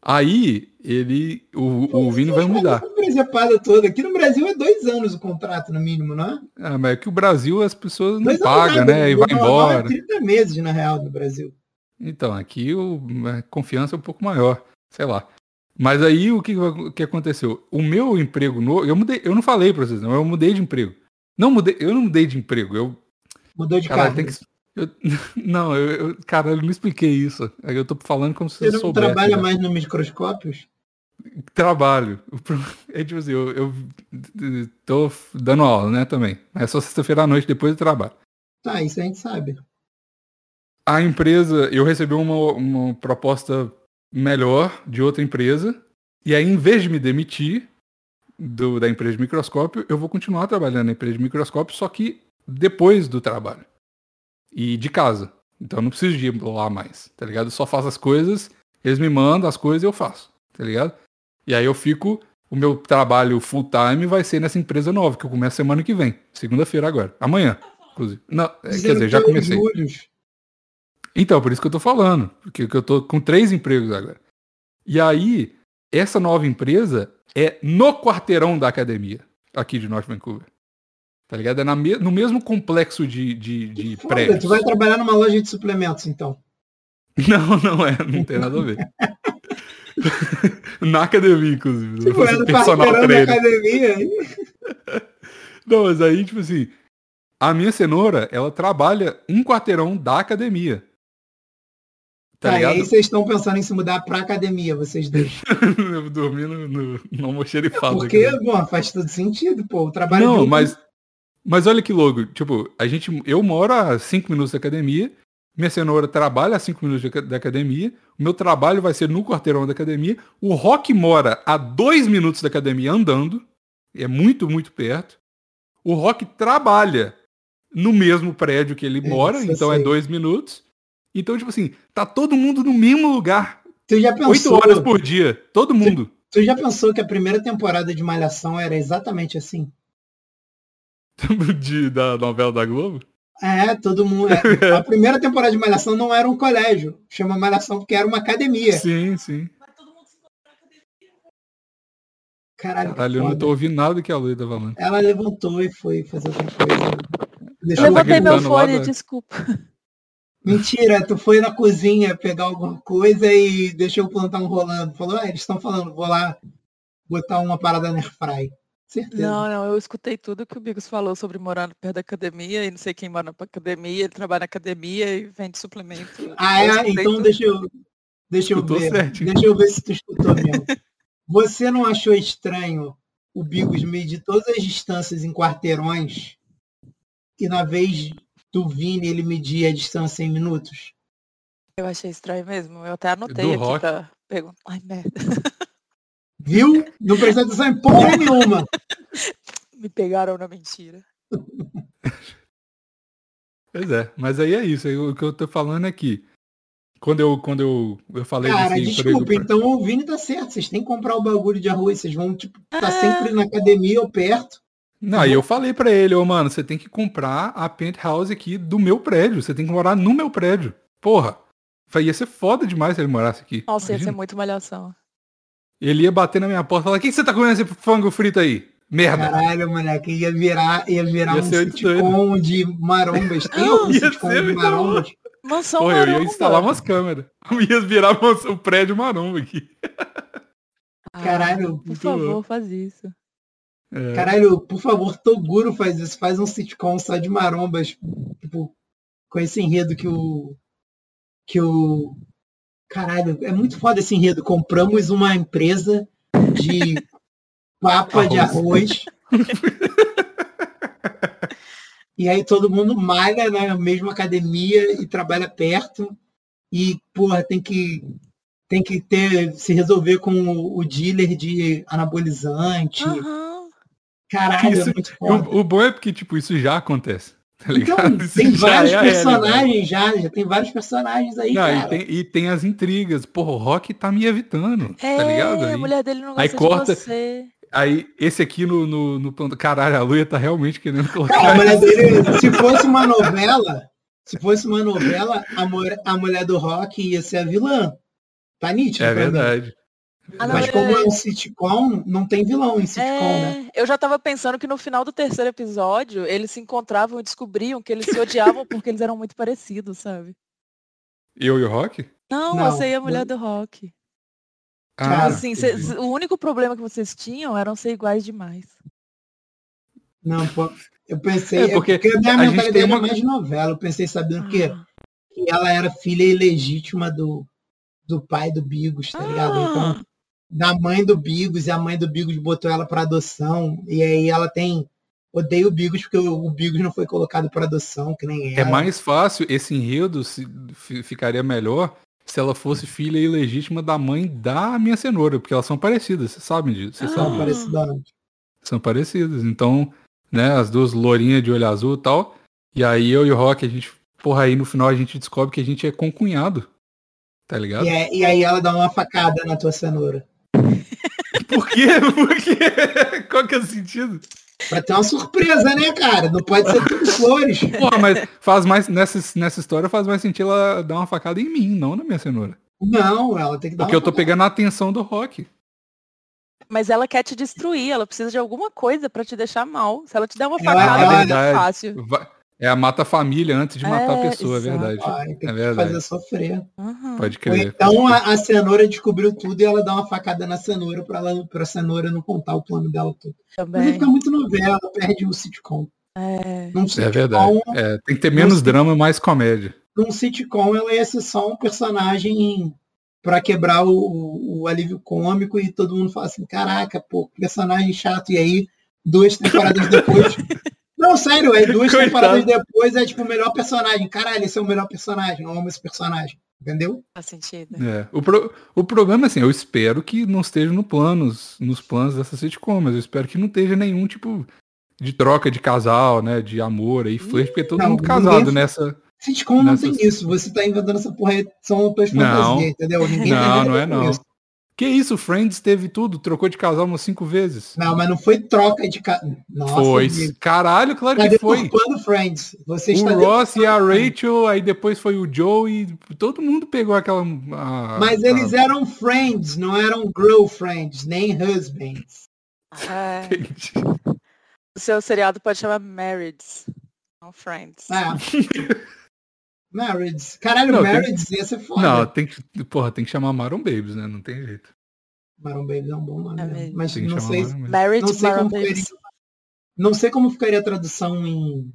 Speaker 2: Aí, ele. O, o Vini vai mudar.
Speaker 1: Essa presepada toda. Aqui no Brasil é dois anos o contrato, no mínimo, não é?
Speaker 2: Ah, mas é que o Brasil as pessoas não
Speaker 1: Dois anos
Speaker 2: pagam,
Speaker 1: nada.
Speaker 2: né? E
Speaker 1: O
Speaker 2: vai
Speaker 1: normal
Speaker 2: embora.
Speaker 1: É 30 meses, na real, no Brasil.
Speaker 2: Então, aqui o, a confiança é um pouco maior, sei lá. Mas aí o que, que vai- que aconteceu? O meu emprego novo, eu mudei, eu não falei pra vocês, não, eu mudei de emprego. Não mudei, eu não mudei de emprego, eu,
Speaker 1: Mudou de cargo.
Speaker 2: caralho, tem que, eu- não, eu, eu, caralho, eu não expliquei isso. Aí Eu tô falando como se
Speaker 1: Você
Speaker 2: eu
Speaker 1: não
Speaker 2: soubesse.
Speaker 1: trabalha
Speaker 2: né?
Speaker 1: mais no microscópios?
Speaker 2: Trabalho. O pro- É tipo assim, eu, eu tô dando aula, né, também. É só sexta-feira à noite, depois do trabalho.
Speaker 1: Tá, isso a gente sabe.
Speaker 2: a empresa, eu recebi uma, uma proposta melhor de outra empresa, e aí em vez de me demitir do, da empresa de microscópio, eu vou continuar trabalhando na empresa de microscópio, só que depois do trabalho. E de casa. Então eu não preciso de ir lá mais, tá ligado? Eu só faço as coisas, eles me mandam as coisas e eu faço, tá ligado? E aí eu fico, o meu trabalho full time vai ser nessa empresa nova, que eu começo semana que vem, segunda-feira agora, amanhã, inclusive. Não, é, quer dizer, já comecei.
Speaker 1: Orgulhos.
Speaker 2: Então, por isso que eu tô falando, porque que eu tô com três empregos agora. E aí, essa nova empresa é no quarteirão da academia, aqui de North Vancouver. Tá ligado? É na me- no mesmo complexo de, de, de
Speaker 1: Foda,
Speaker 2: prédios.
Speaker 1: tu vai trabalhar numa loja de suplementos, então.
Speaker 2: Não, não é, não tem nada a ver. na academia, inclusive.
Speaker 1: Tipo,
Speaker 2: vai
Speaker 1: é
Speaker 2: ser
Speaker 1: no
Speaker 2: personal
Speaker 1: quarteirão da
Speaker 2: trainer.
Speaker 1: academia.
Speaker 2: Não, mas aí, tipo assim, a minha cenoura, ela trabalha um quarteirão da academia. Tá,
Speaker 1: Tá, e
Speaker 2: ligado?
Speaker 1: aí vocês estão pensando em se mudar pra academia, vocês dois.
Speaker 2: Eu dormi no, no, no almoxerifado.
Speaker 1: É Porque,
Speaker 2: aqui.
Speaker 1: bom, faz todo sentido, pô. O trabalho de
Speaker 2: Não,
Speaker 1: um
Speaker 2: mas Mas olha que louco, tipo, a gente, eu moro a 5 minutos da academia, minha cenoura trabalha a 5 minutos de aca- da academia, o meu trabalho vai ser no quarteirão da academia, o Rock mora a 2 minutos da academia andando, é muito, muito perto. O Rock trabalha no mesmo prédio que ele
Speaker 1: Isso,
Speaker 2: mora,
Speaker 1: eu
Speaker 2: então é
Speaker 1: sei.
Speaker 2: 2 minutos. Então, tipo assim, tá todo mundo no mesmo lugar,
Speaker 1: Tu já
Speaker 2: 8
Speaker 1: pensou?
Speaker 2: horas por dia, todo mundo.
Speaker 1: Tu já pensou que a primeira temporada de Malhação era exatamente assim?
Speaker 2: De- da novela da Globo.
Speaker 1: É, todo mundo. é. A primeira temporada de Malhação não era um colégio. Chama Malhação porque era uma academia.
Speaker 2: Sim, sim.
Speaker 1: Caralho, que
Speaker 2: Caralho, eu não
Speaker 1: foda.
Speaker 2: tô ouvindo nada que a Luísa tá falando.
Speaker 1: Ela levantou e foi fazer outra coisa.
Speaker 4: Eu
Speaker 1: Deixou
Speaker 2: Ela tá
Speaker 4: levantei meu
Speaker 2: gritando lá,
Speaker 4: fone,
Speaker 2: né?
Speaker 4: desculpa.
Speaker 1: Mentira, tu foi na cozinha pegar alguma coisa e deixou o plantão rolando. Falou, ah, eles estão falando, vou lá botar uma parada na airfry. Certeza.
Speaker 4: Não, não, eu escutei tudo que o Bigos falou sobre morar perto da academia e não sei quem mora na academia, ele trabalha na academia e vende suplemento.
Speaker 1: Ah,
Speaker 4: Eu
Speaker 1: é?
Speaker 4: escutei
Speaker 1: Então
Speaker 4: tudo.
Speaker 1: deixa eu, deixa eu
Speaker 2: Escutou
Speaker 1: ver.
Speaker 2: certinho.
Speaker 1: Deixa eu ver se tu escutou mesmo. Você não achou estranho o Bigos medir todas as distâncias em quarteirões e na vez do Vini ele medir a distância em minutos?
Speaker 4: Eu achei estranho mesmo, eu até anotei
Speaker 2: É Do
Speaker 4: aqui
Speaker 2: rock.
Speaker 4: pra perguntar. Ai, merda,
Speaker 1: Viu? Não presta atenção em porra nenhuma.
Speaker 4: me pegaram na mentira.
Speaker 2: Pois é, mas aí é isso. aí o que eu tô falando é que quando eu, quando eu, eu falei
Speaker 1: Cara,
Speaker 2: desse
Speaker 1: desculpa,
Speaker 2: emprego-
Speaker 1: então o Vini tá certo. Vocês têm que comprar o bagulho de arroz. Vocês vão, tipo, tá sempre na academia ou perto.
Speaker 2: Não, aí eu falei pra ele, ô mano, você tem que comprar a penthouse aqui do meu prédio. Você tem que morar no meu prédio. Porra. Fa- Ia ser foda demais se ele morasse aqui.
Speaker 4: Nossa, ia ser
Speaker 2: Imagina.
Speaker 4: muito malhação.
Speaker 2: Ele ia bater na minha porta e falar, o que que você tá comendo esse frango frito aí? Merda.
Speaker 1: Caralho, moleque, ia virar, ia virar
Speaker 2: Ah, Ia
Speaker 1: um
Speaker 2: ser muito
Speaker 1: sitcom de marombas. Tem algum
Speaker 2: Ia
Speaker 1: sitcom
Speaker 2: ser
Speaker 1: de
Speaker 2: muito
Speaker 1: marombas?
Speaker 4: Mansão
Speaker 2: Porra, eu ia
Speaker 4: Maromba.
Speaker 2: instalar umas câmeras. Eu ia virar o prédio maromba aqui.
Speaker 4: Ah,
Speaker 1: Caralho,
Speaker 4: Por
Speaker 2: muito
Speaker 4: favor,
Speaker 2: louco.
Speaker 4: faz isso.
Speaker 2: É.
Speaker 1: Caralho, por favor, Toguro faz isso, faz um sitcom só de marombas, tipo, com esse enredo que o. que o. Caralho, é muito foda esse enredo. Compramos uma empresa de papa de arroz. e aí todo mundo malha na mesma academia e trabalha perto. E, porra, tem que. Tem que ter, se resolver com o, o dealer de anabolizante.
Speaker 4: Ah, Aham.
Speaker 1: Caralho,
Speaker 2: Isso-
Speaker 1: é muito
Speaker 2: E
Speaker 1: foda.
Speaker 2: O, o bom é porque, tipo, isso já acontece. Tá
Speaker 1: Então,
Speaker 2: ligado? Isso
Speaker 1: tem
Speaker 2: já
Speaker 1: vários
Speaker 2: é a realidade.
Speaker 1: personagens já, já tem vários personagens aí,
Speaker 2: Não,
Speaker 1: cara.
Speaker 2: e, tem, e tem as intrigas. Porra, o Rock tá me evitando.
Speaker 4: É,
Speaker 2: Tá ligado?
Speaker 4: a
Speaker 2: Aí,
Speaker 4: mulher dele não gosta
Speaker 2: aí corta-
Speaker 4: de você.
Speaker 2: aí, esse aqui no, no, no plantão. Caralho, a Luia tá realmente querendo
Speaker 1: A
Speaker 2: colocar.
Speaker 1: mulher dele, se fosse uma novela, se fosse uma novela, a mulher, a mulher do rock ia ser a vilã. Tá nítido.
Speaker 2: É
Speaker 1: pra mim.
Speaker 2: verdade.
Speaker 4: Ah, não,
Speaker 1: Mas
Speaker 4: é-
Speaker 1: como é um sitcom, não tem vilão em sitcom, né?
Speaker 4: É, eu já tava pensando que no final do terceiro episódio, eles se encontravam e descobriam que eles se odiavam porque eles eram muito parecidos, sabe?
Speaker 2: Eu e o Rock?
Speaker 4: Não,
Speaker 1: Não,
Speaker 4: você e a mulher do rock.
Speaker 1: Cara,
Speaker 4: assim, cê-
Speaker 2: Ah, entendi.
Speaker 4: o único problema que vocês tinham eram ser iguais demais.
Speaker 1: Não, pô. Eu pensei,
Speaker 2: É,
Speaker 1: é porque,
Speaker 2: porque
Speaker 1: a minha
Speaker 2: a gente
Speaker 1: mentalidade
Speaker 2: tem
Speaker 1: era
Speaker 2: uma-
Speaker 1: mais de novela. Eu pensei sabendo que,
Speaker 4: Ah.
Speaker 1: que ela era filha ilegítima do, do pai do Bigos, tá ligado? Então,
Speaker 4: Ah,
Speaker 1: da mãe do Bigos, e a mãe do Bigos botou ela para adoção, e aí ela tem. Odeio o Bigos porque o o Bigos não foi colocado para adoção, que nem
Speaker 2: É
Speaker 1: ela.
Speaker 2: mais fácil, esse enredo se- fi- ficaria melhor se ela fosse filha ilegítima da mãe da minha cenoura, porque elas são parecidas, vocês sabem disso. Vocês
Speaker 4: Ah.
Speaker 2: sabem
Speaker 1: Não parece Donald.
Speaker 2: são parecidas. Então, né, as duas lourinhas de olho azul e tal. E aí eu e o Rock, a gente, porra, aí no final a gente descobre que a gente é concunhado. Tá ligado?
Speaker 1: E, é- e aí ela dá uma facada na tua cenoura.
Speaker 2: Por quê? Por quê? Qual que é o sentido?
Speaker 1: Pra ter uma surpresa, né, cara? Não pode ser tudo flores.
Speaker 2: Porra, mas faz mais, nessa, nessa história faz mais sentido ela dar uma facada em mim, não na minha cenoura.
Speaker 1: Não, ela tem que dar
Speaker 2: Porque eu
Speaker 1: uma
Speaker 2: tô pegando a atenção do Rock.
Speaker 4: Mas ela quer te destruir, ela precisa de alguma coisa pra te deixar mal. Se ela te der uma
Speaker 1: Ela- ela-
Speaker 4: facada, ela,
Speaker 2: Verdade.
Speaker 4: fácil.
Speaker 2: Vai- É a mata a família antes de matar a
Speaker 4: É,
Speaker 2: pessoa, é
Speaker 4: exato.
Speaker 2: verdade.
Speaker 1: Ai, Ah, tem
Speaker 2: É
Speaker 1: que
Speaker 2: verdade.
Speaker 1: fazer sofrer.
Speaker 4: Aham.
Speaker 2: Pode
Speaker 1: Ou
Speaker 2: crer.
Speaker 1: então a, a cenoura descobriu tudo e ela dá uma facada na cenoura pra, ela, pra cenoura não contar o plano dela todo. Mas aí
Speaker 4: Também.
Speaker 1: fica muito novela, perde o sitcom.
Speaker 4: É.
Speaker 1: Num
Speaker 2: É
Speaker 1: sitcom,
Speaker 2: verdade. É, tem que ter menos drama, mais comédia.
Speaker 1: num sitcom ela ia ser só um personagem pra quebrar o, o- o alívio cômico e todo mundo fala assim, caraca, pô, que personagem chato. E aí, duas temporadas depois. Não, sério, aí duas
Speaker 2: Coitado.
Speaker 1: temporadas depois é tipo o melhor personagem. Caralho, esse é o melhor personagem. Eu amo esse personagem. Entendeu?
Speaker 4: Faz sentido.
Speaker 2: É, o, pro- o problema é assim, eu espero que não esteja no planos, nos planos dessa sitcom, mas eu espero que não esteja nenhum tipo de troca de casal, né? De amor aí, flerte, porque é todo
Speaker 1: Não,
Speaker 2: mundo
Speaker 1: ninguém-
Speaker 2: casado nessa.
Speaker 1: Sitcom não
Speaker 2: Nessa-
Speaker 1: tem isso. Você tá inventando essa porra aí, são tuas
Speaker 2: Não.
Speaker 1: fantasias, entendeu? Ninguém tem
Speaker 2: Não,
Speaker 1: nada a
Speaker 2: não
Speaker 1: ver
Speaker 2: é
Speaker 1: com
Speaker 2: não.
Speaker 1: isso.
Speaker 2: Que isso, Friends teve tudo, trocou de casal umas cinco vezes.
Speaker 1: Não, mas não foi troca de ca... Nossa,
Speaker 2: foi.
Speaker 1: Diego,
Speaker 2: Caralho, claro
Speaker 1: Tá
Speaker 2: que foi.
Speaker 1: deturpando Friends. Você
Speaker 2: O
Speaker 1: está
Speaker 2: Ross e a
Speaker 1: deturpando.
Speaker 2: Rachel, aí depois foi o Joe e todo mundo pegou aquela. a-
Speaker 1: Mas
Speaker 2: a-
Speaker 1: eles eram friends, não eram girlfriends, nem husbands.
Speaker 4: É, o seu seriado pode chamar Marrieds, não Friends.
Speaker 1: Ah. marriage. Caralho,
Speaker 2: Não, tem-
Speaker 1: marriage ia ser foda.
Speaker 2: Não, tem que. Porra, tem que chamar Maron Babies, né? Não tem jeito.
Speaker 1: Maroon Babies é um bom nome.
Speaker 4: É
Speaker 1: mesmo.
Speaker 4: mesmo.
Speaker 1: Mas
Speaker 2: Tem que
Speaker 1: não
Speaker 2: chamar
Speaker 1: sei,
Speaker 2: Maroon Babies.
Speaker 1: não,
Speaker 4: Married
Speaker 1: sei
Speaker 4: Maroon
Speaker 1: como ficaria,
Speaker 4: Babies.
Speaker 1: não sei como ficaria a tradução em,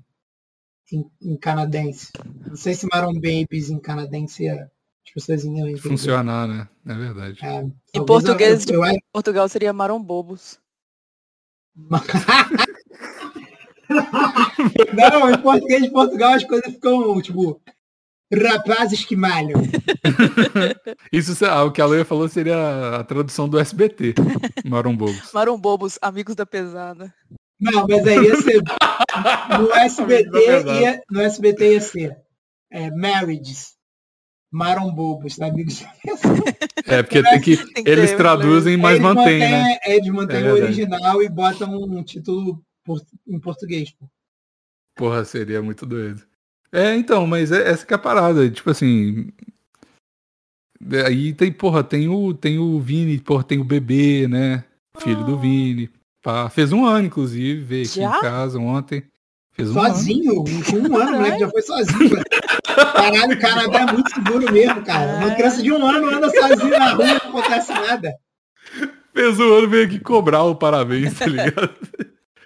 Speaker 1: em, em canadense. Não sei se Maroon Babies em canadense é- as pessoas iam entender.
Speaker 2: funcionar, né? É verdade.
Speaker 1: É,
Speaker 4: Em
Speaker 1: talvez
Speaker 4: português,
Speaker 1: eu- eu- eu-
Speaker 4: Portugal seria Marombobos.
Speaker 1: não, em português de Portugal as coisas ficam, tipo, rapazes que malham.
Speaker 2: Isso se- ah, o que a Leia falou seria a tradução do SBT, Marombogos.
Speaker 4: Marombobos, amigos da pesada.
Speaker 1: Não, mas é aí ia ser. No SBT
Speaker 2: pesado.
Speaker 1: ia, é, no SBT ia ser. É, marriages. Marombobos, tá amigo?
Speaker 2: É, porque tem que,
Speaker 4: Tem que
Speaker 2: eles
Speaker 4: ter,
Speaker 2: traduzem, mas
Speaker 1: Eles
Speaker 2: mantém, né?
Speaker 1: mantêm- Eles mantêm
Speaker 2: É
Speaker 1: o
Speaker 2: verdade.
Speaker 1: original e botam um título por- em português. pô.
Speaker 2: Porra, seria muito doido. É, então, mas é, essa que é a parada, tipo assim... é, Aí tem, porra, tem o, tem o Vini, porra, tem o bebê, né? Filho do Vini. pá. Fez um ano, inclusive, veio aqui
Speaker 4: Já?
Speaker 2: em casa ontem. Fez um ano.
Speaker 1: Sozinho, com um ano, o moleque já foi sozinho. cara. Caralho, o Canadá é muito seguro mesmo, cara. Uma criança de um ano anda sozinha na rua, não acontece nada.
Speaker 2: Fez um ano, veio aqui cobrar o parabéns, tá ligado?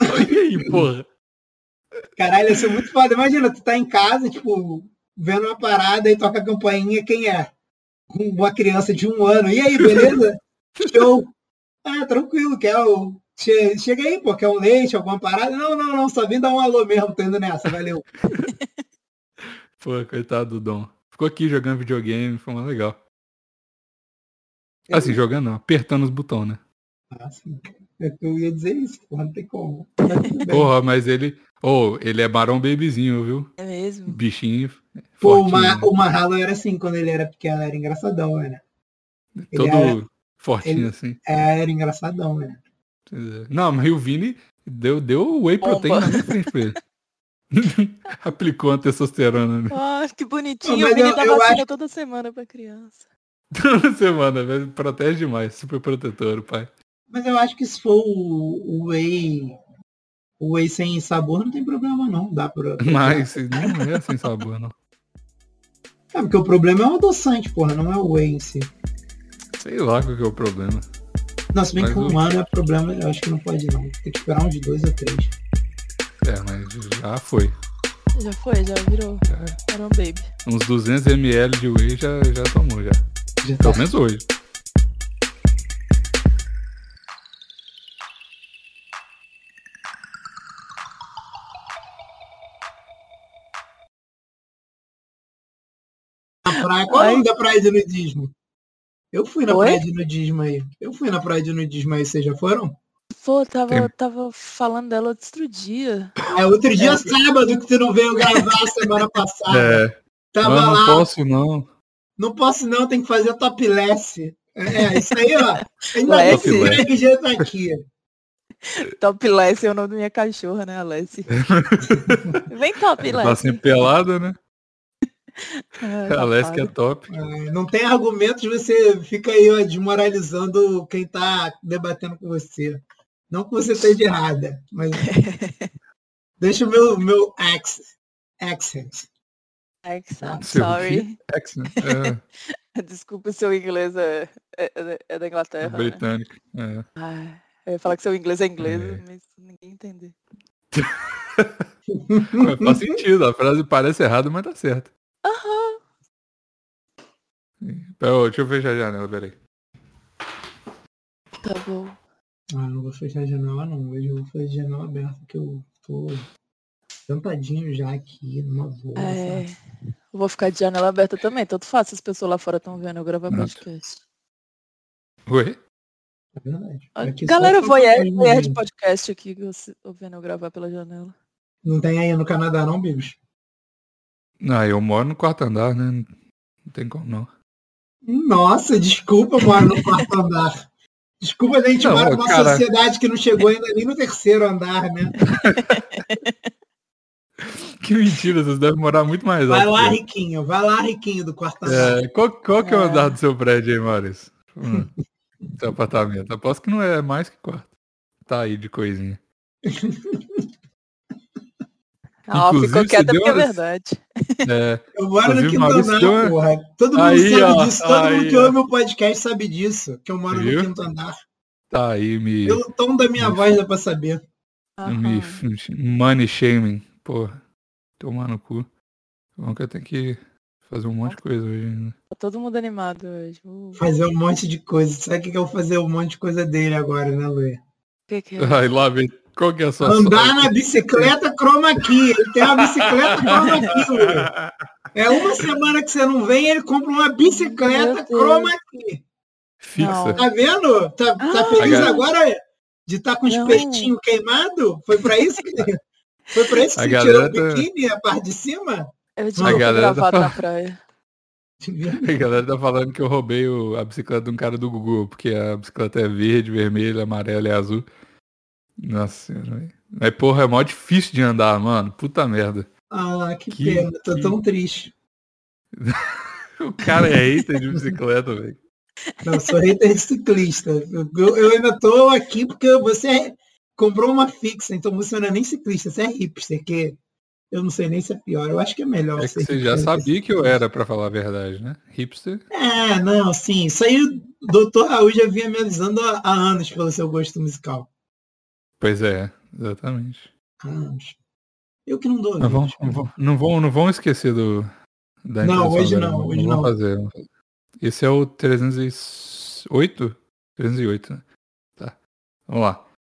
Speaker 2: E aí, porra?
Speaker 1: Caralho, isso é muito foda. Imagina, tu tá em casa, tipo, vendo uma parada e toca a campainha, quem é? Uma criança de um ano. E aí, beleza? Show. Ah, tranquilo, quer o. che- Chega aí, pô, quer um leite, alguma parada? Não, não, não, só vim dar um alô mesmo, tô indo nessa, valeu.
Speaker 2: Pô, coitado do Dom. Ficou aqui jogando videogame, foi mais legal. Assim, jogando não, apertando os botões, né?
Speaker 1: Ah, sim. Eu- Eu ia dizer isso, porra, não tem como. Mas tudo bem.
Speaker 2: Porra, mas ele. Ô, ele é barão babyzinho, viu?
Speaker 4: É mesmo?
Speaker 2: Bichinho.
Speaker 1: Pô, o,
Speaker 2: fortinho,
Speaker 1: Ma,
Speaker 2: né?
Speaker 1: o Mahalo era assim, quando ele era pequeno, era engraçadão, né? Ele
Speaker 2: Todo
Speaker 1: era,
Speaker 2: fortinho,
Speaker 1: ele-
Speaker 2: assim.
Speaker 1: é, era engraçadão, né?
Speaker 2: Não, mas o Vini deu, deu whey
Speaker 4: Bomba.
Speaker 2: protein na minha frente pra ele. Aplicou a testosterona né?
Speaker 4: Ah, que bonitinho.
Speaker 1: Não, mas
Speaker 4: o Vini
Speaker 1: eu-
Speaker 4: dá
Speaker 1: eu
Speaker 4: vacina toda semana pra criança.
Speaker 2: toda semana, velho. Protege demais. Super protetor, o pai.
Speaker 1: Mas eu acho que se for o, o whey, o whey sem sabor, não tem problema não. Dá pra.
Speaker 2: Mas não é sem sabor, não.
Speaker 1: É, porque o problema é o adoçante, porra, não é o whey em si.
Speaker 2: Sei lá qual que é o problema.
Speaker 1: Não, se bem
Speaker 2: Mas
Speaker 1: que
Speaker 2: o-
Speaker 1: um ano é problema, eu acho que não pode não. Tem que esperar uns dois ou três.
Speaker 2: É, mas já foi.
Speaker 4: Já foi, já virou. Era um baby.
Speaker 2: Uns 200 ml de whey já, já tomou, já.
Speaker 1: Já tá.
Speaker 2: Pelo menos hoje.
Speaker 1: Na praia, qual é o
Speaker 4: Oi?
Speaker 1: nome da praia de nudismo? Eu fui na
Speaker 4: Oi?
Speaker 1: praia de nudismo aí. Eu fui na praia de nudismo aí, vocês já foram?
Speaker 4: Pô, tava,
Speaker 2: Tem-
Speaker 4: tava falando dela outro dia.
Speaker 1: É outro dia sábado que tu não veio gravar semana passada.
Speaker 2: É,
Speaker 1: Tava
Speaker 2: mas não
Speaker 1: lá,
Speaker 2: posso não.
Speaker 1: não posso não, tem que fazer topless. É, isso aí, ó. Ainda bem que o
Speaker 2: Topless.
Speaker 1: Greg já tá aqui.
Speaker 4: Top Lessie é o nome da minha cachorra, né, Alessi? Vem Top
Speaker 2: Ela tá
Speaker 4: Lessie.
Speaker 1: assim.
Speaker 2: sempre pelada, né?
Speaker 4: Ah,
Speaker 1: Tá
Speaker 2: A Alessia que é
Speaker 4: safada.
Speaker 2: top.
Speaker 1: É, Não tem argumentos, você fica aí ó, desmoralizando quem tá debatendo com você. Não que você esteja errada, mas deixa o meu, meu ax- accent.
Speaker 4: Like, I'm
Speaker 2: Seu
Speaker 4: sorry.
Speaker 2: filho Ex, né? É,
Speaker 4: Desculpa, seu inglês é, é- é da- é da Inglaterra. Né?
Speaker 2: britânico. É.
Speaker 4: Ah, eu ia falar que seu inglês é inglês,
Speaker 2: É.
Speaker 4: mas ninguém entender.
Speaker 2: Mas Faz sentido, a frase parece errada, mas tá certa.
Speaker 4: Aham.
Speaker 2: Pera, ô, Deixa eu fechar a janela, peraí.
Speaker 4: Tá bom.
Speaker 1: Ah, não vou fechar a janela não, hoje eu vou fazer a janela aberta que eu tô Sentadinho já aqui, numa boa.
Speaker 4: É.
Speaker 1: sabe?
Speaker 4: Eu vou ficar de janela aberta também, tanto faz, se as pessoas lá fora estão vendo eu gravar
Speaker 2: Nada.
Speaker 4: podcast.
Speaker 2: Oi?
Speaker 1: É verdade.
Speaker 4: A
Speaker 1: Aqui só tá
Speaker 4: galera
Speaker 1: pra
Speaker 4: voyeur,
Speaker 1: quem
Speaker 4: voyeur de podcast aqui, que eu se- ouvindo eu gravar pela janela.
Speaker 1: Não tem aí no Canadá não, Bigos?
Speaker 2: Ah, eu moro no quarto andar, né? Não tem como não.
Speaker 1: Nossa, desculpa, moro no quarto andar. Desculpa, a gente
Speaker 2: Não,
Speaker 1: mora numa
Speaker 2: cara.
Speaker 1: sociedade que não chegou ainda nem no terceiro andar, né?
Speaker 2: Que mentira, vocês devem morar muito mais
Speaker 1: Vai
Speaker 2: alto.
Speaker 1: lá,
Speaker 2: que
Speaker 1: Riquinho, vai lá, Riquinho, do quarto
Speaker 2: eu.
Speaker 1: andar.
Speaker 2: É, qual, qual que é o
Speaker 4: É.
Speaker 2: andar do seu prédio aí, Maurício? Hum, seu apartamento. Aposto que não é mais que quarto. Tá aí de coisinha.
Speaker 4: Ah, ó,
Speaker 2: Inclusive,
Speaker 4: ficou
Speaker 2: você
Speaker 4: quieta
Speaker 2: deu
Speaker 4: porque é
Speaker 2: uma-
Speaker 4: verdade.
Speaker 2: É,
Speaker 1: Eu moro no
Speaker 2: Inclusive,
Speaker 1: quinto
Speaker 2: Maurício
Speaker 1: andar,
Speaker 2: deu uma-
Speaker 1: porra. Todo mundo
Speaker 2: Aí,
Speaker 1: sabe
Speaker 2: ó,
Speaker 1: disso, todo
Speaker 2: aí,
Speaker 1: mundo que
Speaker 2: ó.
Speaker 1: ouve o podcast sabe disso, que eu moro
Speaker 2: Viu?
Speaker 1: no quinto andar.
Speaker 2: tá aí me,
Speaker 1: Pelo tom da minha voz dá pra saber.
Speaker 2: me
Speaker 4: Aham.
Speaker 2: money shaming. Porra, tomar no cu. Bom que eu tenho que fazer um monte de coisa hoje ainda.
Speaker 4: Tá todo mundo animado hoje. Uh, o
Speaker 1: Fazer um monte de coisa. Sabe o que que eu vou fazer? Um monte de coisa dele agora, né, Luê?
Speaker 4: que que é?
Speaker 2: Ai, lá vem. Qual que é a sua
Speaker 1: Andar
Speaker 2: sorte?
Speaker 1: na bicicleta chroma key. Ele tem uma bicicleta chroma key, Luê. É uma semana que você não vem, ele compra uma bicicleta
Speaker 4: Meu Deus.
Speaker 1: chroma key.
Speaker 2: Fixa.
Speaker 1: Tá vendo? Tá, tá
Speaker 4: Ah,
Speaker 1: feliz
Speaker 2: galera-
Speaker 1: agora de estar com os
Speaker 4: Não.
Speaker 1: peitinhos queimados? Foi pra isso que... Foi pra isso que
Speaker 2: A
Speaker 1: você tirou o
Speaker 2: galera tá-
Speaker 1: biquíni, a parte de cima?
Speaker 4: Eu
Speaker 1: A
Speaker 4: devia ter
Speaker 2: galera tá
Speaker 4: gravado na
Speaker 2: falando.
Speaker 4: praia.
Speaker 2: A galera tá falando que eu roubei o- a bicicleta de um cara do Google, porque a bicicleta é verde, vermelha, amarela e azul. Nossa senhora. velho. Mas porra, é mó difícil de andar, mano. Puta merda.
Speaker 1: Ah, que,
Speaker 2: Que-
Speaker 1: pena. Tô
Speaker 2: que-
Speaker 1: tão triste.
Speaker 2: O cara é hater de bicicleta, velho.
Speaker 1: Não, eu sou hater de ciclista. Eu, eu ainda tô aqui porque você é- comprou uma fixa, então você não é nem ciclista, você é hipster, que eu não sei nem se é pior. Eu acho que é melhor.
Speaker 2: É que
Speaker 1: ser
Speaker 2: você já
Speaker 1: hipster do
Speaker 2: sabia que eu
Speaker 1: ciclista.
Speaker 2: era, pra falar a verdade, né? Hipster.
Speaker 1: É, não, sim. Isso aí o doutor Raul já vinha me avisando há há anos pelo seu gosto musical.
Speaker 2: Pois é, exatamente.
Speaker 1: Há anos. Eu que não dou.
Speaker 2: Não vão,
Speaker 1: ouvidos.
Speaker 2: não vão, não vão, não vão esquecer do. Da
Speaker 1: Não,
Speaker 2: impressão
Speaker 1: hoje
Speaker 2: dela,
Speaker 1: não, hoje
Speaker 2: vão
Speaker 1: não.
Speaker 2: fazer, vão fazer. Esse é o 308? 308, né? Tá. Vamos lá.